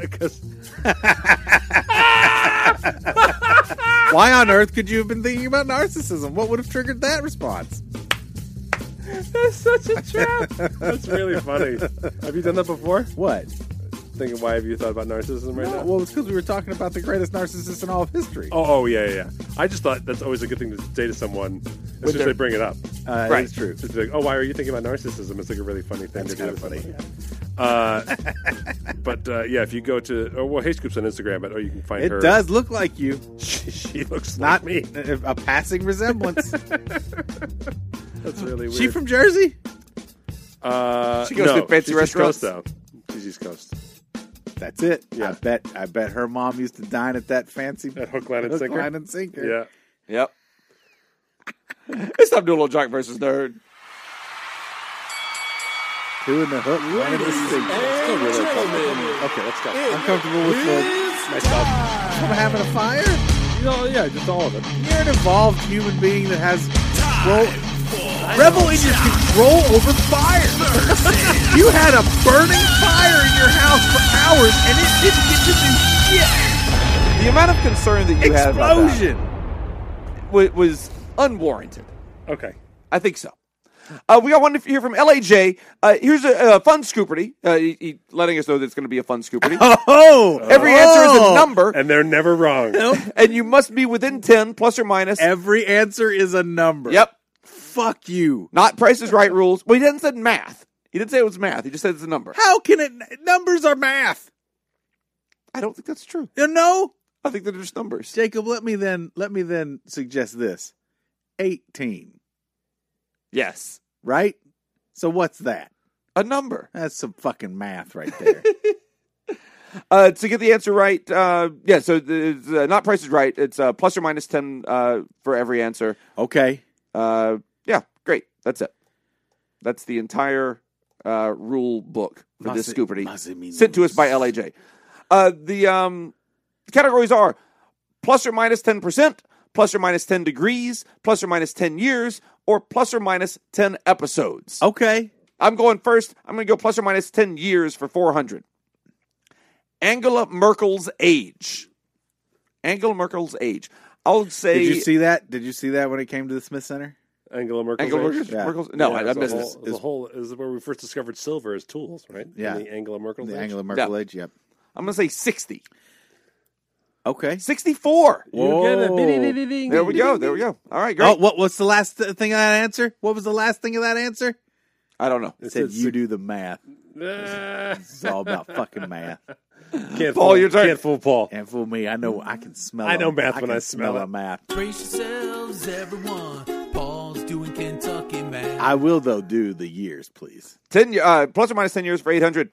[SPEAKER 4] Because
[SPEAKER 3] Why on earth could you have been thinking about narcissism? What would have triggered that response?
[SPEAKER 4] that's such a trap. that's really funny. Have you done that before?
[SPEAKER 3] What?
[SPEAKER 4] Thinking, why have you thought about narcissism right now?
[SPEAKER 3] Well, it's because we were talking about the greatest narcissist in all of history.
[SPEAKER 4] oh, oh, yeah, yeah, yeah. I just thought that's always a good thing to say to someone as soon as
[SPEAKER 2] they're-
[SPEAKER 4] they bring it up.
[SPEAKER 3] uh,
[SPEAKER 2] right.
[SPEAKER 3] It's true.
[SPEAKER 4] It's like, oh, why are you thinking about narcissism? It's like a really funny thing
[SPEAKER 3] That's
[SPEAKER 4] to do.
[SPEAKER 3] kinda
[SPEAKER 4] with
[SPEAKER 3] funny.
[SPEAKER 4] someone. Uh, but uh, yeah, if you go to oh well, Hey Scoop's on Instagram, but oh, you can find
[SPEAKER 3] It
[SPEAKER 4] her.
[SPEAKER 3] does look like you.
[SPEAKER 4] She, she looks
[SPEAKER 3] Not
[SPEAKER 4] like me.
[SPEAKER 3] a, a passing resemblance.
[SPEAKER 4] That's really weird.
[SPEAKER 3] she from Jersey?
[SPEAKER 4] Uh,
[SPEAKER 2] She goes
[SPEAKER 4] no,
[SPEAKER 2] to fancy
[SPEAKER 4] she's East
[SPEAKER 2] restaurants.
[SPEAKER 4] Coast, though. She's East Coast.
[SPEAKER 3] That's it. I
[SPEAKER 4] Yeah.
[SPEAKER 3] bet. I bet her mom used to dine at that fancy
[SPEAKER 4] That hook, line, and
[SPEAKER 3] hook,
[SPEAKER 4] sinker.
[SPEAKER 3] line, and sinker.
[SPEAKER 4] Yeah.
[SPEAKER 2] Yep. it's time to do a little jock versus nerd.
[SPEAKER 3] Two in the hook, one in the sinker.
[SPEAKER 4] Still really uncomfortable. okay, let's go.
[SPEAKER 3] I'm comfortable with the myself. I'm having a fire.
[SPEAKER 4] You know, yeah, just all of it.
[SPEAKER 3] You're an evolved human being that has control. Revel in your control over fire. you had a burning fire in your house for hours, and it didn't get to do shit.
[SPEAKER 2] The amount of concern that you had about that
[SPEAKER 3] Explosion.
[SPEAKER 2] wa- was unwarranted.
[SPEAKER 4] Okay.
[SPEAKER 2] I think so. Uh, we got one here from LAJ. Uh, here's a, a fun scooperty. Uh, he, he letting us know that it's going to be a fun scooperty.
[SPEAKER 3] Oh,
[SPEAKER 2] Every answer is a
[SPEAKER 3] Oh.
[SPEAKER 2] number,
[SPEAKER 4] And they're never wrong.
[SPEAKER 2] and you must be within 10, plus or minus.
[SPEAKER 3] Every answer is a number.
[SPEAKER 2] Yep.
[SPEAKER 3] Fuck you.
[SPEAKER 2] Not Price is Right rules. Well, he didn't said math. He didn't say it was math. He just said it's a number.
[SPEAKER 3] How can it? Numbers are math.
[SPEAKER 2] I don't think that's true.
[SPEAKER 3] You know,
[SPEAKER 2] I think they're just numbers.
[SPEAKER 3] Jacob. Let me then. Let me then suggest this. Eighteen.
[SPEAKER 2] Yes,
[SPEAKER 3] Right. So what's that?
[SPEAKER 2] a number.
[SPEAKER 3] That's some fucking math right there.
[SPEAKER 2] Uh, to get the answer right, uh, yeah. So the, it's, uh, not Price is Right. It's uh, plus or minus ten uh, for every answer.
[SPEAKER 3] okay.
[SPEAKER 2] Uh, yeah, great. That's it. That's the entire uh, rule book for this
[SPEAKER 3] Masi-
[SPEAKER 2] Scooperty
[SPEAKER 3] Massimino.
[SPEAKER 2] sent to us by LAJ. Uh, the um, categories are plus or minus ten percent, plus or minus ten degrees, plus or minus ten years, or plus or minus ten episodes.
[SPEAKER 3] Okay.
[SPEAKER 2] I'm going first. I'm going to go plus or minus 10 years for 400. Angela Merkel's age. Angela Merkel's age. I'll say.
[SPEAKER 3] Did you see that? Did you see that when it came to the Smith Center?
[SPEAKER 4] Angela Merkel.
[SPEAKER 2] Angela Merkel's,
[SPEAKER 3] Yeah.
[SPEAKER 2] Merkel's- No, I, I
[SPEAKER 4] that's a
[SPEAKER 2] missed
[SPEAKER 4] whole,
[SPEAKER 2] this.
[SPEAKER 4] it's a whole is where we first discovered silver as tools, right?
[SPEAKER 3] Yeah.
[SPEAKER 4] In the Angela Merkel.
[SPEAKER 3] The
[SPEAKER 4] age.
[SPEAKER 3] Angela Merkel age. Yep.
[SPEAKER 2] I'm going to say 60.
[SPEAKER 3] Okay.
[SPEAKER 2] 64.
[SPEAKER 4] You get it.
[SPEAKER 3] Whoa.
[SPEAKER 4] Ding, ding, ding, ding,
[SPEAKER 2] There we
[SPEAKER 4] ding,
[SPEAKER 2] go.
[SPEAKER 4] ding,
[SPEAKER 2] There we
[SPEAKER 4] ding.
[SPEAKER 2] go. All right,
[SPEAKER 3] Oh,
[SPEAKER 2] great.
[SPEAKER 3] what? What's the last th- thing of that answer? What was the last thing of that answer?
[SPEAKER 2] I don't know.
[SPEAKER 3] It said
[SPEAKER 4] said
[SPEAKER 3] you
[SPEAKER 4] six-
[SPEAKER 3] do the math.
[SPEAKER 4] Ah.
[SPEAKER 3] It's all about fucking math.
[SPEAKER 4] Can't
[SPEAKER 2] Paul,
[SPEAKER 4] fool,
[SPEAKER 2] your turn.
[SPEAKER 4] Can't fool Paul.
[SPEAKER 3] And fool me, I know I can smell.
[SPEAKER 4] I know
[SPEAKER 3] a-
[SPEAKER 4] math when
[SPEAKER 3] can
[SPEAKER 4] I smell
[SPEAKER 3] smell
[SPEAKER 4] it.
[SPEAKER 3] a math.
[SPEAKER 6] Brace yourselves, everyone. Paul's doing Kentucky man.
[SPEAKER 3] I will though do the years, please.
[SPEAKER 2] 10, y- uh, plus or minus 10 years for 800.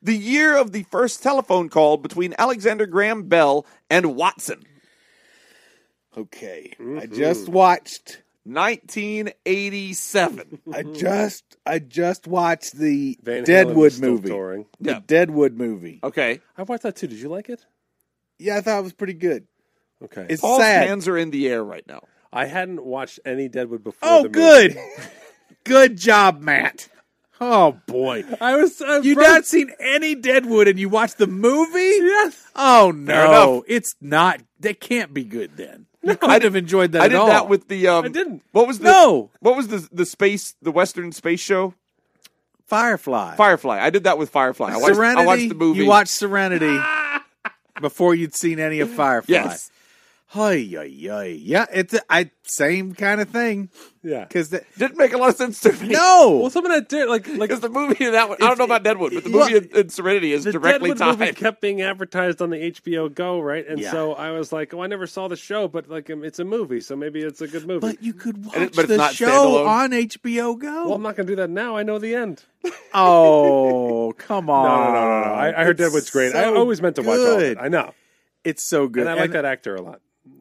[SPEAKER 2] The year of the first telephone call between Alexander Graham Bell and Watson.
[SPEAKER 3] Okay. I
[SPEAKER 4] Mm-hmm.
[SPEAKER 3] just watched
[SPEAKER 2] 1987.
[SPEAKER 3] I just I just watched the
[SPEAKER 4] Mm-hmm. Van Halen
[SPEAKER 3] Deadwood
[SPEAKER 4] was still
[SPEAKER 3] movie.
[SPEAKER 4] touring.
[SPEAKER 3] The
[SPEAKER 2] Yeah.
[SPEAKER 3] Deadwood movie.
[SPEAKER 2] Okay.
[SPEAKER 4] I watched that too. Did you like it?
[SPEAKER 3] Yeah, I thought it was pretty good.
[SPEAKER 4] Okay.
[SPEAKER 3] It's
[SPEAKER 2] Paul's
[SPEAKER 3] sad.
[SPEAKER 2] hands are in the air right now.
[SPEAKER 4] I hadn't watched any Deadwood before.
[SPEAKER 3] oh,
[SPEAKER 4] the movie.
[SPEAKER 3] good. good job, Matt. Oh boy.
[SPEAKER 4] I was. I
[SPEAKER 3] You
[SPEAKER 4] broke-
[SPEAKER 3] not seen any Deadwood and you watched the movie? Yes. Oh
[SPEAKER 2] enough.
[SPEAKER 3] no. It's not that can't be good then. You couldn't have enjoyed that
[SPEAKER 2] I
[SPEAKER 3] at
[SPEAKER 2] did
[SPEAKER 3] all.
[SPEAKER 2] that with the. Um,
[SPEAKER 4] I didn't.
[SPEAKER 2] What was the?
[SPEAKER 3] No.
[SPEAKER 2] What was the the space the Western space show
[SPEAKER 3] Firefly.
[SPEAKER 2] Firefly? I did that with Firefly. I watched,
[SPEAKER 3] Serenity.
[SPEAKER 2] I watched the movie.
[SPEAKER 3] You watched Serenity before you'd seen any of Firefly.
[SPEAKER 2] Yes.
[SPEAKER 3] Hi, Yeah, it's a, I same kind of thing.
[SPEAKER 4] Yeah.
[SPEAKER 3] Cause the,
[SPEAKER 2] Didn't make a lot of sense to me.
[SPEAKER 4] Well,
[SPEAKER 3] no,
[SPEAKER 4] some of that did like like
[SPEAKER 2] Because the movie in that one, I don't know about Deadwood, but the movie in, in Serenity is
[SPEAKER 4] the
[SPEAKER 2] directly
[SPEAKER 4] Deadwood
[SPEAKER 2] tied.
[SPEAKER 4] movie kept being advertised on the HBO Go, right? And
[SPEAKER 3] Yeah.
[SPEAKER 4] so I was like, "Oh, I never saw the show, but like, um, it's a movie, so maybe it's a good movie."
[SPEAKER 3] but you could watch
[SPEAKER 2] And it- but it's
[SPEAKER 3] the
[SPEAKER 2] not
[SPEAKER 3] show
[SPEAKER 2] standalone.
[SPEAKER 3] on HBO Go.
[SPEAKER 4] well, I'm not going to do that now. I know the end.
[SPEAKER 3] oh, come
[SPEAKER 4] No,
[SPEAKER 3] on!
[SPEAKER 4] no, no, no. no. I, I heard
[SPEAKER 3] Oh, It's
[SPEAKER 4] Deadwood's great. I
[SPEAKER 3] so
[SPEAKER 4] always meant to watch all of
[SPEAKER 3] good.
[SPEAKER 4] it. I know,
[SPEAKER 3] It's so good.
[SPEAKER 4] and I like that actor a lot.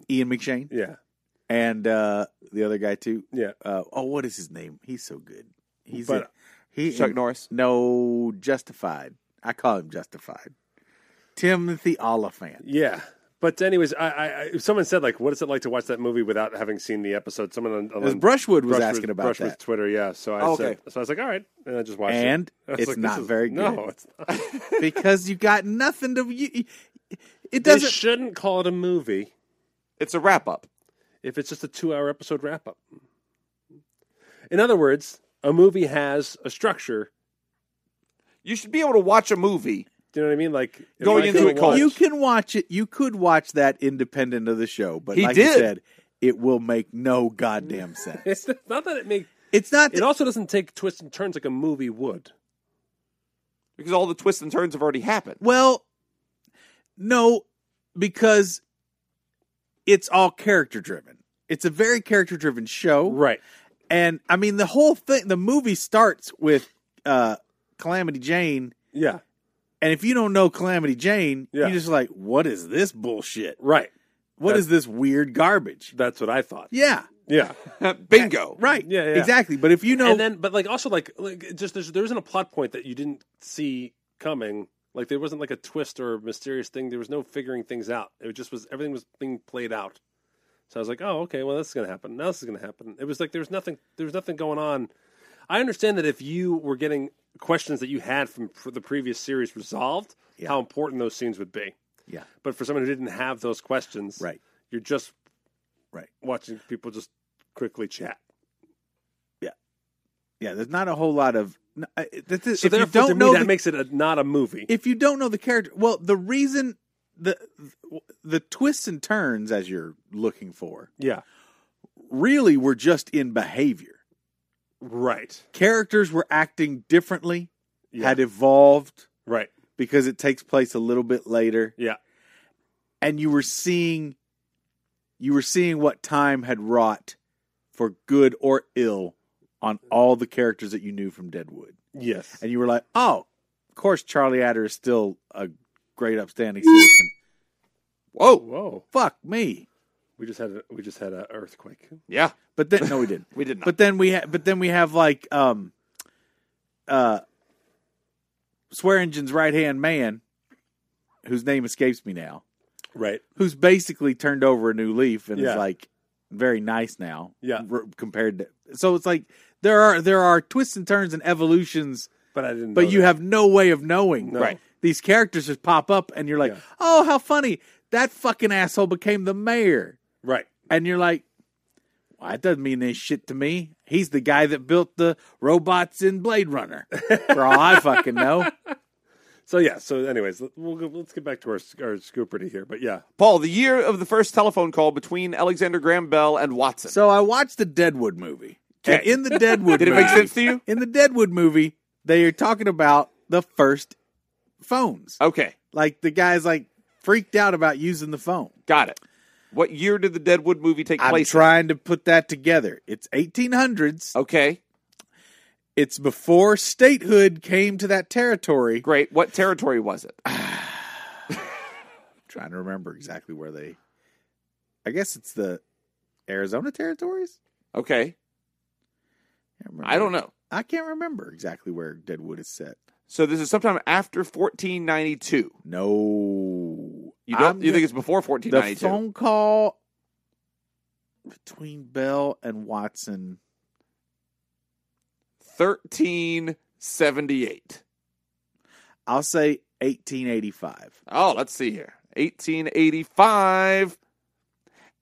[SPEAKER 3] Ian McShane
[SPEAKER 4] Yeah,
[SPEAKER 3] and uh, the other guy too.
[SPEAKER 4] yeah.
[SPEAKER 3] Uh, oh, what is his name? He's so good. He's
[SPEAKER 4] But-
[SPEAKER 3] in- he
[SPEAKER 2] Chuck
[SPEAKER 3] in-
[SPEAKER 2] Norris.
[SPEAKER 3] No, Justified. I call him Justified. Timothy Oliphant.
[SPEAKER 4] Yeah. But anyways, I, I, I someone said like, "What is it like to watch that movie without having seen the episode?" Someone on, on
[SPEAKER 3] As Brushwood was
[SPEAKER 4] Brushwood-
[SPEAKER 3] asking about
[SPEAKER 4] Brushwood's
[SPEAKER 3] that,
[SPEAKER 4] Twitter, yeah. So I
[SPEAKER 2] Oh,
[SPEAKER 4] said,
[SPEAKER 2] okay.
[SPEAKER 4] so I was like, "All right," and I just watched it.
[SPEAKER 3] and
[SPEAKER 4] I was
[SPEAKER 3] it's
[SPEAKER 4] like, this
[SPEAKER 3] not
[SPEAKER 4] is-
[SPEAKER 3] very good
[SPEAKER 4] No, it's not.
[SPEAKER 3] because you got nothing to. You, it
[SPEAKER 4] they
[SPEAKER 3] doesn't.
[SPEAKER 4] shouldn't call it a movie
[SPEAKER 2] It's a wrap up.
[SPEAKER 4] if it's just a two-hour episode wrap-up. In other words, a movie has a structure.
[SPEAKER 2] You should be able to watch a movie.
[SPEAKER 4] Do you know what I mean? Like am
[SPEAKER 2] Going
[SPEAKER 4] I
[SPEAKER 2] into
[SPEAKER 4] gonna
[SPEAKER 2] it cold.
[SPEAKER 4] watch-
[SPEAKER 3] You can watch it. You could watch that independent of the show, but
[SPEAKER 2] He
[SPEAKER 3] like you
[SPEAKER 2] did.
[SPEAKER 3] said, it will make no goddamn sense.
[SPEAKER 4] It's not that it makes.
[SPEAKER 3] It's not.
[SPEAKER 4] It
[SPEAKER 3] that-
[SPEAKER 4] also doesn't take twists and turns like a movie would.
[SPEAKER 2] Because all the twists and turns have already happened.
[SPEAKER 3] well, no, because it's all character driven. It's a very character driven show,
[SPEAKER 4] Right.
[SPEAKER 3] and I mean the whole thing. The movie starts with uh, Calamity Jane,
[SPEAKER 4] Yeah.
[SPEAKER 3] and if you don't know Calamity Jane,
[SPEAKER 4] Yeah.
[SPEAKER 3] you're just like, "What is this bullshit?
[SPEAKER 4] Right.
[SPEAKER 3] What
[SPEAKER 4] That-
[SPEAKER 3] is this weird garbage?"
[SPEAKER 4] That's what I thought.
[SPEAKER 3] Yeah,
[SPEAKER 4] Yeah.
[SPEAKER 2] Bingo.
[SPEAKER 3] right.
[SPEAKER 4] Yeah, yeah.
[SPEAKER 3] exactly. But if you know,
[SPEAKER 4] and then but like also like like it just there's there isn't a plot point that you didn't see coming like there wasn't like a twist or a mysterious thing there was no figuring things out it just was everything was being played out so i was like oh okay well this is gonna happen now this is gonna happen it was like there was nothing there was nothing going on i understand that if you were getting questions that you had from for the previous series resolved
[SPEAKER 3] Yeah.
[SPEAKER 4] how important those scenes would be
[SPEAKER 3] yeah,
[SPEAKER 4] but for someone who didn't have those questions
[SPEAKER 3] right.
[SPEAKER 4] you're just
[SPEAKER 3] Right.
[SPEAKER 4] watching people just quickly chat
[SPEAKER 3] Yeah, there's not a whole lot of. n- I- That's it.
[SPEAKER 4] so
[SPEAKER 3] if you
[SPEAKER 4] therefore to
[SPEAKER 3] don't
[SPEAKER 4] me
[SPEAKER 3] know,
[SPEAKER 4] that
[SPEAKER 3] the,
[SPEAKER 4] makes it a, not a movie
[SPEAKER 3] if you don't know the character, well, the reason the the twists and turns as you're looking for
[SPEAKER 4] yeah
[SPEAKER 3] really were just in behavior.
[SPEAKER 4] Right.
[SPEAKER 3] Characters were acting differently,
[SPEAKER 4] Yeah.
[SPEAKER 3] had evolved
[SPEAKER 4] Right.
[SPEAKER 3] because it takes place a little bit later,
[SPEAKER 4] Yeah.
[SPEAKER 3] and you were seeing you were seeing what time had wrought for good or ill on all the characters that you knew from Deadwood.
[SPEAKER 4] Yes.
[SPEAKER 3] and you were like, "Oh, of course, Charlie Adder is still a great, upstanding citizen."
[SPEAKER 2] Whoa.
[SPEAKER 4] Whoa.
[SPEAKER 3] Fuck me.
[SPEAKER 4] We just had a, we just had an earthquake.
[SPEAKER 2] Yeah.
[SPEAKER 3] But then no, we didn't.
[SPEAKER 2] We did not.
[SPEAKER 3] but then we ha- but then we have like um, uh, Swearingen's right hand man, whose name escapes me now,
[SPEAKER 4] Right.
[SPEAKER 3] who's basically turned over a new leaf and
[SPEAKER 4] Yeah.
[SPEAKER 3] is like very nice now.
[SPEAKER 4] Yeah.
[SPEAKER 3] r- compared to so it's like there are there are twists and turns and evolutions
[SPEAKER 4] But I didn't.
[SPEAKER 3] but
[SPEAKER 4] know
[SPEAKER 3] you
[SPEAKER 4] that.
[SPEAKER 3] have no way of knowing.
[SPEAKER 4] No. Right.
[SPEAKER 3] These characters just pop up, and you're like,
[SPEAKER 4] Yeah.
[SPEAKER 3] "Oh, how funny! That fucking asshole became the mayor."
[SPEAKER 4] right.
[SPEAKER 3] And you're like, "Well, that doesn't mean this shit to me. He's the guy that built the robots in Blade Runner, for all I fucking know."
[SPEAKER 4] So yeah. So anyways, let- we'll go, let's get back to our our scooperty here. But yeah.
[SPEAKER 2] Paul, the year of the first telephone call between Alexander Graham Bell and Watson.
[SPEAKER 3] So I watched the Deadwood movie. And in the Deadwood,
[SPEAKER 2] Did it
[SPEAKER 3] movie,
[SPEAKER 2] make sense to you?
[SPEAKER 3] In the Deadwood movie, they are talking about the first phones.
[SPEAKER 2] Okay.
[SPEAKER 3] Like the guy's like freaked out about using the phone.
[SPEAKER 2] Got it. What year did the Deadwood movie take
[SPEAKER 3] I'm
[SPEAKER 2] place? in?
[SPEAKER 3] trying to put that together. It's 1800s.
[SPEAKER 2] Okay.
[SPEAKER 3] It's before statehood came to that territory.
[SPEAKER 2] Great. What territory was it?
[SPEAKER 3] trying to remember exactly where they. I guess it's the Arizona territories.
[SPEAKER 2] Okay.
[SPEAKER 3] Can't remember.
[SPEAKER 2] I don't know.
[SPEAKER 3] I can't remember exactly where Deadwood is set.
[SPEAKER 2] So this is sometime after 1492.
[SPEAKER 3] No,
[SPEAKER 2] You don't
[SPEAKER 3] I'm
[SPEAKER 2] you think
[SPEAKER 3] go-
[SPEAKER 2] it's before
[SPEAKER 3] the
[SPEAKER 2] 1492?
[SPEAKER 3] phone call between Bell and Watson?
[SPEAKER 2] 1378.
[SPEAKER 3] I'll say 1885.
[SPEAKER 2] Oh, let's see here. 1885.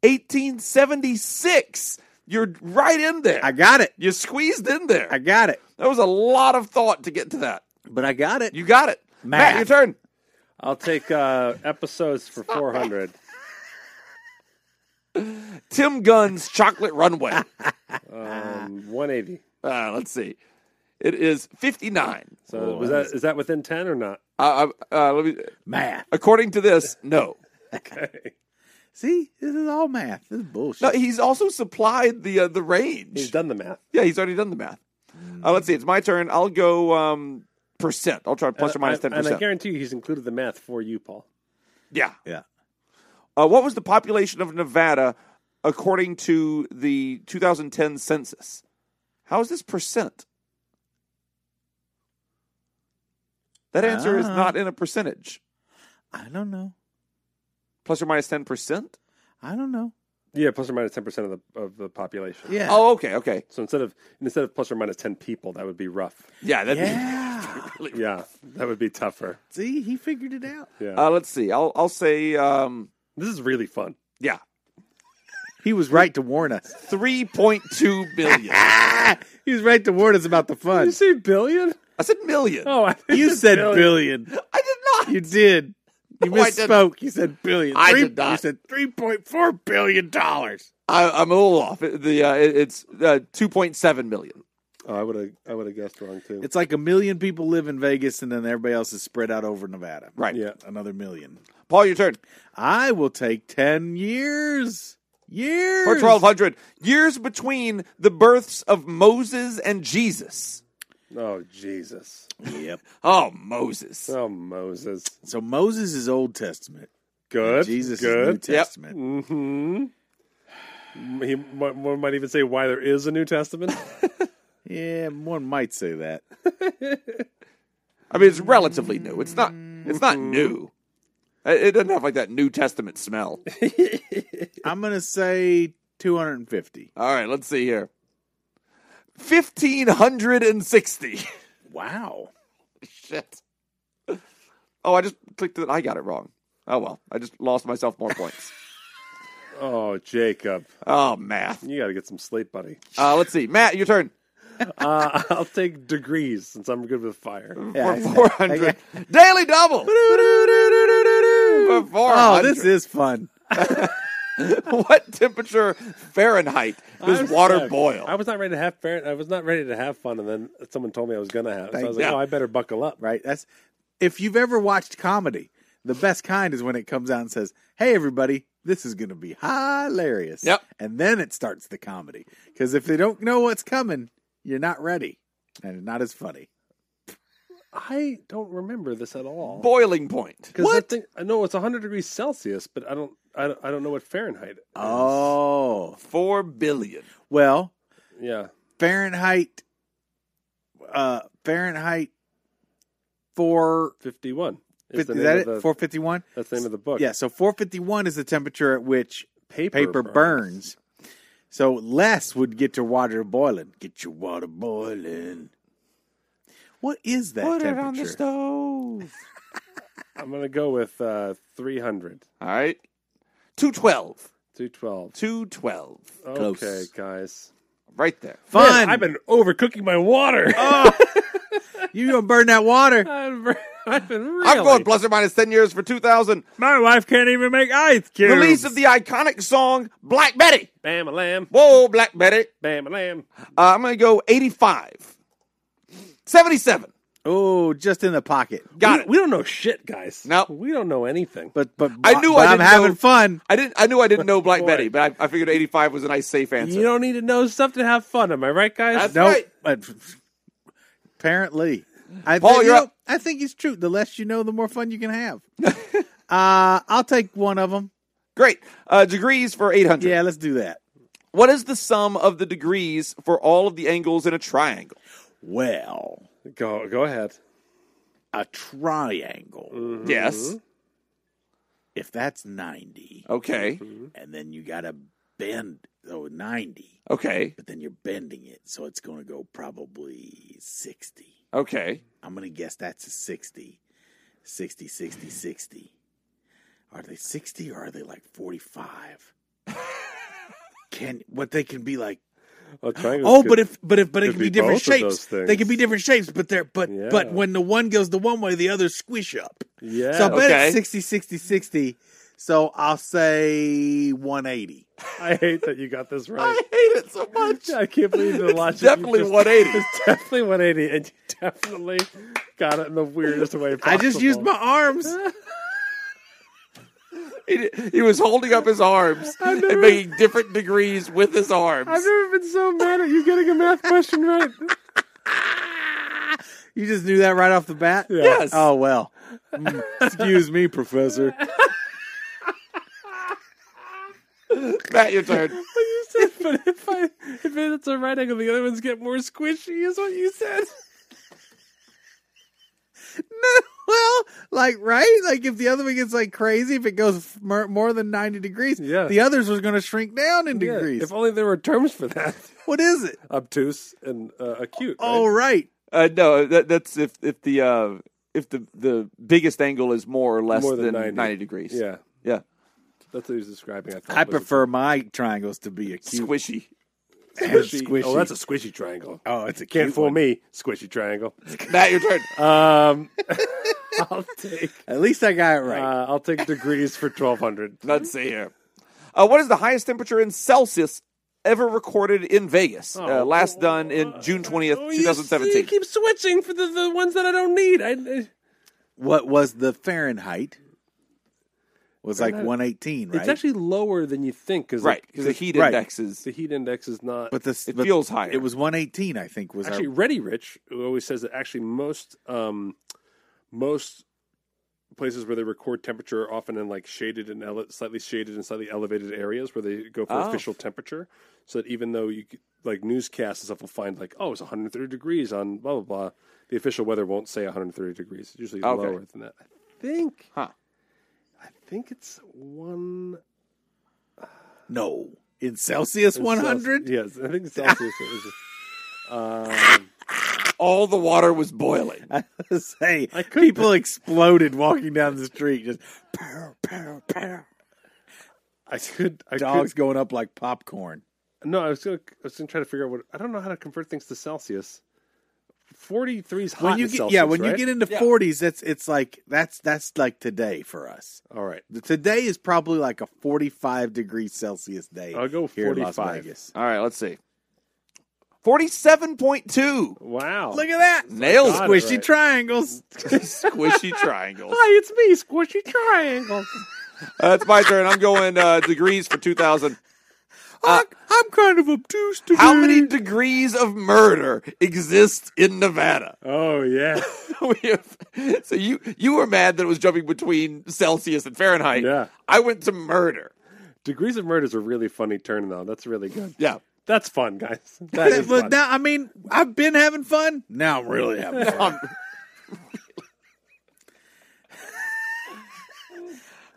[SPEAKER 2] 1876. You're right in there.
[SPEAKER 3] I got it.
[SPEAKER 2] you squeezed in there.
[SPEAKER 3] I got it.
[SPEAKER 2] That was a lot of thought to get to that.
[SPEAKER 3] But I got it.
[SPEAKER 2] You got it. Matt,
[SPEAKER 3] Math.
[SPEAKER 2] your turn.
[SPEAKER 4] I'll take uh episodes for four hundred.
[SPEAKER 2] Tim Gunn's Chocolate Runway.
[SPEAKER 4] Um, one eighty.
[SPEAKER 2] Uh, let's see. It is 59.
[SPEAKER 4] So was that is that within ten or not?
[SPEAKER 2] Uh, uh, uh, let me,
[SPEAKER 3] Math.
[SPEAKER 2] according to this, no.
[SPEAKER 4] Okay.
[SPEAKER 3] See, this is all math. This is bullshit.
[SPEAKER 2] No, he's also supplied the uh, the
[SPEAKER 4] He's
[SPEAKER 2] range.
[SPEAKER 4] done the math.
[SPEAKER 2] Yeah, he's already done the math. Uh, let's see. It's my turn. I'll go um, percent. I'll try plus or minus ten
[SPEAKER 4] And I
[SPEAKER 2] percent.
[SPEAKER 4] guarantee you, he's included the math for you, Paul.
[SPEAKER 2] Yeah.
[SPEAKER 3] Yeah.
[SPEAKER 2] Uh, what was the population of Nevada according to the 2010 census? How is this percent? That answer is
[SPEAKER 3] Ah.
[SPEAKER 2] not in a percentage.
[SPEAKER 3] I don't know.
[SPEAKER 2] Plus or minus 10%?
[SPEAKER 3] I don't know.
[SPEAKER 4] Yeah, plus or minus ten percent of the of the population.
[SPEAKER 3] Yeah.
[SPEAKER 2] Oh, okay, okay.
[SPEAKER 4] So instead of instead of plus or minus ten people, that would be rough.
[SPEAKER 2] Yeah, that'd be-
[SPEAKER 3] yeah.
[SPEAKER 4] Yeah, that would be tougher.
[SPEAKER 3] See, he figured it out.
[SPEAKER 4] Yeah,
[SPEAKER 2] Uh, let's see. I'll I'll say um,
[SPEAKER 4] this is really fun.
[SPEAKER 2] yeah,
[SPEAKER 3] He was right to warn us. Ah!
[SPEAKER 2] 3.2 billion. I
[SPEAKER 3] He was right to warn us about the fun.
[SPEAKER 4] say billion?
[SPEAKER 2] said million.
[SPEAKER 4] Oh, I
[SPEAKER 3] You said
[SPEAKER 2] I
[SPEAKER 3] billion.
[SPEAKER 2] did not.
[SPEAKER 3] You did. You
[SPEAKER 2] No, I didn't.
[SPEAKER 3] misspoke. You said billion.
[SPEAKER 2] I did not.
[SPEAKER 3] You said three point four billion dollars.
[SPEAKER 2] I, I'm a little off. It- The uh, it- it's uh, 2.7 million.
[SPEAKER 4] Oh, I would have I would have guessed wrong too.
[SPEAKER 3] It's like a million people live in Vegas, and then everybody else is spread out over Nevada.
[SPEAKER 2] Right.
[SPEAKER 4] yeah,
[SPEAKER 3] Another million.
[SPEAKER 2] Paul, your turn.
[SPEAKER 3] I will take ten years. Years.
[SPEAKER 2] Or 1200 years between the births of Moses and Jesus.
[SPEAKER 4] Oh Jesus!
[SPEAKER 3] Yep.
[SPEAKER 2] Oh, Moses.
[SPEAKER 4] Oh Moses!
[SPEAKER 3] So Moses is Old Testament.
[SPEAKER 4] Good.
[SPEAKER 3] Jesus is New
[SPEAKER 4] Good.
[SPEAKER 2] Yep. Mm.
[SPEAKER 3] Testament.
[SPEAKER 4] Mm-hmm. He one one might even say why there is a New Testament.
[SPEAKER 3] Yeah, one might say that.
[SPEAKER 2] I mean, it's relatively new. It's not it's not
[SPEAKER 3] Mm-hmm.
[SPEAKER 2] new. It it doesn't have like that New Testament smell.
[SPEAKER 3] I'm gonna say 250.
[SPEAKER 2] All right, let's see here. 1560.
[SPEAKER 3] Wow.
[SPEAKER 2] Shit. Oh, I just clicked it. I got it wrong. Oh, well. I just lost myself more points.
[SPEAKER 4] oh Jacob,
[SPEAKER 2] Oh, math.
[SPEAKER 4] you got to get some sleep, buddy.
[SPEAKER 2] Uh, let's see. Matt, your turn.
[SPEAKER 4] Uh, I'll take degrees since I'm good with fire.
[SPEAKER 3] Yeah,
[SPEAKER 2] for
[SPEAKER 3] I-
[SPEAKER 2] 400. Daily double. For
[SPEAKER 3] Oh,
[SPEAKER 2] 400.
[SPEAKER 3] this is fun.
[SPEAKER 2] what temperature Fahrenheit
[SPEAKER 4] I
[SPEAKER 2] does
[SPEAKER 4] was
[SPEAKER 2] water
[SPEAKER 4] like-
[SPEAKER 2] boil?
[SPEAKER 4] I was not ready to have fair, I was not ready to have fun, and then someone told me I was going to have. So I was like,
[SPEAKER 2] you.
[SPEAKER 4] oh, I better buckle up.
[SPEAKER 3] right? That's if you've ever watched comedy, the best kind is when it comes out and says, "Hey, everybody, this is going to be hilarious."
[SPEAKER 2] Yep.
[SPEAKER 3] and then it starts the comedy because if they don't know what's coming, you're not ready, and it's not as funny.
[SPEAKER 4] I don't remember this at all.
[SPEAKER 2] Boiling point.
[SPEAKER 4] Because I think I know it's 100 degrees Celsius, but I don't I don't, I don't know what Fahrenheit. Is.
[SPEAKER 3] Oh,
[SPEAKER 2] Four billion.
[SPEAKER 3] well,
[SPEAKER 4] yeah.
[SPEAKER 3] Fahrenheit, uh, Fahrenheit four
[SPEAKER 4] 51. Is,
[SPEAKER 3] fifty.
[SPEAKER 4] the
[SPEAKER 3] Is
[SPEAKER 4] name
[SPEAKER 3] that
[SPEAKER 4] of the,
[SPEAKER 3] it? Four fifty one.
[SPEAKER 4] That's the name of the book.
[SPEAKER 3] Yeah, so 451 is the temperature at which
[SPEAKER 4] Paper,
[SPEAKER 3] paper
[SPEAKER 4] burns.
[SPEAKER 3] burns. So less would get your water boiling. Get your water boiling. What is that temperature?
[SPEAKER 4] Oh.
[SPEAKER 2] stove.
[SPEAKER 4] I'm going to go with uh, 300.
[SPEAKER 2] All right. 212.
[SPEAKER 4] 212.
[SPEAKER 2] 212.
[SPEAKER 3] Close.
[SPEAKER 4] Okay, guys.
[SPEAKER 2] Right there.
[SPEAKER 3] Fun. Oh.
[SPEAKER 4] I've been overcooking my water.
[SPEAKER 3] you gonna burn that water?
[SPEAKER 4] I've been- I've been really.
[SPEAKER 2] I'm going plus or minus 10 years for 2000.
[SPEAKER 4] My wife can't even make ice cubes.
[SPEAKER 2] Release of the iconic song Black Betty.
[SPEAKER 4] Bam a lamb.
[SPEAKER 2] Whoa, Black Betty.
[SPEAKER 4] Bam a lamb.
[SPEAKER 2] Uh, I'm going to go 85. 77.
[SPEAKER 3] Oh, just in the pocket.
[SPEAKER 2] Got
[SPEAKER 4] we,
[SPEAKER 2] it.
[SPEAKER 4] We don't know shit, guys.
[SPEAKER 2] No.
[SPEAKER 4] We don't know anything.
[SPEAKER 3] But but
[SPEAKER 2] I knew
[SPEAKER 3] but
[SPEAKER 2] I
[SPEAKER 3] am
[SPEAKER 2] didn't
[SPEAKER 3] having
[SPEAKER 2] know-
[SPEAKER 3] fun.
[SPEAKER 2] I didn't. I knew I didn't know Black
[SPEAKER 4] Boy.
[SPEAKER 2] Betty, but I, I figured 85 was a nice safe answer.
[SPEAKER 4] you don't need to know stuff to have fun. Am I right, guys?
[SPEAKER 2] That's
[SPEAKER 3] No,
[SPEAKER 2] right.
[SPEAKER 3] but apparently, I
[SPEAKER 2] Paul,
[SPEAKER 3] think,
[SPEAKER 2] you're
[SPEAKER 3] you know,
[SPEAKER 2] up.
[SPEAKER 3] I think it's true. The less you know, the more fun you can have. uh, I'll take one of them.
[SPEAKER 2] Great. Uh, degrees for 800.
[SPEAKER 3] Yeah, let's do that.
[SPEAKER 2] What is the sum of the degrees for all of the angles in a triangle?
[SPEAKER 3] Well,
[SPEAKER 4] Go go ahead.
[SPEAKER 3] a triangle.
[SPEAKER 2] Mm.
[SPEAKER 4] Mm-hmm.
[SPEAKER 2] Yes.
[SPEAKER 3] If that's ninety,
[SPEAKER 2] Okay.
[SPEAKER 4] Mm-hmm.
[SPEAKER 3] and then you gotta bend oh 90
[SPEAKER 2] Okay.
[SPEAKER 3] but then you're bending it so it's gonna go probably 60
[SPEAKER 2] Okay.
[SPEAKER 3] i'm gonna guess that's a 60 60 60 60 are they 60 or are they like 45 can what they can be like
[SPEAKER 4] Well, triangles
[SPEAKER 3] oh
[SPEAKER 4] could-
[SPEAKER 3] but if but if but it
[SPEAKER 4] could
[SPEAKER 3] can be,
[SPEAKER 4] be
[SPEAKER 3] different
[SPEAKER 4] both of those
[SPEAKER 3] shapes they can
[SPEAKER 4] things.
[SPEAKER 3] be different shapes but they're but but
[SPEAKER 4] Yeah.
[SPEAKER 3] when the one goes the one way the others squish up
[SPEAKER 4] yeah.
[SPEAKER 3] so i bet
[SPEAKER 2] Okay.
[SPEAKER 3] it's 60 60 60 so i'll say 180
[SPEAKER 4] I hate that you got this
[SPEAKER 2] I
[SPEAKER 4] right.
[SPEAKER 2] hate it so much.
[SPEAKER 4] I can't believe the logic. you
[SPEAKER 2] definitely
[SPEAKER 4] just-
[SPEAKER 2] 180.
[SPEAKER 4] It's definitely 180, and you definitely got it in the weirdest way possible.
[SPEAKER 3] I just used my arms.
[SPEAKER 2] He, he was holding up his arms and making different degrees with his arms.
[SPEAKER 4] I've never been so mad at you getting a math question right.
[SPEAKER 3] You just knew that right off the bat?
[SPEAKER 2] Yes.
[SPEAKER 3] Oh, well. Mm, Excuse me, Professor.
[SPEAKER 2] Matt, your turn.
[SPEAKER 4] you said, but if I if it's a right angle, the other ones get more squishy, is what you said.
[SPEAKER 3] No, well, like, right? Like, if the other one gets, like, crazy, if it goes more, more than 90 degrees,
[SPEAKER 4] Yeah.
[SPEAKER 3] the others was going to shrink down in degrees.
[SPEAKER 4] if only there were terms for that.
[SPEAKER 3] what is it?
[SPEAKER 4] Obtuse and uh, acute. Right?
[SPEAKER 3] Oh, right.
[SPEAKER 2] Uh, no, that, that's if if the uh, if the the biggest angle is more or less
[SPEAKER 4] More
[SPEAKER 2] than,
[SPEAKER 4] than
[SPEAKER 2] 90.
[SPEAKER 4] 90.
[SPEAKER 2] degrees.
[SPEAKER 4] yeah,
[SPEAKER 2] Yeah.
[SPEAKER 4] that's what he was describing. I, thought,
[SPEAKER 3] I
[SPEAKER 4] was it?
[SPEAKER 3] prefer my triangles to be acute
[SPEAKER 2] Squishy.
[SPEAKER 3] and
[SPEAKER 4] squishy.
[SPEAKER 3] squishy.
[SPEAKER 4] Oh, that's a squishy triangle.
[SPEAKER 3] Oh, it's a cute
[SPEAKER 4] Can't fool
[SPEAKER 3] one.
[SPEAKER 4] me, squishy triangle.
[SPEAKER 2] Matt, your turn.
[SPEAKER 4] Um, I'll take
[SPEAKER 3] At least I got it right.
[SPEAKER 4] uh, I'll take degrees for twelve hundred.
[SPEAKER 2] Let's see here. Uh, what is the highest temperature in Celsius ever recorded in Vegas? uh,
[SPEAKER 4] Oh.
[SPEAKER 2] last done in June 20th,
[SPEAKER 4] Oh, you- You
[SPEAKER 2] 2017.
[SPEAKER 4] keep switching for the, the ones that I don't need. I, I-
[SPEAKER 3] what was the Fahrenheit? Was like
[SPEAKER 4] Fahrenheit-
[SPEAKER 3] 118, right?
[SPEAKER 4] It's actually lower than you think because
[SPEAKER 2] Right, because the heat
[SPEAKER 3] right.
[SPEAKER 2] index is.
[SPEAKER 4] the heat index is not.
[SPEAKER 3] but the,
[SPEAKER 2] It
[SPEAKER 3] but
[SPEAKER 2] feels higher.
[SPEAKER 3] It was 118, I think, was
[SPEAKER 4] actually,
[SPEAKER 3] our
[SPEAKER 4] Ready Rich who always says that actually most um, most places where they record temperature are often in like shaded and ele- slightly shaded and slightly elevated areas where they go for
[SPEAKER 2] Oh.
[SPEAKER 4] official temperature. So that even though you c- like newscasts and stuff will find like oh it's 130 degrees on blah blah blah, the official weather won't say 130 degrees. It's usually
[SPEAKER 2] Okay.
[SPEAKER 4] lower than that. I think.
[SPEAKER 2] Huh.
[SPEAKER 4] I think it's one
[SPEAKER 3] No. In Celsius
[SPEAKER 4] in
[SPEAKER 3] 100?
[SPEAKER 4] Celsius. Yes, I think Celsius. is- um,
[SPEAKER 2] All the water was boiling.
[SPEAKER 3] I was saying,
[SPEAKER 4] I could-
[SPEAKER 3] people exploded walking down the street. Just pow, pow, pow.
[SPEAKER 4] I could. I
[SPEAKER 3] Dogs
[SPEAKER 4] could,
[SPEAKER 3] going up like popcorn.
[SPEAKER 4] No, I was gonna. I was gonna try to figure out what. I don't know how to convert things to Celsius. forty three is hot.
[SPEAKER 3] When
[SPEAKER 4] in
[SPEAKER 3] you get,
[SPEAKER 4] Celsius,
[SPEAKER 3] yeah, when you
[SPEAKER 4] right?
[SPEAKER 3] get into
[SPEAKER 2] Yeah.
[SPEAKER 3] 40s, that's it's like that's that's like today for us.
[SPEAKER 4] all right,
[SPEAKER 3] The- Today is probably like a 45 degree Celsius day.
[SPEAKER 4] I'll go
[SPEAKER 3] here in Las
[SPEAKER 4] 45.
[SPEAKER 3] Vegas.
[SPEAKER 2] All right, let's see. Forty-seven point two.
[SPEAKER 4] wow,
[SPEAKER 3] Look at that.
[SPEAKER 2] Nailed
[SPEAKER 4] Got it
[SPEAKER 3] Squishy
[SPEAKER 4] right.
[SPEAKER 3] triangles.
[SPEAKER 2] squishy triangles.
[SPEAKER 4] Hi, it's me, Squishy Triangle.
[SPEAKER 2] Uh, it's my turn. I'm going uh, degrees for 2000.
[SPEAKER 3] I, I'm kind of obtuse to
[SPEAKER 2] How
[SPEAKER 4] Hmm.
[SPEAKER 2] many degrees of murder exist in Nevada?
[SPEAKER 4] oh yeah,
[SPEAKER 2] we have, so you you were mad that it was jumping between Celsius and Fahrenheit.
[SPEAKER 4] Yeah.
[SPEAKER 2] I went to murder.
[SPEAKER 4] Degrees of Murder is a really funny turn though. That's really good.
[SPEAKER 2] Yeah.
[SPEAKER 4] That's fun, guys. That
[SPEAKER 3] That,
[SPEAKER 4] is
[SPEAKER 3] look,
[SPEAKER 4] fun.
[SPEAKER 3] now, I mean, I've been having fun. Now I'm really having fun.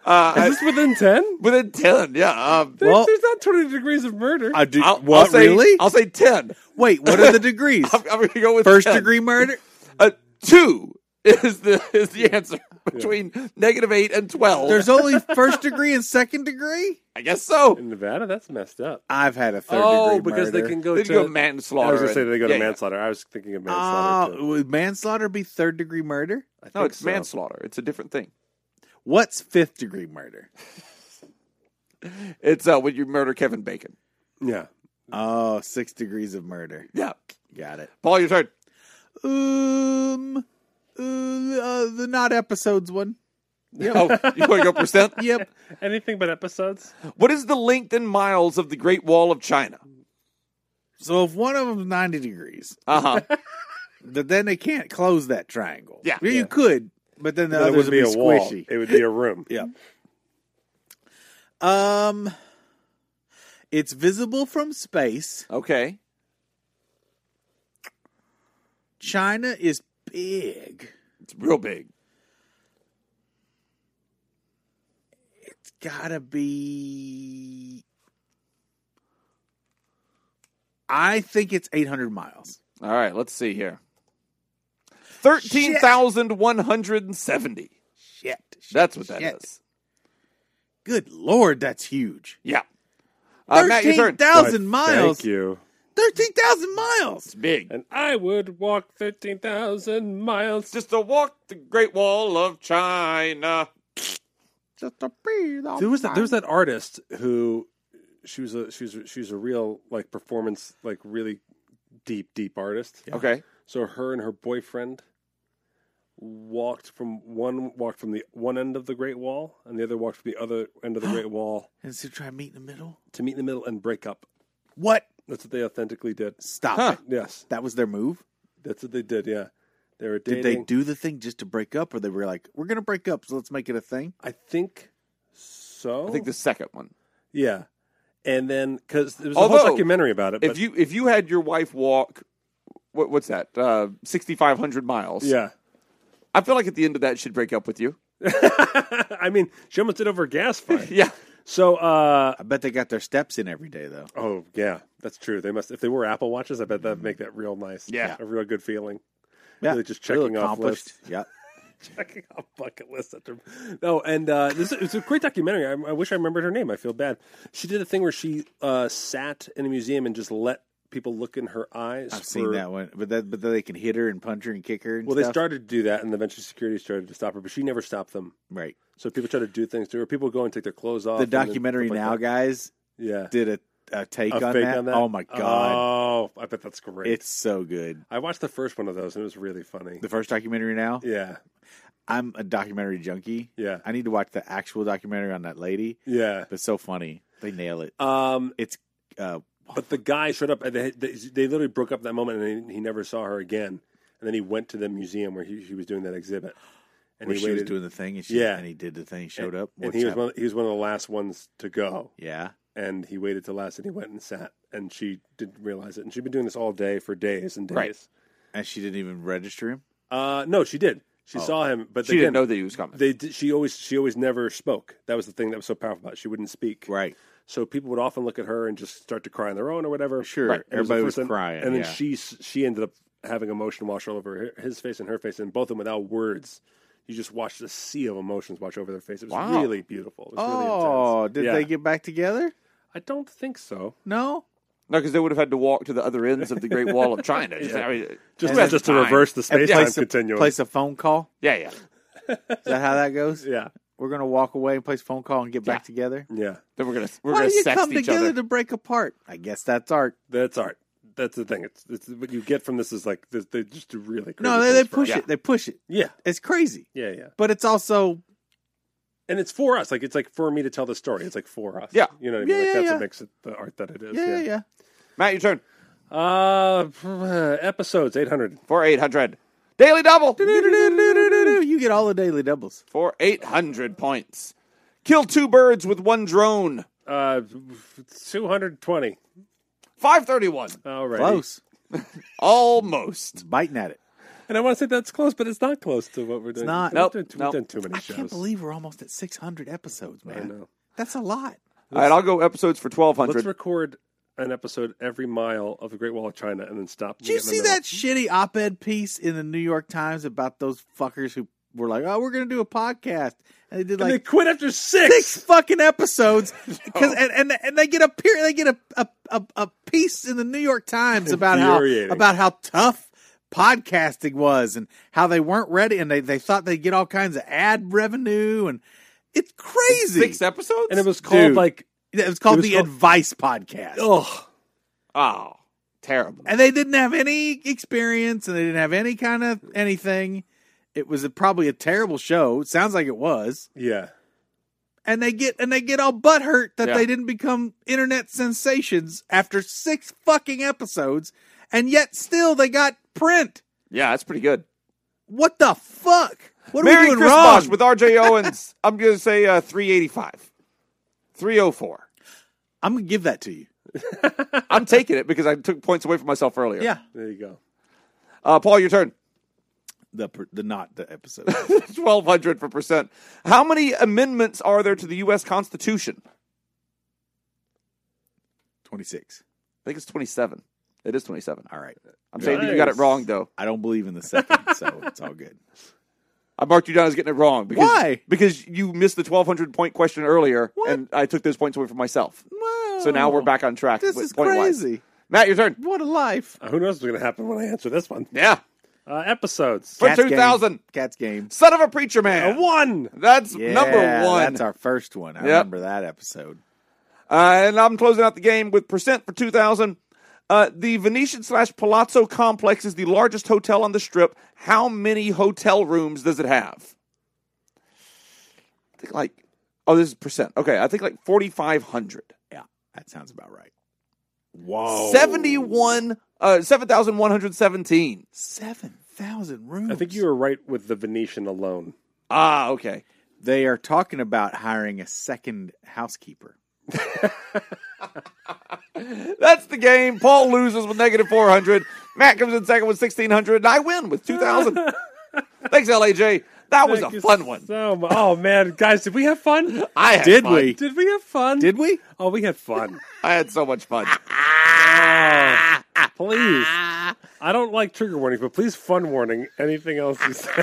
[SPEAKER 2] Uh,
[SPEAKER 4] is
[SPEAKER 2] I,
[SPEAKER 4] this within ten?
[SPEAKER 2] within 10. Yeah. Um,
[SPEAKER 3] Well-
[SPEAKER 4] There's not twenty degrees of murder.
[SPEAKER 3] I do.
[SPEAKER 2] I'll, I'll
[SPEAKER 3] what
[SPEAKER 2] say,
[SPEAKER 3] really?
[SPEAKER 2] I'll say 10.
[SPEAKER 3] Wait, what are the degrees?
[SPEAKER 2] I'm, I'm going to go with
[SPEAKER 3] First
[SPEAKER 2] 10.
[SPEAKER 3] degree murder.
[SPEAKER 2] Uh, two is the is the answer between negative 8 and 12.
[SPEAKER 3] There's only first degree and second degree.
[SPEAKER 2] I guess so.
[SPEAKER 4] in Nevada, that's messed up.
[SPEAKER 3] I've had a third
[SPEAKER 4] Oh,
[SPEAKER 3] degree
[SPEAKER 4] because
[SPEAKER 3] murder.
[SPEAKER 4] they can go
[SPEAKER 2] They
[SPEAKER 4] to
[SPEAKER 2] go
[SPEAKER 4] I
[SPEAKER 2] manslaughter.
[SPEAKER 4] was gonna say
[SPEAKER 2] and-
[SPEAKER 4] they go to
[SPEAKER 2] yeah, yeah.
[SPEAKER 4] manslaughter. I was thinking of manslaughter.
[SPEAKER 3] Uh,
[SPEAKER 4] too.
[SPEAKER 3] would manslaughter be third degree murder?
[SPEAKER 4] I
[SPEAKER 2] No,
[SPEAKER 4] think
[SPEAKER 2] it's
[SPEAKER 3] uh,
[SPEAKER 4] so.
[SPEAKER 2] manslaughter. It's a different thing.
[SPEAKER 3] What's fifth degree murder?
[SPEAKER 2] It's uh, when you murder Kevin Bacon.
[SPEAKER 4] Yeah,
[SPEAKER 3] Oh, six degrees of murder.
[SPEAKER 2] Yeah.
[SPEAKER 3] Got it.
[SPEAKER 2] Paul, your turn.
[SPEAKER 3] Um, uh, uh, the not episodes one.
[SPEAKER 2] Oh, you want to go percent?
[SPEAKER 3] Yep.
[SPEAKER 4] anything but episodes.
[SPEAKER 2] What is the length in miles of the Great Wall of China?
[SPEAKER 3] so if one of them's ninety degrees,
[SPEAKER 2] Uh huh.
[SPEAKER 3] th- then they can't close that triangle.
[SPEAKER 2] Yeah.
[SPEAKER 3] Well, you could, but then the
[SPEAKER 4] That
[SPEAKER 3] other
[SPEAKER 4] would
[SPEAKER 3] would
[SPEAKER 4] be a wall.
[SPEAKER 3] squishy.
[SPEAKER 4] It would be a room.
[SPEAKER 3] Yeah.
[SPEAKER 2] Mm-hmm.
[SPEAKER 3] Um, it's visible from space.
[SPEAKER 2] Okay.
[SPEAKER 3] China is big.
[SPEAKER 2] It's real big.
[SPEAKER 3] It's gotta be. I think it's 800 miles.
[SPEAKER 2] All right, let's see here. 13,170.
[SPEAKER 3] Shit.
[SPEAKER 2] That's what that is.
[SPEAKER 3] Shit. Good lord, that's huge.
[SPEAKER 2] Yeah. Uh, Matt, your turn.
[SPEAKER 3] 13,000
[SPEAKER 4] Why,
[SPEAKER 3] miles.
[SPEAKER 4] Thank you.
[SPEAKER 3] 13,000 miles.
[SPEAKER 2] It's big.
[SPEAKER 4] And I would walk thirteen thousand miles.
[SPEAKER 2] Just to walk the Great Wall of China.
[SPEAKER 4] there was that, there was that artist who she was a she was a- she was a real like performance like really deep deep artist.
[SPEAKER 2] Okay.
[SPEAKER 4] So her and her boyfriend walked from one walked from the one end of the Great Wall and the other walked from the other end of the Great Wall
[SPEAKER 3] And so try to meet in the middle?
[SPEAKER 4] to meet in the middle and break up.
[SPEAKER 3] What?
[SPEAKER 4] That's what they authentically did.
[SPEAKER 3] Stop it.
[SPEAKER 4] Yes,
[SPEAKER 3] That was their move?
[SPEAKER 4] that's what they did. Yeah, they were dating.
[SPEAKER 3] Did they do the thing just to break up, or they were like, we're going to break up, so let's make it a thing?
[SPEAKER 4] I think so.
[SPEAKER 2] I think the second one.
[SPEAKER 4] Yeah, and then because there was a
[SPEAKER 2] Although,
[SPEAKER 4] whole documentary about it.
[SPEAKER 2] If
[SPEAKER 4] but-
[SPEAKER 2] you if you had your wife walk, what, what's that? Uh, Sixty five hundred miles.
[SPEAKER 4] yeah,
[SPEAKER 2] I feel like at the end of that she'd break up with you.
[SPEAKER 4] I mean, she almost did over a gas fire.
[SPEAKER 2] Yeah.
[SPEAKER 4] So, uh,
[SPEAKER 3] I bet they got their steps in every day, though.
[SPEAKER 4] oh yeah, that's true. They must if they were Apple watches. I bet that'd make that real nice.
[SPEAKER 2] Yeah.
[SPEAKER 4] a real good feeling.
[SPEAKER 3] Yeah.
[SPEAKER 4] Really just
[SPEAKER 3] Real
[SPEAKER 4] checking off
[SPEAKER 3] accomplished.
[SPEAKER 4] lists.
[SPEAKER 3] Yep.
[SPEAKER 4] Checking off bucket lists. After... No, and uh, this is, it's a great documentary. I, I wish I remembered her name. I feel bad. She did a thing where she uh, sat in a museum and just let people look in her eyes.
[SPEAKER 3] I've seen
[SPEAKER 4] for-
[SPEAKER 3] that one, but that but then they can hit her and punch her and kick her. And
[SPEAKER 4] Well, they
[SPEAKER 3] stuff.
[SPEAKER 4] started to do that, and eventually security started to stop her, but she never stopped them.
[SPEAKER 3] right.
[SPEAKER 4] So people try to do things to her. People go and take their clothes off.
[SPEAKER 3] The
[SPEAKER 4] and then
[SPEAKER 3] documentary
[SPEAKER 4] stuff like
[SPEAKER 3] now,
[SPEAKER 4] that.
[SPEAKER 3] guys,
[SPEAKER 4] yeah,
[SPEAKER 3] did a, a take
[SPEAKER 4] A
[SPEAKER 3] on
[SPEAKER 4] fake
[SPEAKER 3] that. Oh my god,
[SPEAKER 4] Oh, I bet that's great.
[SPEAKER 3] it's so good.
[SPEAKER 4] I watched the first one of those, and it was really funny.
[SPEAKER 3] The first documentary now.
[SPEAKER 4] Yeah,
[SPEAKER 3] I'm a documentary junkie.
[SPEAKER 4] Yeah.
[SPEAKER 3] I need to watch the actual documentary on that lady.
[SPEAKER 4] yeah.
[SPEAKER 3] But it's so funny, they nail it.
[SPEAKER 4] Um,
[SPEAKER 3] It's uh,
[SPEAKER 4] but the guy showed up, and they, they, they literally broke up that moment, and he, he never saw her again. And then he went to the museum where he, he was doing that exhibit, and
[SPEAKER 3] where
[SPEAKER 4] he
[SPEAKER 3] she
[SPEAKER 4] waited.
[SPEAKER 3] was doing the thing, and she
[SPEAKER 4] Yeah.
[SPEAKER 3] and he did the thing, showed up,
[SPEAKER 4] and
[SPEAKER 3] what's
[SPEAKER 4] he was
[SPEAKER 3] up?
[SPEAKER 4] one, he was one of the last ones to go.
[SPEAKER 3] yeah.
[SPEAKER 4] and he waited till last and he went and sat and she didn't realize it and she'd been doing this all day for days and days
[SPEAKER 2] Right.
[SPEAKER 3] And she didn't even register him.
[SPEAKER 4] uh no she did she saw him but
[SPEAKER 2] She didn't
[SPEAKER 4] again,
[SPEAKER 2] know that he was coming.
[SPEAKER 4] they did, she always she always never spoke that was the thing that was so powerful about it. she wouldn't speak
[SPEAKER 3] Right.
[SPEAKER 4] so people would often look at her and just start to cry on their own or whatever
[SPEAKER 3] Sure.
[SPEAKER 4] And it the
[SPEAKER 3] Everybody was
[SPEAKER 4] first time-
[SPEAKER 3] crying,
[SPEAKER 4] and then
[SPEAKER 3] yeah.
[SPEAKER 4] she she ended up having emotion wash all over her, his face and her face and both of them without words you just watched a sea of emotions wash over their face it was
[SPEAKER 2] Wow.
[SPEAKER 4] really beautiful it was really
[SPEAKER 3] Oh,
[SPEAKER 4] intense.
[SPEAKER 3] did
[SPEAKER 4] Yeah.
[SPEAKER 3] they get back together?
[SPEAKER 4] i don't think so
[SPEAKER 3] No.
[SPEAKER 2] No, because they would have had to walk to the other ends of the Great Wall of China. Just, I mean,
[SPEAKER 4] Just,
[SPEAKER 2] and then
[SPEAKER 4] just to
[SPEAKER 2] time.
[SPEAKER 4] reverse the space time
[SPEAKER 3] place, a,
[SPEAKER 4] continuum.
[SPEAKER 3] place a phone call.
[SPEAKER 2] Yeah, yeah.
[SPEAKER 3] Is that how that goes?
[SPEAKER 4] yeah,
[SPEAKER 3] We're gonna walk away and place a phone call and get back together.
[SPEAKER 4] yeah.
[SPEAKER 2] Then we're gonna we're
[SPEAKER 3] Why
[SPEAKER 2] gonna
[SPEAKER 3] do you
[SPEAKER 2] sext
[SPEAKER 3] come
[SPEAKER 2] each
[SPEAKER 3] together
[SPEAKER 2] other.
[SPEAKER 3] to break apart? I guess that's art.
[SPEAKER 4] That's art. That's the thing. It's, it's what you get from this is like this, they just do really crazy
[SPEAKER 3] No, they, they
[SPEAKER 4] things for us.
[SPEAKER 3] push it. They push it.
[SPEAKER 4] Yeah,
[SPEAKER 3] It's crazy,
[SPEAKER 4] yeah, yeah.
[SPEAKER 3] but it's also
[SPEAKER 4] And it's for us. Like it's like for me to tell the story. It's like for us.
[SPEAKER 2] Yeah.
[SPEAKER 4] you know what I mean.
[SPEAKER 3] Yeah,
[SPEAKER 4] like
[SPEAKER 3] yeah,
[SPEAKER 4] that's
[SPEAKER 3] yeah.
[SPEAKER 4] what makes it the art that it is.
[SPEAKER 3] yeah, yeah, yeah.
[SPEAKER 2] Matt, your turn.
[SPEAKER 4] Uh, episodes eight hundred.
[SPEAKER 2] For eight hundred. Daily double.
[SPEAKER 3] Do-do-do-do-do-do. You get all the daily doubles.
[SPEAKER 2] For eight hundred points. Kill two birds with one drone.
[SPEAKER 4] Uh, two hundred twenty.
[SPEAKER 2] Five thirty one.
[SPEAKER 4] All right.
[SPEAKER 3] Close,
[SPEAKER 2] Almost.
[SPEAKER 3] biting at it.
[SPEAKER 4] And I want to say that's close, but it's not close to what we're doing.
[SPEAKER 3] not.
[SPEAKER 4] We've
[SPEAKER 2] Nope,
[SPEAKER 4] done too-
[SPEAKER 2] nope.
[SPEAKER 4] We've done too many
[SPEAKER 3] I
[SPEAKER 4] shows.
[SPEAKER 3] can't believe we're almost at 600 episodes, man.
[SPEAKER 4] I know.
[SPEAKER 3] That's a lot.
[SPEAKER 2] All right, I'll go episodes for twelve
[SPEAKER 4] Let's
[SPEAKER 2] hundred.
[SPEAKER 4] record an episode every mile of the Great Wall of China and then stop.
[SPEAKER 3] Did you see that shitty op-ed piece in the New York Times about those fuckers who were like, "Oh, we're going to do a podcast," and they did
[SPEAKER 4] And
[SPEAKER 3] like
[SPEAKER 4] they quit after six.
[SPEAKER 3] six fucking episodes because and, and and they get a period they get a a, a a piece in the New York Times about how
[SPEAKER 4] Infuriating.
[SPEAKER 3] about how tough podcasting was and how they weren't ready and they, they thought they'd get all kinds of ad revenue and it's crazy.
[SPEAKER 2] Six episodes.
[SPEAKER 4] And it was called
[SPEAKER 3] Dude.
[SPEAKER 4] like,
[SPEAKER 3] it was called
[SPEAKER 4] it was
[SPEAKER 3] the
[SPEAKER 4] called-
[SPEAKER 3] Advice Podcast.
[SPEAKER 4] oh,
[SPEAKER 2] oh, terrible.
[SPEAKER 3] and they didn't have any experience and they didn't have any kind of anything. It was a, probably a terrible show. It sounds like it was.
[SPEAKER 4] yeah.
[SPEAKER 3] And they get and they get all butthurt that
[SPEAKER 2] Yeah.
[SPEAKER 3] they didn't become internet sensations after six fucking episodes, and yet still they got print.
[SPEAKER 2] Yeah, that's pretty good.
[SPEAKER 3] What the fuck? What are
[SPEAKER 2] Merry
[SPEAKER 3] we doing
[SPEAKER 2] Christmas
[SPEAKER 3] wrong?
[SPEAKER 2] with R.J. Owens. I'm gonna say uh, three eighty five. Three oh four.
[SPEAKER 3] I'm gonna give that to you.
[SPEAKER 2] I'm taking it because I took points away from myself earlier.
[SPEAKER 3] Yeah,
[SPEAKER 4] There you go.
[SPEAKER 2] Uh, Paul, your turn.
[SPEAKER 3] the per- the not the episode.
[SPEAKER 2] 1200 for percent. How many amendments are there to the U.S. Constitution? I
[SPEAKER 3] Twenty six.
[SPEAKER 2] think it's 27. It is 27.
[SPEAKER 3] All right.
[SPEAKER 2] I'm saying that you got it
[SPEAKER 4] Nice.
[SPEAKER 2] wrong, though.
[SPEAKER 3] I don't believe in the second, so it's all good.
[SPEAKER 2] I marked you down as getting it wrong. Because,
[SPEAKER 3] Why?
[SPEAKER 2] Because you missed the 1200 point question earlier,
[SPEAKER 3] What?
[SPEAKER 2] and I took those points away from myself. So now we're back on track.
[SPEAKER 3] This
[SPEAKER 2] with
[SPEAKER 3] is
[SPEAKER 2] point-wise.
[SPEAKER 3] crazy.
[SPEAKER 2] Matt, your turn.
[SPEAKER 3] What a life.
[SPEAKER 4] Uh, who knows what's going to happen when I answer this one?
[SPEAKER 2] Yeah.
[SPEAKER 4] Uh, episodes.
[SPEAKER 2] For 2000.
[SPEAKER 3] Game. Cats game.
[SPEAKER 2] Son of a preacher
[SPEAKER 4] A
[SPEAKER 2] man.
[SPEAKER 4] one.
[SPEAKER 2] That's
[SPEAKER 3] Yeah,
[SPEAKER 2] number one.
[SPEAKER 3] That's our first one. I remember that episode.
[SPEAKER 2] Uh, and I'm closing out the game with percent for 2000. Uh, the Venetian slash Palazzo complex is the largest hotel on the strip. How many hotel rooms does it have? I think like, oh, this is percent. Okay, I think like 4,500.
[SPEAKER 3] Yeah, that sounds about right.
[SPEAKER 2] 71, uh, 7,117.
[SPEAKER 3] Seven thousand rooms.
[SPEAKER 4] I think you were right with the Venetian alone.
[SPEAKER 2] Ah, okay.
[SPEAKER 3] They are talking about hiring a second housekeeper.
[SPEAKER 2] That's the game. Paul loses with negative 400. Matt comes in second with 1,600. And I win with 2,000. Thanks, LAJ. That was
[SPEAKER 4] Thank
[SPEAKER 2] a
[SPEAKER 4] you
[SPEAKER 2] fun one.
[SPEAKER 4] So mu- oh man, guys, did we have fun?
[SPEAKER 2] I had
[SPEAKER 3] Did
[SPEAKER 2] fun.
[SPEAKER 3] we?
[SPEAKER 4] Did we have fun?
[SPEAKER 3] Did we?
[SPEAKER 4] Oh, we had fun.
[SPEAKER 2] I had so much fun.
[SPEAKER 4] Ah. Please. I don't like trigger warnings, but please fun warning. Anything else you say?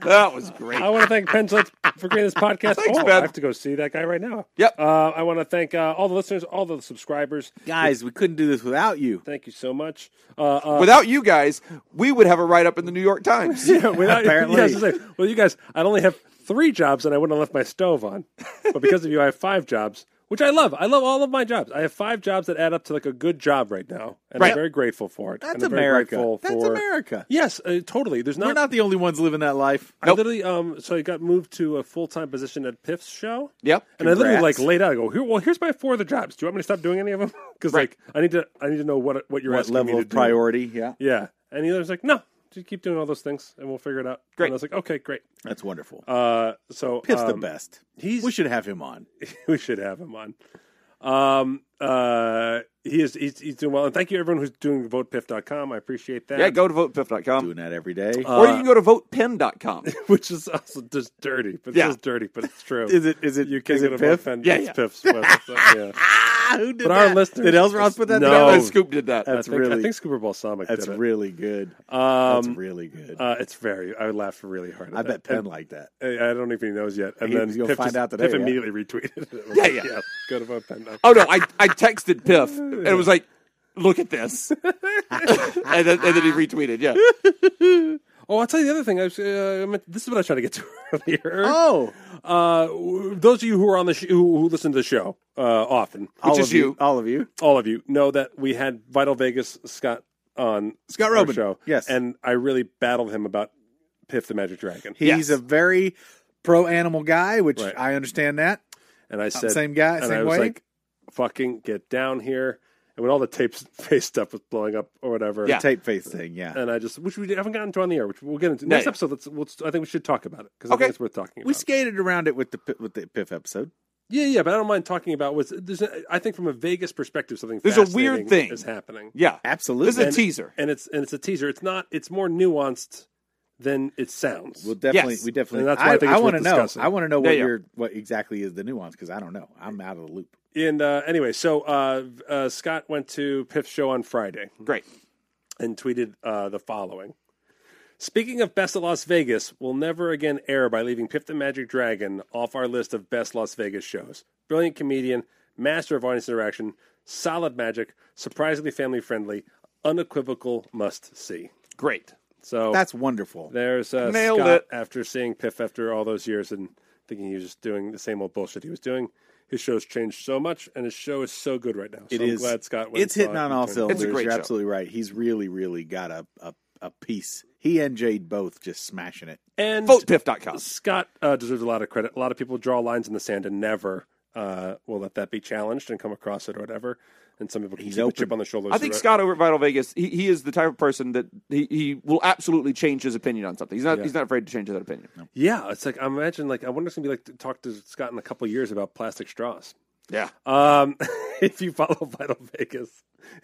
[SPEAKER 2] That was great.
[SPEAKER 4] I want to thank Pencils for creating this podcast.
[SPEAKER 2] Thanks,
[SPEAKER 4] oh,
[SPEAKER 2] Ben.
[SPEAKER 4] I have to go see that guy right now.
[SPEAKER 2] Yep.
[SPEAKER 4] Uh, I want to thank uh, all the listeners, all the subscribers.
[SPEAKER 3] Guys, we couldn't do this without you.
[SPEAKER 4] Thank you so much. Uh, uh,
[SPEAKER 2] Without you guys, we would have a write up in the New York Times.
[SPEAKER 4] without-
[SPEAKER 3] Apparently.
[SPEAKER 4] Yeah, I was gonna say, well, you guys, I only have three jobs, and I wouldn't have left my stove on. But because of you, I have five jobs, which I love. I love all of my jobs. I have five jobs that add up to like a good job right now, and
[SPEAKER 2] Right.
[SPEAKER 4] I'm very grateful for it.
[SPEAKER 3] That's
[SPEAKER 4] And I'm very
[SPEAKER 3] America.
[SPEAKER 4] grateful
[SPEAKER 3] That's
[SPEAKER 4] for-
[SPEAKER 3] America.
[SPEAKER 4] Yes, uh, totally. There's
[SPEAKER 3] We're not the only ones living that life.
[SPEAKER 4] I literally um so I got moved to a full time position at Piff's show.
[SPEAKER 2] Yep.
[SPEAKER 4] And I literally
[SPEAKER 3] Congrats.
[SPEAKER 4] like laid out. I go here. Well, here's my four other jobs. Do you want me to stop doing any of them? Because
[SPEAKER 2] Right.
[SPEAKER 4] like I need to I need to know what what you're
[SPEAKER 3] What
[SPEAKER 4] asking
[SPEAKER 3] level
[SPEAKER 4] me
[SPEAKER 3] of
[SPEAKER 4] to do.
[SPEAKER 3] priority? Yeah,
[SPEAKER 4] Yeah. And he was like, no, just keep doing all those things, and we'll figure it out.
[SPEAKER 2] Great.
[SPEAKER 4] And I was like, okay, great.
[SPEAKER 3] that's wonderful.
[SPEAKER 4] Uh, so
[SPEAKER 3] Piff's the
[SPEAKER 4] um,
[SPEAKER 3] best.
[SPEAKER 4] He's
[SPEAKER 3] We should have him on.
[SPEAKER 4] we should have him on. Um, uh, he is he's, he's doing well, and thank you everyone who's doing votepiff.com. I appreciate that.
[SPEAKER 2] yeah, go to votepiff.com.
[SPEAKER 3] Doing that every day.
[SPEAKER 4] Uh,
[SPEAKER 2] or you can go to votepen.com.
[SPEAKER 4] Which is also just dirty, but it's
[SPEAKER 2] Yeah.
[SPEAKER 4] just dirty, but it's true.
[SPEAKER 3] is it? Is it? You
[SPEAKER 4] Can't
[SPEAKER 3] is
[SPEAKER 4] get
[SPEAKER 3] it
[SPEAKER 4] a vote
[SPEAKER 3] Piff?
[SPEAKER 4] pen.
[SPEAKER 2] Yeah,
[SPEAKER 4] It's
[SPEAKER 2] yeah.
[SPEAKER 4] Piff's website, yeah.
[SPEAKER 3] Who did
[SPEAKER 4] But
[SPEAKER 3] that?
[SPEAKER 4] our listeners-
[SPEAKER 3] did Els Ross put that
[SPEAKER 4] No.
[SPEAKER 3] together?
[SPEAKER 2] And Scoop did that.
[SPEAKER 4] I
[SPEAKER 3] Oh. That's
[SPEAKER 4] think,
[SPEAKER 3] really-
[SPEAKER 4] I think Scooper Balsamic.
[SPEAKER 3] That's
[SPEAKER 4] did it.
[SPEAKER 3] really good.
[SPEAKER 4] Um,
[SPEAKER 3] That's really good.
[SPEAKER 4] uh, it's very. I laughed really hard. At
[SPEAKER 3] I
[SPEAKER 4] that.
[SPEAKER 3] bet Penn
[SPEAKER 4] And-
[SPEAKER 3] liked that.
[SPEAKER 4] I I don't even know if he knows yet. And
[SPEAKER 3] He
[SPEAKER 4] then
[SPEAKER 3] was gonna
[SPEAKER 4] Piff
[SPEAKER 3] find
[SPEAKER 4] just-
[SPEAKER 3] out today,
[SPEAKER 4] Piff
[SPEAKER 3] yeah.
[SPEAKER 4] immediately retweeted it. It was
[SPEAKER 2] Yeah,
[SPEAKER 4] like,
[SPEAKER 2] yeah.
[SPEAKER 4] Go to vote Penn. now.
[SPEAKER 2] Oh no, I, I texted Piff and it was like, look at this. and, then, and then he retweeted, yeah.
[SPEAKER 4] Oh, I'll tell you the other thing. I was, uh, I meant- this is what I was trying to get to earlier.
[SPEAKER 3] Oh,
[SPEAKER 4] Uh, w- those of you who are on the sh- who, who listen to the show uh, often,
[SPEAKER 3] all
[SPEAKER 2] is
[SPEAKER 3] of you.
[SPEAKER 2] you. Uh,
[SPEAKER 3] all of you.
[SPEAKER 4] all of you know that we had Vital Vegas Scott on
[SPEAKER 3] Scott
[SPEAKER 4] our
[SPEAKER 3] Robin,
[SPEAKER 4] show.
[SPEAKER 3] yes.
[SPEAKER 4] and I really battled him about Piff the Magic Dragon.
[SPEAKER 3] He's
[SPEAKER 2] Yes.
[SPEAKER 3] a very pro animal guy, which
[SPEAKER 4] Right.
[SPEAKER 3] I understand that.
[SPEAKER 4] and I said,
[SPEAKER 3] uh, same guy,
[SPEAKER 4] and
[SPEAKER 3] same
[SPEAKER 4] I was
[SPEAKER 3] way?
[SPEAKER 4] like, "Fucking get down here!" And when all the tapes face stuff was blowing up or whatever,
[SPEAKER 2] Yeah.
[SPEAKER 3] Tape face thing, yeah.
[SPEAKER 4] and I just which we haven't gotten to on the air, which we'll get into
[SPEAKER 2] No,
[SPEAKER 4] next
[SPEAKER 2] yeah.
[SPEAKER 4] episode. Let's, let's I think we should talk about it because I
[SPEAKER 2] Okay.
[SPEAKER 4] think it's worth talking about.
[SPEAKER 3] We skated around it with the pi- with the Piff episode.
[SPEAKER 4] yeah, yeah, but I don't mind talking about what's. There's a, I think from a Vegas perspective, something
[SPEAKER 2] There's a weird
[SPEAKER 4] fascinating
[SPEAKER 2] thing.
[SPEAKER 4] is happening,
[SPEAKER 2] Yeah.
[SPEAKER 3] Absolutely,
[SPEAKER 2] This is a
[SPEAKER 4] And-
[SPEAKER 2] teaser.
[SPEAKER 4] and it's and it's a teaser. It's not. It's more nuanced than it sounds.
[SPEAKER 3] We'll definitely,
[SPEAKER 2] Yes.
[SPEAKER 3] we definitely.
[SPEAKER 4] And that's why I think it's
[SPEAKER 3] wanna
[SPEAKER 4] worth
[SPEAKER 3] know.
[SPEAKER 4] discussing.
[SPEAKER 3] I want to know
[SPEAKER 2] Yeah,
[SPEAKER 3] what
[SPEAKER 2] yeah.
[SPEAKER 3] your what exactly is the nuance because I don't know. I'm out of the loop.
[SPEAKER 4] and uh, anyway, so uh, uh, Scott went to Piff's show on Friday.
[SPEAKER 2] Great.
[SPEAKER 4] and tweeted uh, the following. Speaking of Best of Las Vegas, we'll never again err by leaving Piff the Magic Dragon off our list of best Las Vegas shows. Brilliant comedian, master of audience interaction, solid magic, surprisingly family friendly, unequivocal must see.
[SPEAKER 2] Great.
[SPEAKER 4] So
[SPEAKER 3] That's wonderful.
[SPEAKER 4] there's uh,
[SPEAKER 2] Nailed
[SPEAKER 4] Scott
[SPEAKER 2] it.
[SPEAKER 4] after seeing Piff after all those years and thinking he was just doing the same old bullshit he was doing. His show's changed so much, and his show is so good right now. So
[SPEAKER 3] It
[SPEAKER 4] I'm
[SPEAKER 3] is-
[SPEAKER 4] glad Scott. went
[SPEAKER 3] it's
[SPEAKER 4] and saw
[SPEAKER 3] hitting
[SPEAKER 4] it
[SPEAKER 3] on
[SPEAKER 4] and
[SPEAKER 3] all
[SPEAKER 4] turned it
[SPEAKER 3] cylinders.
[SPEAKER 2] It's a great
[SPEAKER 3] You're
[SPEAKER 2] show.
[SPEAKER 3] absolutely right. He's really, really got a, a a piece. He and Jade both just smashing it.
[SPEAKER 4] And
[SPEAKER 2] VotePiff.com.
[SPEAKER 4] Scott uh, deserves a lot of credit. A lot of people draw lines in the sand and never uh, will let that be challenged and come across it or whatever. And some people can
[SPEAKER 3] He's
[SPEAKER 4] keep a
[SPEAKER 3] open.
[SPEAKER 4] chip on the shoulder.
[SPEAKER 2] I think Scott over at Vital Vegas, he, he is the type of person that he, he will absolutely change his opinion on something. He's not he's not afraid to change that opinion.
[SPEAKER 4] Yeah, it's like I imagine. Like I wonder if it's gonna be like to talk to Scott in a couple years about plastic straws.
[SPEAKER 2] Yeah.
[SPEAKER 4] Um, if you follow Vital Vegas,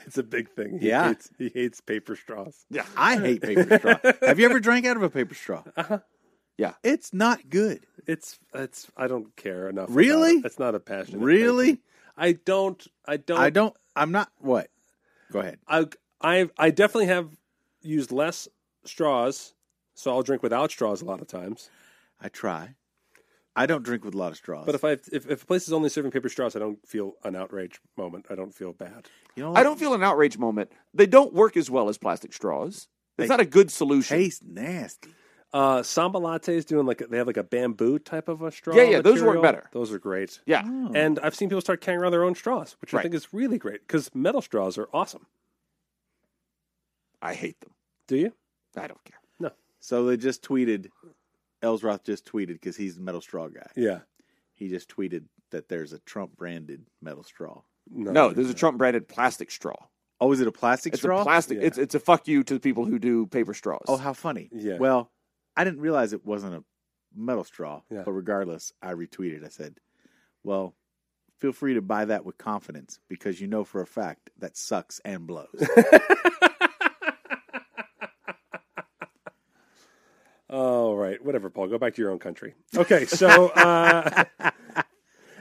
[SPEAKER 4] it's a big thing. He
[SPEAKER 3] Yeah.
[SPEAKER 4] hates, he hates paper straws.
[SPEAKER 2] Yeah.
[SPEAKER 3] I hate paper straw. Have you ever drank out of a paper straw?
[SPEAKER 4] Uh-huh.
[SPEAKER 2] Yeah.
[SPEAKER 3] It's not good.
[SPEAKER 4] It's it's I don't care enough. about
[SPEAKER 3] Really?
[SPEAKER 4] it. it's not a passion.
[SPEAKER 3] Really?
[SPEAKER 4] I don't. I don't.
[SPEAKER 3] I don't. I'm not. What? Go ahead.
[SPEAKER 4] I I I definitely have used less straws, so I'll drink without straws a lot of times.
[SPEAKER 3] I try. I don't drink with a lot of straws.
[SPEAKER 4] But if I if, if a place is only serving paper straws, I don't feel an outrage moment. I don't feel bad.
[SPEAKER 3] you know,
[SPEAKER 2] I don't feel an outrage moment. They don't work as well as plastic straws. It's not a good solution.
[SPEAKER 3] taste nasty.
[SPEAKER 4] Uh, Samba lattes doing like a, they have like a bamboo type of a straw.
[SPEAKER 2] Yeah, yeah, those work
[SPEAKER 4] material.
[SPEAKER 2] better.
[SPEAKER 4] Those are great.
[SPEAKER 2] Yeah.
[SPEAKER 4] And I've seen people start carrying around their own straws, which I
[SPEAKER 2] Right.
[SPEAKER 4] think is really great because metal straws are awesome.
[SPEAKER 2] I hate them.
[SPEAKER 4] Do you?
[SPEAKER 2] I don't care.
[SPEAKER 3] So they just tweeted. Ellsworth just tweeted because he's the metal straw guy.
[SPEAKER 4] Yeah.
[SPEAKER 3] He just tweeted that there's a Trump branded metal straw.
[SPEAKER 2] No, there's a Trump branded plastic straw.
[SPEAKER 3] Oh, is it a plastic
[SPEAKER 2] It's
[SPEAKER 3] straw?
[SPEAKER 2] a plastic.
[SPEAKER 4] Yeah.
[SPEAKER 2] It's it's a fuck you to the people who do paper straws.
[SPEAKER 3] Oh, how funny.
[SPEAKER 4] Yeah.
[SPEAKER 3] Well, I didn't realize it wasn't a metal straw,
[SPEAKER 4] Yeah.
[SPEAKER 3] but regardless, I retweeted. I said, well, feel free to buy that with confidence because you know for a fact that sucks and blows.
[SPEAKER 4] All right, whatever, Paul. Go back to your own country. Okay, so uh,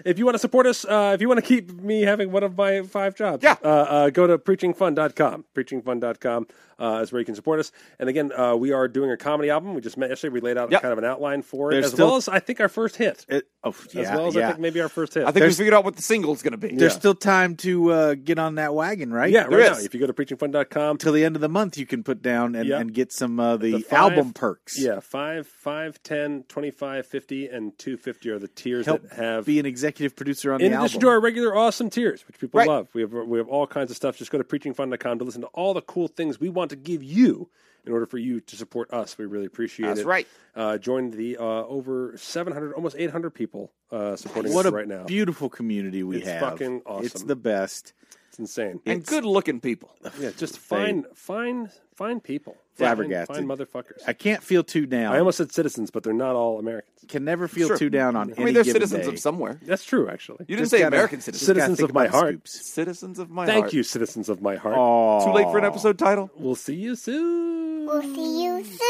[SPEAKER 4] if you want to support us, uh, if you want to keep me having one of my five jobs,
[SPEAKER 2] Yeah.
[SPEAKER 4] uh, uh, go to preachingfun.com. Preachingfun.com uh, is where you can support us. And again, uh, we are doing a comedy album. We just met yesterday. We laid out
[SPEAKER 2] Yep.
[SPEAKER 4] kind of an outline for it,
[SPEAKER 3] There's
[SPEAKER 4] as
[SPEAKER 3] still-
[SPEAKER 4] well as I think our first hit,
[SPEAKER 3] It- oh, yeah,
[SPEAKER 4] as well as I
[SPEAKER 3] yeah.
[SPEAKER 4] think maybe our first hit.
[SPEAKER 2] I think we figured out what the single's going to be.
[SPEAKER 3] There's still time to uh, get on that wagon, right?
[SPEAKER 4] yeah, right
[SPEAKER 2] there
[SPEAKER 4] now,
[SPEAKER 2] is.
[SPEAKER 4] if you go to preachingfun.com,
[SPEAKER 3] Till the end of the month, you can put down and,
[SPEAKER 4] Yeah.
[SPEAKER 3] and get some uh, the,
[SPEAKER 4] The five-
[SPEAKER 3] album perks.
[SPEAKER 4] yeah, 5, 5, 10, 25, 50, and 250 are the tiers
[SPEAKER 3] Help
[SPEAKER 4] that have
[SPEAKER 3] be an executive producer on
[SPEAKER 4] In
[SPEAKER 3] the
[SPEAKER 4] addition
[SPEAKER 3] album.
[SPEAKER 4] to our regular awesome tiers, which people
[SPEAKER 2] Right.
[SPEAKER 4] love, we have we have all kinds of stuff. Just go to preachingfun.com to listen to all the cool things we want to give you in order for you to support us. We really appreciate
[SPEAKER 2] That's
[SPEAKER 4] it.
[SPEAKER 2] right.
[SPEAKER 4] Uh, join the uh, over 700, almost 800 people uh, supporting
[SPEAKER 3] what
[SPEAKER 4] us
[SPEAKER 3] a
[SPEAKER 4] right now.
[SPEAKER 3] beautiful community we
[SPEAKER 4] It's
[SPEAKER 3] have.
[SPEAKER 4] fucking
[SPEAKER 3] It's
[SPEAKER 4] awesome.
[SPEAKER 3] the best.
[SPEAKER 4] It's insane.
[SPEAKER 2] and good looking people.
[SPEAKER 4] yeah, just fine, fine, fine people.
[SPEAKER 3] Flabbergasted.
[SPEAKER 4] Fine, fine motherfuckers.
[SPEAKER 3] I can't feel too down.
[SPEAKER 4] I almost said citizens, but they're not all Americans.
[SPEAKER 3] can never feel
[SPEAKER 2] Sure.
[SPEAKER 3] too down on
[SPEAKER 2] I
[SPEAKER 3] any
[SPEAKER 2] mean, they're
[SPEAKER 3] given
[SPEAKER 2] citizens
[SPEAKER 3] day.
[SPEAKER 2] of somewhere.
[SPEAKER 4] That's true, actually.
[SPEAKER 2] You didn't
[SPEAKER 3] Just
[SPEAKER 2] say
[SPEAKER 3] gotta-
[SPEAKER 2] American
[SPEAKER 3] just
[SPEAKER 2] citizens.
[SPEAKER 4] Citizens
[SPEAKER 3] gotta think
[SPEAKER 4] of my
[SPEAKER 3] about the
[SPEAKER 4] heart.
[SPEAKER 3] scoops.
[SPEAKER 2] Citizens of my
[SPEAKER 4] Thank
[SPEAKER 2] heart.
[SPEAKER 4] you, citizens of my heart.
[SPEAKER 3] Aw.
[SPEAKER 2] Too late for an episode title.
[SPEAKER 4] We'll see you soon.
[SPEAKER 7] We'll see you soon.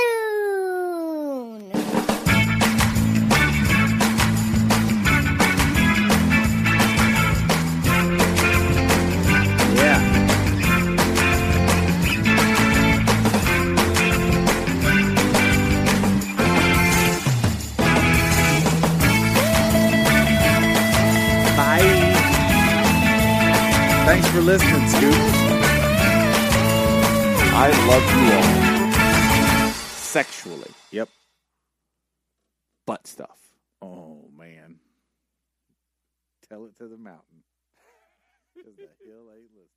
[SPEAKER 3] Thanks for listening, Scoop.
[SPEAKER 2] I love you all sexually,
[SPEAKER 3] Yep.
[SPEAKER 2] butt stuff.
[SPEAKER 3] Oh man. Tell it to the mountain. 'Cause the hill ain't listening.